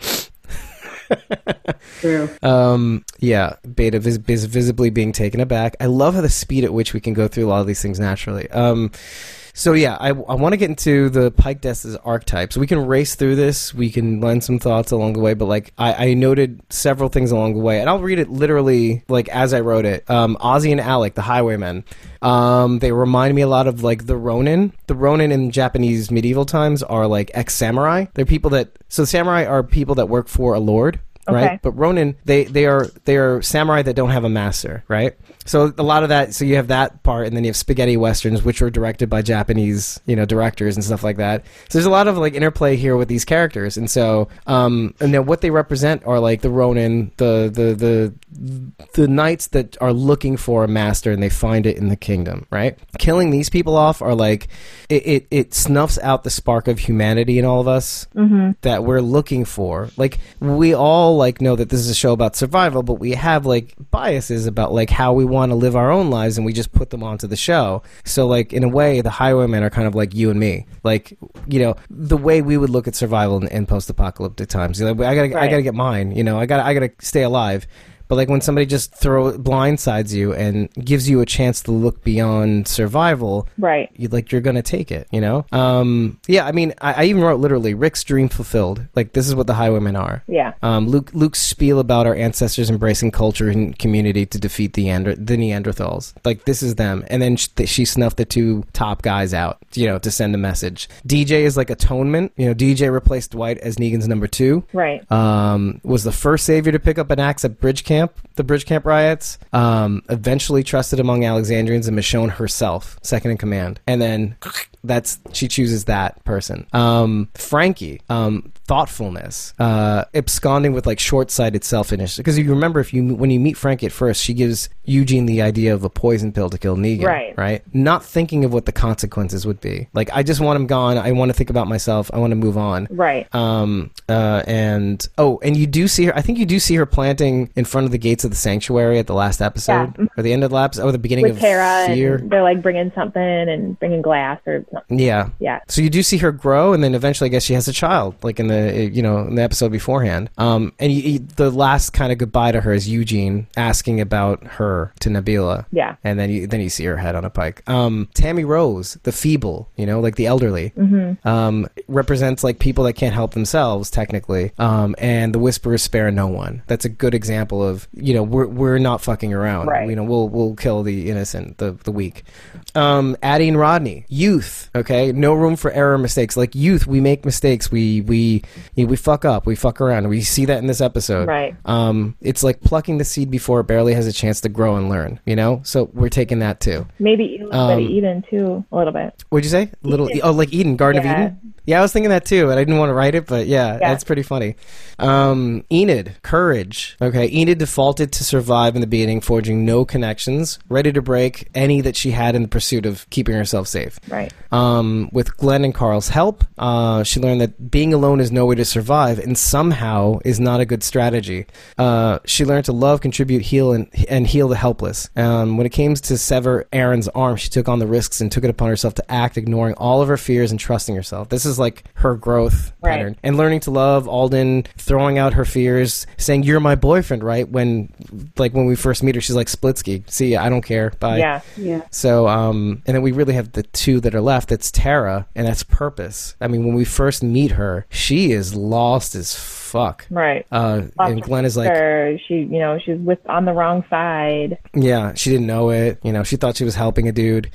True. Um, yeah, Beta is, is visibly being taken aback. I love how the speed at which we can go through a lot of these things naturally. Um, so yeah, I, I want to get into the Pike Desk's archetypes. We can race through this. We can lend some thoughts along the way, but like I, I noted several things along the way, and I'll read it literally like as I wrote it. Um, Ozzy and Alec, the highwaymen, um, they remind me a lot of like the Ronin. The Ronin in Japanese medieval times are like ex samurai. They're people that so samurai are people that work for a lord right? Okay. But Ronin, they they are they are samurai that don't have a master, right? So a lot of that. So you have that part, and then you have spaghetti westerns, which were directed by Japanese, you know, directors and stuff like that. So there's a lot of like interplay here with these characters, and so um, and now what they represent are like the Ronin, the the the the knights that are looking for a master, and they find it in the kingdom, right? Killing these people off are like it it, it snuffs out the spark of humanity in all of us that we're looking for. Like we all like know that this is a show about survival, but we have like biases about like how we want to live our own lives and we just put them onto the show. So like in a way the highwaymen are kind of like you and me. Like you know, the way we would look at survival in, in post apocalyptic times. You know, I gotta I Right. gotta get mine, you know, I gotta I gotta stay alive. But like when somebody just throw blindsides you and gives you a chance to look beyond survival, Right. you like you're gonna take it you know um yeah i mean I, I even wrote literally rick's dream fulfilled like this is what the highwaymen are Yeah. um luke luke's spiel about our ancestors embracing culture and community to defeat the Ander- the neanderthals like this is them and then sh- she snuffed the two top guys out you know to send a message dj is like atonement you know dj replaced dwight as negan's number two Right. um, was the first savior to pick up an axe at Bridge camp, the bridge camp riots, um, eventually trusted among Alexandrians and Michonne herself, second in command. And then that's she chooses that person. Um, Frankie, um, thoughtfulness, uh, absconding with like short-sighted selfishness. Because you remember if you when you meet Frankie at first, she gives Eugene the idea of a poison pill to kill Negan, Right. Right? Not thinking of what the consequences would be. Like I just want him gone. I want to think about myself. I want to move on. Right. Um, uh, and oh, and you do see her. I think you do see her planting in front of the gates of the sanctuary at the last episode or the end of the laps or the beginning With of Tara, fear. and they're like bringing something and bringing glass or something. yeah. Yeah. So you do see her grow, and then eventually, I guess she has a child, like in the you know in the episode beforehand. Um, and you, you- the last kind of goodbye to her is Eugene asking about her to Nabila. Yeah. And then you then you see her head on a pike. Um, Tammy Rose, the feeble, you know, like the elderly, Mm-hmm. um, represents like people that can't help themselves technically. Um, and the whisperers spare no one. That's a good example of you know we're we're not fucking around. Right. You know we'll we'll kill the innocent, the the weak. Um, Addie and Rodney, youth. Okay, no room for error, mistakes. Like youth, we make mistakes. We we you know, we fuck up. We fuck around. We see that in this episode. Right. Um, it's like plucking the seed before it barely has a chance to grow and learn. You know, so we're taking that too. Maybe a little Um, bit of Eden too, a little bit. What'd you say? Little oh, like Eden, Garden Yeah. of Eden. Yeah, I was thinking that too, and I didn't want to write it, but yeah, that's pretty funny. Um, Enid, courage. Okay, Enid defaulted to survive in the beginning, forging no connections, ready to break any that she had in the pursuit of keeping herself safe. Right. Um, with Glenn and Carl's help, uh, she learned that being alone is no way to survive, and somehow is not a good strategy. Uh, she learned to love, contribute, heal, and and heal the helpless. Um, when it came to sever Aaron's arm, she took on the risks and took it upon herself to act, ignoring all of her fears and trusting herself. This is like her growth Right. pattern and learning to love Alden, throwing out her fears, saying "You're my boyfriend," right? When, like when we first meet her, she's like Splitsky. See, I don't care. Bye. Yeah. Yeah. So, um, and then we really have the two that are left. That's Tara, and that's Purpose. I mean, when we first meet her, she is lost as fuck. Right. Uh, and Glenn is like, Or she, you know, she's with on the wrong side. yeah, she didn't know it. You know, she thought she was helping a dude.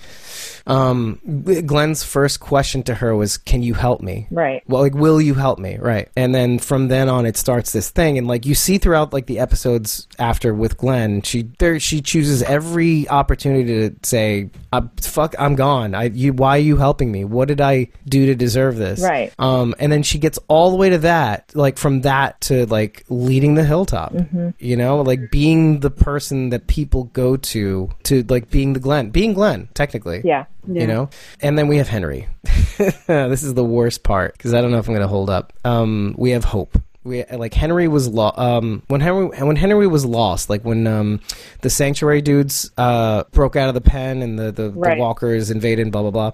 Um, Glenn's first question to her was, "Can you help me?" Right. Well, like, will you help me? Right. And then from then on, it starts this thing, and like you see throughout like the episodes after with Glenn, she there she chooses every opportunity to say, i "Fuck, I'm gone. I you, why are you helping me? What did I do to deserve this?" Right. Um, and then she gets all the way to that, like from that to like leading the hilltop, Mm-hmm. you know, like being the person that people go to to like being the Glenn, being Glenn technically, Yeah. you know. And then we have Henry. this is the worst part because I don't know if I'm going to hold up. Um, we have hope. We like Henry was lo- um when Henry when Henry was lost, like when um the sanctuary dudes uh broke out of the pen and the the, Right. the walkers invaded and blah blah blah.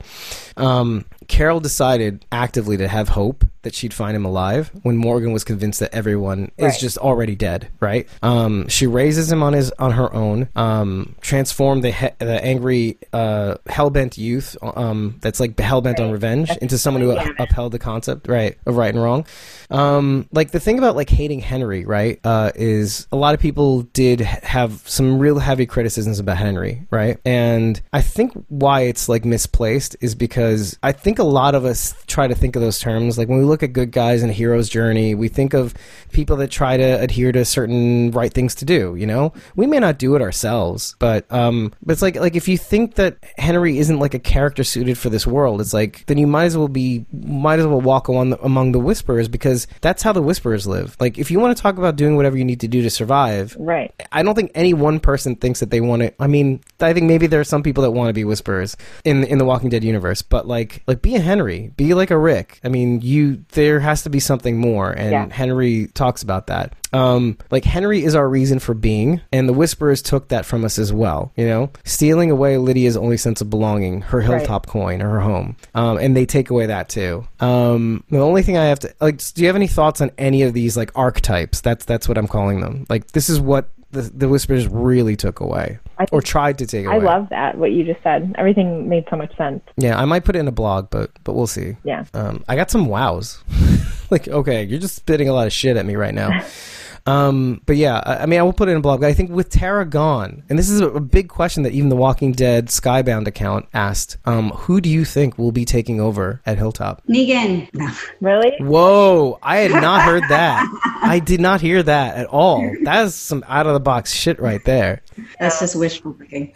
Um, Carol decided actively to have hope that she'd find him alive when Morgan was convinced that everyone is just already dead, right? Um, she raises him on his on her own, um, transformed the he- the angry uh, hellbent youth um, that's like hellbent on revenge into someone who up- upheld the concept right of right and wrong. Um, like the thing about like hating Henry, right, uh, is a lot of people did h- have some real heavy criticisms about Henry, right? And I think why it's like misplaced is because I think a lot of us try to think of those terms. Like when we look at good guys and a hero's journey, we think of people that try to adhere to certain right things to do. You know, we may not do it ourselves, but um, but it's like like if you think that Henry isn't like a character suited for this world, it's like then you might as well be might as well walk along the, among the whisperers because that's how the whisperers live. Like if you want to talk about doing whatever you need to do to survive, Right. I don't think any one person thinks that they want to. I mean, I think maybe there are some people that want to be whisperers in in the Walking Dead universe, but like like be a Henry, be like a Rick. I mean, you there has to be something more, and Yeah. Henry talks about that. Um, like Henry is our reason for being, and the whisperers took that from us as well. You know, stealing away Lydia's only sense of belonging, her hilltop coin, or her home, um, and they take away that too. Um, the only thing I have to like, do you have any thoughts on any of these like archetypes? That's that's what I'm calling them. Like this is what the, the whispers really took away or tried to take away. I love that what you just said. Everything made so much sense. Yeah, I might put it in a blog, but but we'll see. Yeah. Um, I got some wows. like, okay, you're just spitting a lot of shit at me right now. Um, but yeah, I, I mean, I will put it in a blog. I think with Tara gone, and this is a, a big question that even the Walking Dead Skybound account asked: um, Who do you think will be taking over at Hilltop? Negan. No. Really? Whoa, I had not heard that. I did not hear that at all. That is some out of the box shit right there. Oh. That's just wishful thinking.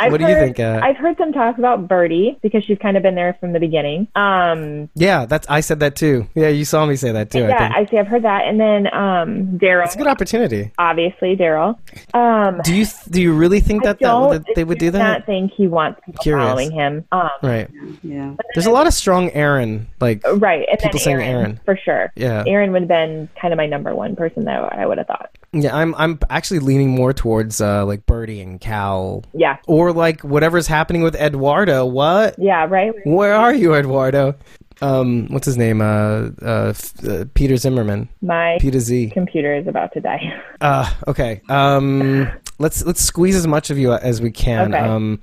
I've What do you heard, think, uh, I've heard some talk about Birdie because she's kind of been there from the beginning. Um, Yeah, that's I said that too. Yeah, you saw me say that too. I yeah, think I see. I've heard that, and then um, it's a Daryl, good opportunity. obviously Daryl. Um, Do you th- do you really think I that, that, don't- that they I would do Not that? think he wants people Curious. following him. Um, Right. yeah. There's a lot of strong Aaron. Like right. And People then saying Aaron, Aaron. for sure. Yeah. Aaron would have been kind of my number one person that I would have thought. yeah, I'm I'm actually leaning more towards uh, like Birdie and Cal Yeah, or like whatever's happening with Eduardo. What? yeah, right. Where are you, Eduardo? Um, what's his name? Uh, uh, f- uh Peter Zimmerman. My Peter Z. computer is about to die. Uh, okay. Um, let's let's squeeze as much of you as we can. Okay. Um,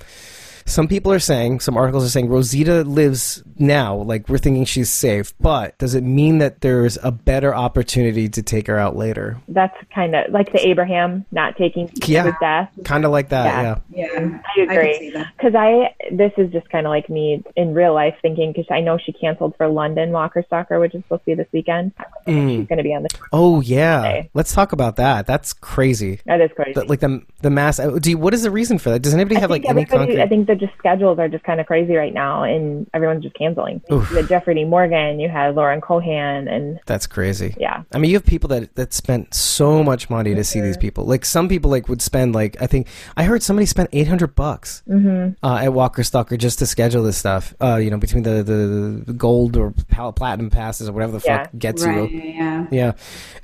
some people are saying, some articles are saying Rosita lives now. Like we're thinking she's safe, but does it mean that there's a better opportunity to take her out later? That's kind of like the Abraham not taking Yeah. with death. Kind of like that. Yeah. Yeah. I Yeah. can see agree. that. Because I, this is just kind of like me in real life thinking, because I know she canceled for London Walker Stalker, which is supposed to be this weekend. Mm. She's going to be on the. Oh yeah. Okay. Let's talk about that. That's crazy. That is crazy. But like the the mass. uh, Do you, what is the reason for that? Does anybody have like any everybody- concrete? I think the just schedules are just kind of crazy right now, and everyone's just canceling. You had Jeffrey D. Morgan, you had Lauren Cohan, and That's crazy. yeah, I mean, you have people that that spent so much money to see these people. Like some people like would spend like I think I heard somebody spent eight hundred bucks uh, at Walker Stalker just to schedule this stuff. Uh, you know, between the, the, the gold or pal- platinum passes or whatever the Yeah. fuck gets Right. you. Yeah. Yeah,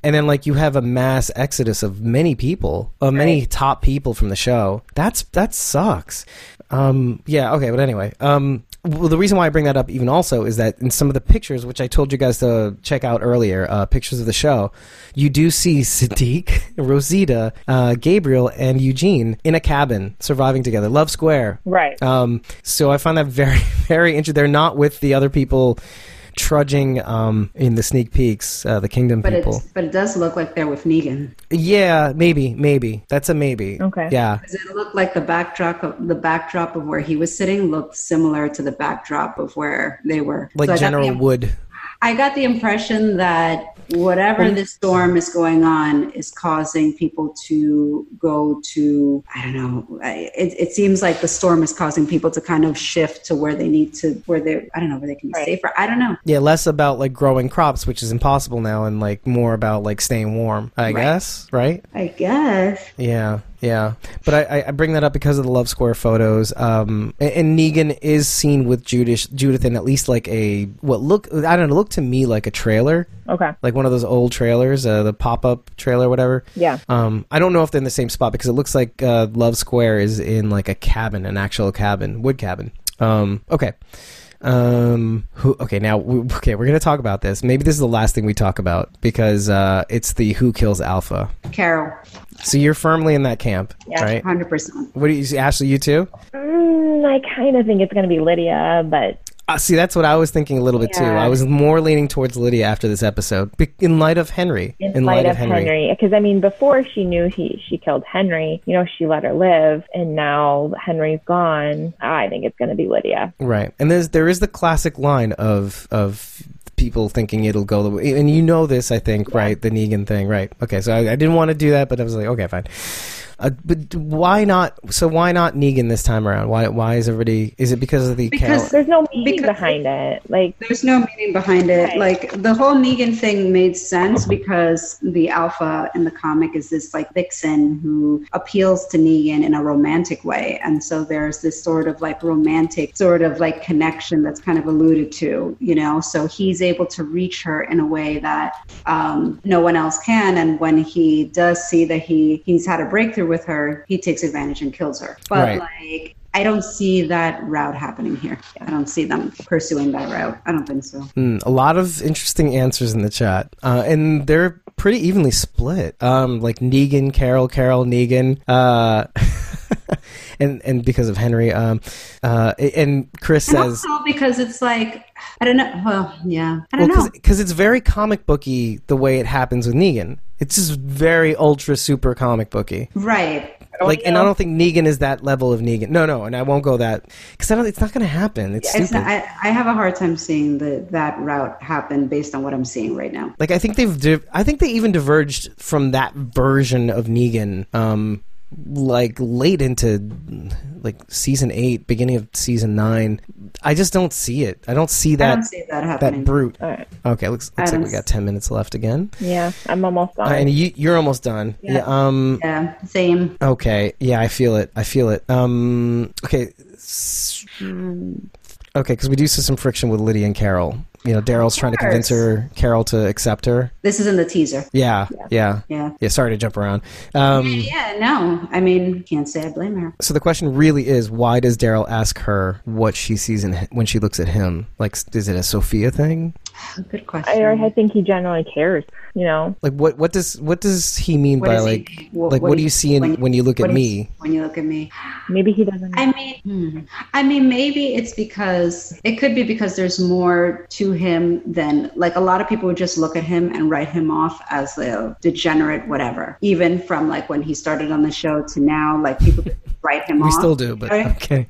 and then like you have a mass exodus of many people, uh, many top people from the show. That's that sucks. Um, yeah, okay, but anyway, um, well, the reason why I bring that up even also is that in some of the pictures, which I told you guys to check out earlier, uh, pictures of the show, you do see Sadiq, Rosita, uh, Gabriel, and Eugene in a cabin surviving together, Love Square, right. um, so I find that very, very interesting. They're not with the other people trudging um, in the sneak peeks, uh, the kingdom But people. it's but it does look like they're with Negan. Yeah, maybe, maybe. That's a maybe. Okay. Yeah. Does it look like the backdrop of the backdrop of where he was sitting looked similar to the backdrop of where they were? Like So I got General the- Wood. I got the impression that whatever this storm is going on is causing people to go to, I don't know, I- it, it seems like the storm is causing people to kind of shift to where they need to, where they're, I don't know, where they can be Right. safer. I don't know. Yeah, less about like growing crops, which is impossible now, and like more about like staying warm, I guess, right? I guess. Yeah, yeah. But I- I, I bring that up because of the Love Square photos. Um, and, and Negan is seen with Judith, Judith in at least like a what look I don't know, look to me like a trailer. Okay. like one of those old trailers, uh, the pop-up trailer, whatever. Yeah. Um, I don't know if they're in the same spot because it looks like uh, Love Square is in like a cabin, an actual cabin, wood cabin. Um, okay. Um, who? Okay, now we, okay, we're gonna talk about this. Maybe this is the last thing we talk about because uh, it's the who kills Alpha. Carol, So you're firmly in that camp, right? 100%. What do you, Ashley? You too? Mm, I kind of think it's going to be Lydia, but Uh, see, that's what I was thinking a little bit too. Yeah. I was more leaning towards Lydia after this episode, be- in light of Henry. in, light, of Henry, because I mean, before she knew he she killed Henry, you know, she let her live, and now Henry's gone. I think it's going to be Lydia. Right, and there's there is the classic line of of people thinking it'll go the way, and you know this, I think, right? The Negan thing, right? Okay, so I, I didn't want to do that, but I was like, okay, fine. Uh, but why not? So why not Negan this time around? Why why is everybody? Is it because of the Because- Cal- There's no meaning Because- behind it. Like, There's no meaning behind it. Like the whole Negan thing made sense because the alpha in the comic is this like vixen who appeals to Negan in a romantic way. And so there's this sort of like romantic sort of like connection that's kind of alluded to, you know? So he's able to reach her in a way that um, no one else can. And when he does see that he he's had a breakthrough with her, he takes advantage and kills her. But Right. like I don't see that route happening here. I don't see them pursuing that route. I don't think so. Mm, a lot of interesting answers in the chat, uh, and they're pretty evenly split. Um, like Negan, Carol, Carol, Negan. Uh, and and because of Henry. Um, uh, and Chris And says. also because it's like I don't know. Well, yeah, I don't know. because it's very comic booky the way it happens with Negan. It's just very ultra super comic booky. Right. Like, and I don't think Negan is that level of Negan. No, no, and I won't go that because I don't. It's not going to happen. It's It's stupid. not, I, I have a hard time seeing the, that route happen based on what I'm seeing right now. like I think they've. Di- I think they even diverged from that version of Negan. Um, like late into like season eight, beginning of season nine. I just don't see it. I don't see I that don't see that happening. that brute. All right. Okay, looks I looks like don't we got s- ten minutes left again. Yeah, I'm almost Uh, done. and you, you're almost done. Yeah. yeah um. yeah, same. Okay. Yeah, I feel it. I feel it. Um. Okay. S- Okay, because we do see some friction with Lydia and Carol. You know, Daryl's trying to convince her, Carol to accept her. This is in the teaser. Yeah. Yeah. Yeah. Yeah. Sorry to jump around. Um. Yeah, no. I mean, can't say I blame her. So the question really is, why does Daryl ask her what she sees in, when she looks at him? Like, s- is it a Sophia thing? Good question. I, I think he generally cares. You know, Like, what what does what does he mean What by does he- like wha- like what, do you see in, when, you look what at do you me? see When you look at me, maybe he doesn't. I mean, hmm. I mean, maybe it's because it could be because there's more to him than like a lot of people would just look at him and write him off as a degenerate, whatever. Even from like when he started on the show to now, like people could write him we off. still do, but Right? okay.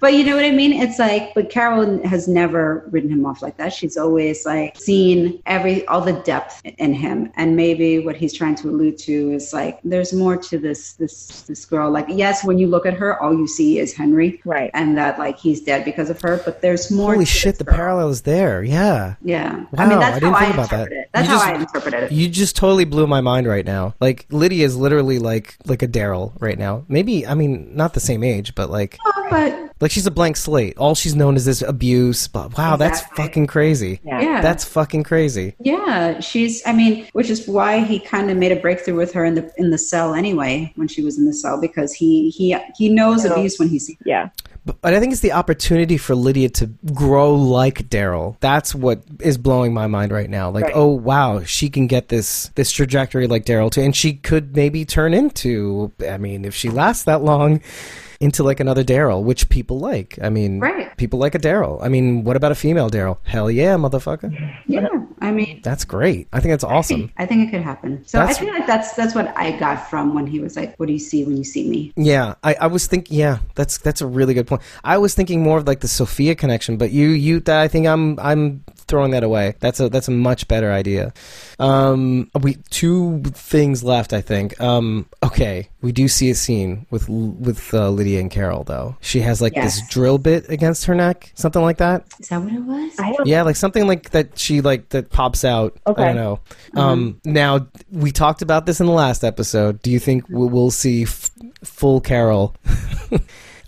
But you know what I mean? It's like, but Carol has never written him off like that. She's always like seen every all the depth in him, and maybe what he's trying to allude to is like, there's more to this this this girl. Like, yes, when you look at her, all you see is Henry, Right. and that like he's dead because of her. But there's more. Holy to shit, this the girl. parallel is there. Yeah. Yeah, I Wow, mean I that's didn't how I think about that. interpret it. That's You how just- I interpreted it. You just totally blew my mind right now. Like Lydia is literally like like a Daryl right now. Maybe I mean not the same age, but like Oh, but like she's a blank slate. All she's known is this abuse. But wow, that's Exactly. fucking crazy. Yeah. yeah, That's fucking crazy. Yeah, she's. I mean, which is why he kind of made a breakthrough with her in the in the cell anyway when she was in the cell because he he he knows abuse when he sees. yeah, But, but I think it's the opportunity for Lydia to grow like Daryl. That's what is blowing my mind right now. Like, oh wow, she can get this this trajectory like Daryl too, and she could maybe turn into. I mean, if she lasts that long, into like another Daryl, which people like. I mean, Right. people like a Daryl. I mean, what about a female Daryl? Hell yeah, motherfucker. Yeah, I mean, That's great. I think that's awesome. I think it could happen. So That's- I feel like that's that's what I got from when he was like, "What do you see when you see me?" Yeah, I, I was thinking. Yeah, that's that's a really good point. I was thinking more of like the Sophia connection, but you you that I think I'm I'm throwing that away. That's a that's a much better idea. Um, we two things left. I think. Um, okay, we do see a scene with L- with uh, Lydia and Carol though. She has like this Yes. drill bit against her neck, something like that. Is that what it was? I don't. Yeah, like something like that she like that pops out. I Okay. Mm-hmm. don't know. Um now we talked about this in the last episode. Do you think we will see f- full Carol?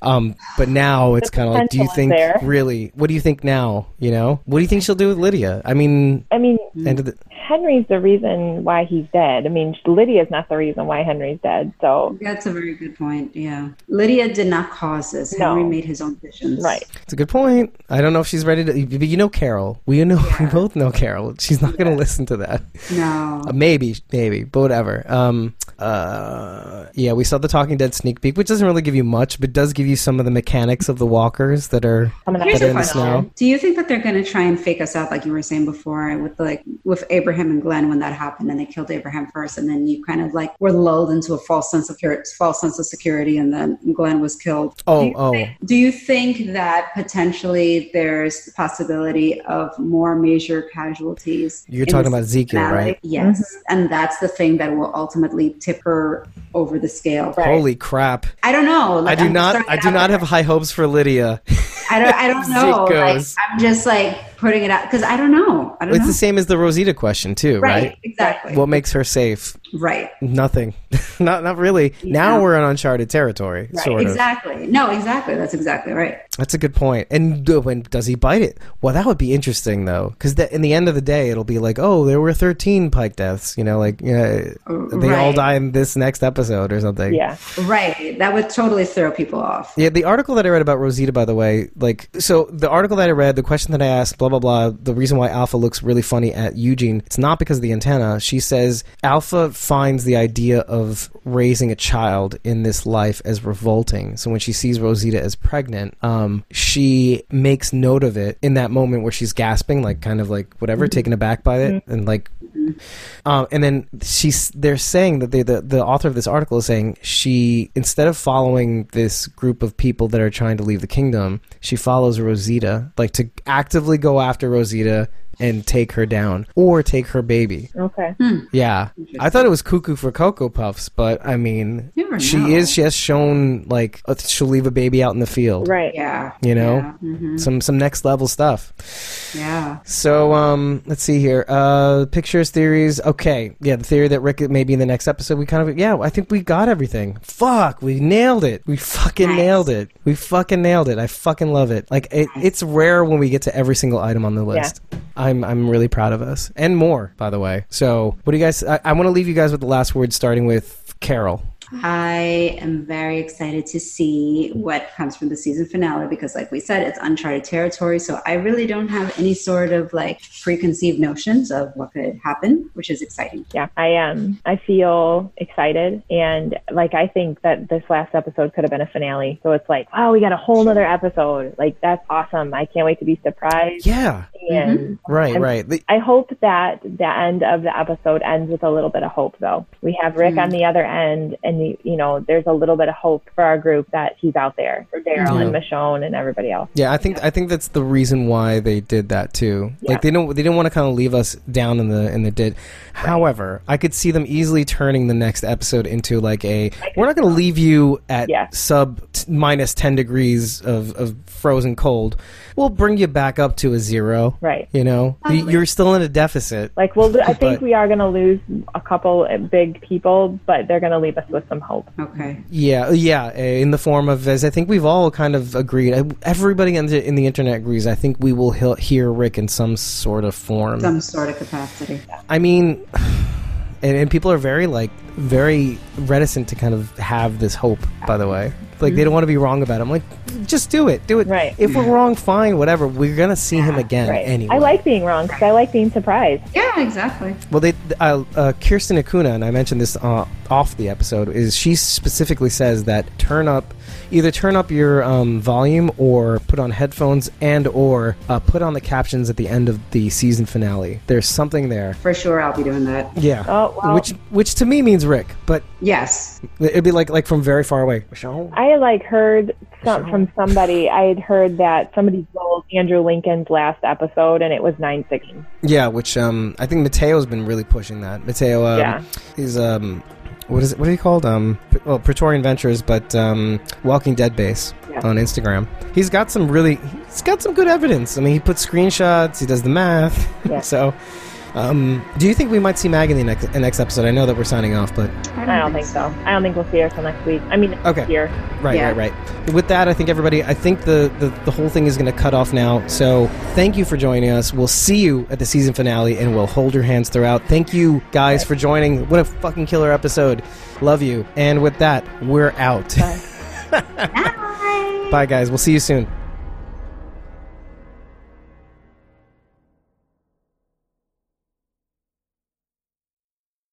um but now it's kind of like do you potential is think there. really what do you think now, you know? What do you think she'll do with Lydia? I mean, I mean, end of the Henry's the reason why he's dead. I mean, Lydia's not the reason why Henry's dead. So That's a very good point. Yeah, Lydia did not cause this. No. Henry made his own decisions. right, It's a good point. I don't know if she's ready to but you know Carol. We know we both know Carol. She's not going to listen to that. No. Uh, maybe, maybe, but whatever. Um, uh, yeah, we saw the Talking Dead sneak peek, which doesn't really give you much, but does give you some of the mechanics of the walkers that are. coming up with Here's Better a in the snow. question. Do you think that they're going to try and fake us out, like you were saying before, with like with Abraham and Glenn when that happened, and they killed Abraham first, and then you kind of like were lulled into a false sense of cur- false sense of security, and then Glenn was killed. Oh, oh, Do you think that potentially there's the possibility of more major casualties? You're in talking this about Ezekiel, finale? right? Yes, and that's the thing that will ultimately tip her over the scale. holy crap! I don't know. I Like, do I'm not, throwing I it do out not there. have high hopes for Lydia. I don't. I don't know. Like, Zickos. I'm just like putting it out because I don't know. I don't It's know. the same as the Rosita question too, right. right? Exactly. What makes her safe? right. Nothing. not, not really. Now Yeah. we're in uncharted territory, sort of. Exactly. No. Exactly. That's exactly right. That's a good point. And do- when does he bite it? Well, that would be interesting though, because in the end of the day, it'll be like, oh, there were thirteen pike deaths. You know, like you know, they all right. die in this next episode or something. Yeah. Right. That would totally throw people off. Yeah, the article that I read about Rosita, by the way, like, so the article that I read, the question that I asked, blah, blah, blah, the reason why Alpha looks really funny at Eugene, it's not because of the antenna. She says Alpha finds the idea of raising a child in this life as revolting. So when she sees Rosita as pregnant, um, she makes note of it in that moment where she's gasping, like, kind of like whatever, taken aback by it, and like um, and then she's they're saying that they, the the author of this article is saying she instead of following this group of people that are trying to leave the kingdom, she follows Rosita, like to actively go after Rosita and take her down or take her baby. Okay. Hmm. Yeah, I thought it was cuckoo for cocoa puffs, but I mean, You never she know. is she has shown like uh, she'll leave a baby out in the field. Right. Yeah. You know, Yeah. Mhm. some some next level stuff. yeah. So um, let's see here. Uh, pictures, theories. Okay, yeah, the theory that Rick maybe in the next episode we kind of yeah. I think we got everything. Fuck, we nailed it. We fucking Nice. nailed it. We fucking nailed it. I fucking love it. Like it, it's rare when we get to every single item on the list. I'm I'm really proud of us and more by the way. So what do you guys? I, I want to leave you guys with the last word, starting with Carol. I am very excited to see what comes from the season finale because, like we said, it's uncharted territory. So I really don't have any sort of like preconceived notions of what could happen, which is exciting. Yeah. I Um, I feel excited, and like I think that this last episode could have been a finale. So it's like, wow, we got a whole nother episode. Like that's awesome. I can't wait to be surprised. Yeah, And right, And- right. The- I hope that the end of the episode ends with a little bit of hope, though. We have Rick on the other end, and the, you know, there's a little bit of hope for our group that he's out there for Daryl and Michonne and everybody else. Yeah, I think I think that's the reason why they did that too. Like they don't they didn't want to kind of leave us down in the in the ditch. However, I could see them easily turning the next episode into like a we're not going to leave you at Yeah. sub t- minus 10 degrees of, of frozen cold. We'll bring you back up to a zero. Right. You know, Y- you're still in a deficit. Like, well, I think But- we are going to lose a couple big people, but they're going to leave us with some hope. Okay. Yeah, yeah, eh, in the form of as I think we've all kind of agreed. eh, Everybody in the, in the internet agrees. I think we will he- hear Rick in some sort of form. Some sort of capacity. I mean, and, and people are very like very reticent to kind of have this hope. By the way, like they don't want to be wrong about it. I'm like, just do it, do it. Mm-hmm. Right. If we're wrong, fine, whatever. We're gonna see him again Right. anyway. I like being wrong because I like being surprised. Yeah, exactly. Well, they uh, uh, Kirsten Acuna, and I mentioned this uh, off the episode, is she specifically says that turn up, either turn up your um, volume or put on headphones and or uh, put on the captions at the end of the season finale. There's something there. For sure, I'll be doing that. Yeah. Oh, well. Which which to me means Rick, but Yes. It'd be like like from very far away. Michelle? I had, like heard some, from somebody. I had heard that somebody told Andrew Lincoln's last episode, and it was nine sixteen. Yeah, which um I think Mateo's been really pushing that. Mateo um, Yeah. is um what is it what are you called? Um P- well Praetorian Ventures, but um Walking Dead Base on Instagram. He's got some really he's got some good evidence. I mean he puts screenshots, he does the math. Yeah. so um, do you think we might see Mag in the next, in next episode? I know that we're signing off, but I don't think so. I don't think we'll see her till next week. I mean, next Okay. year. Right, Yeah. right, right. With that, I think everybody, I think the, the, the whole thing is going to cut off now. So thank you for joining us. We'll see you at the season finale and we'll hold your hands throughout. Thank you guys for joining. What a fucking killer episode. Love you. And with that, we're out. Bye, guys. We'll see you soon.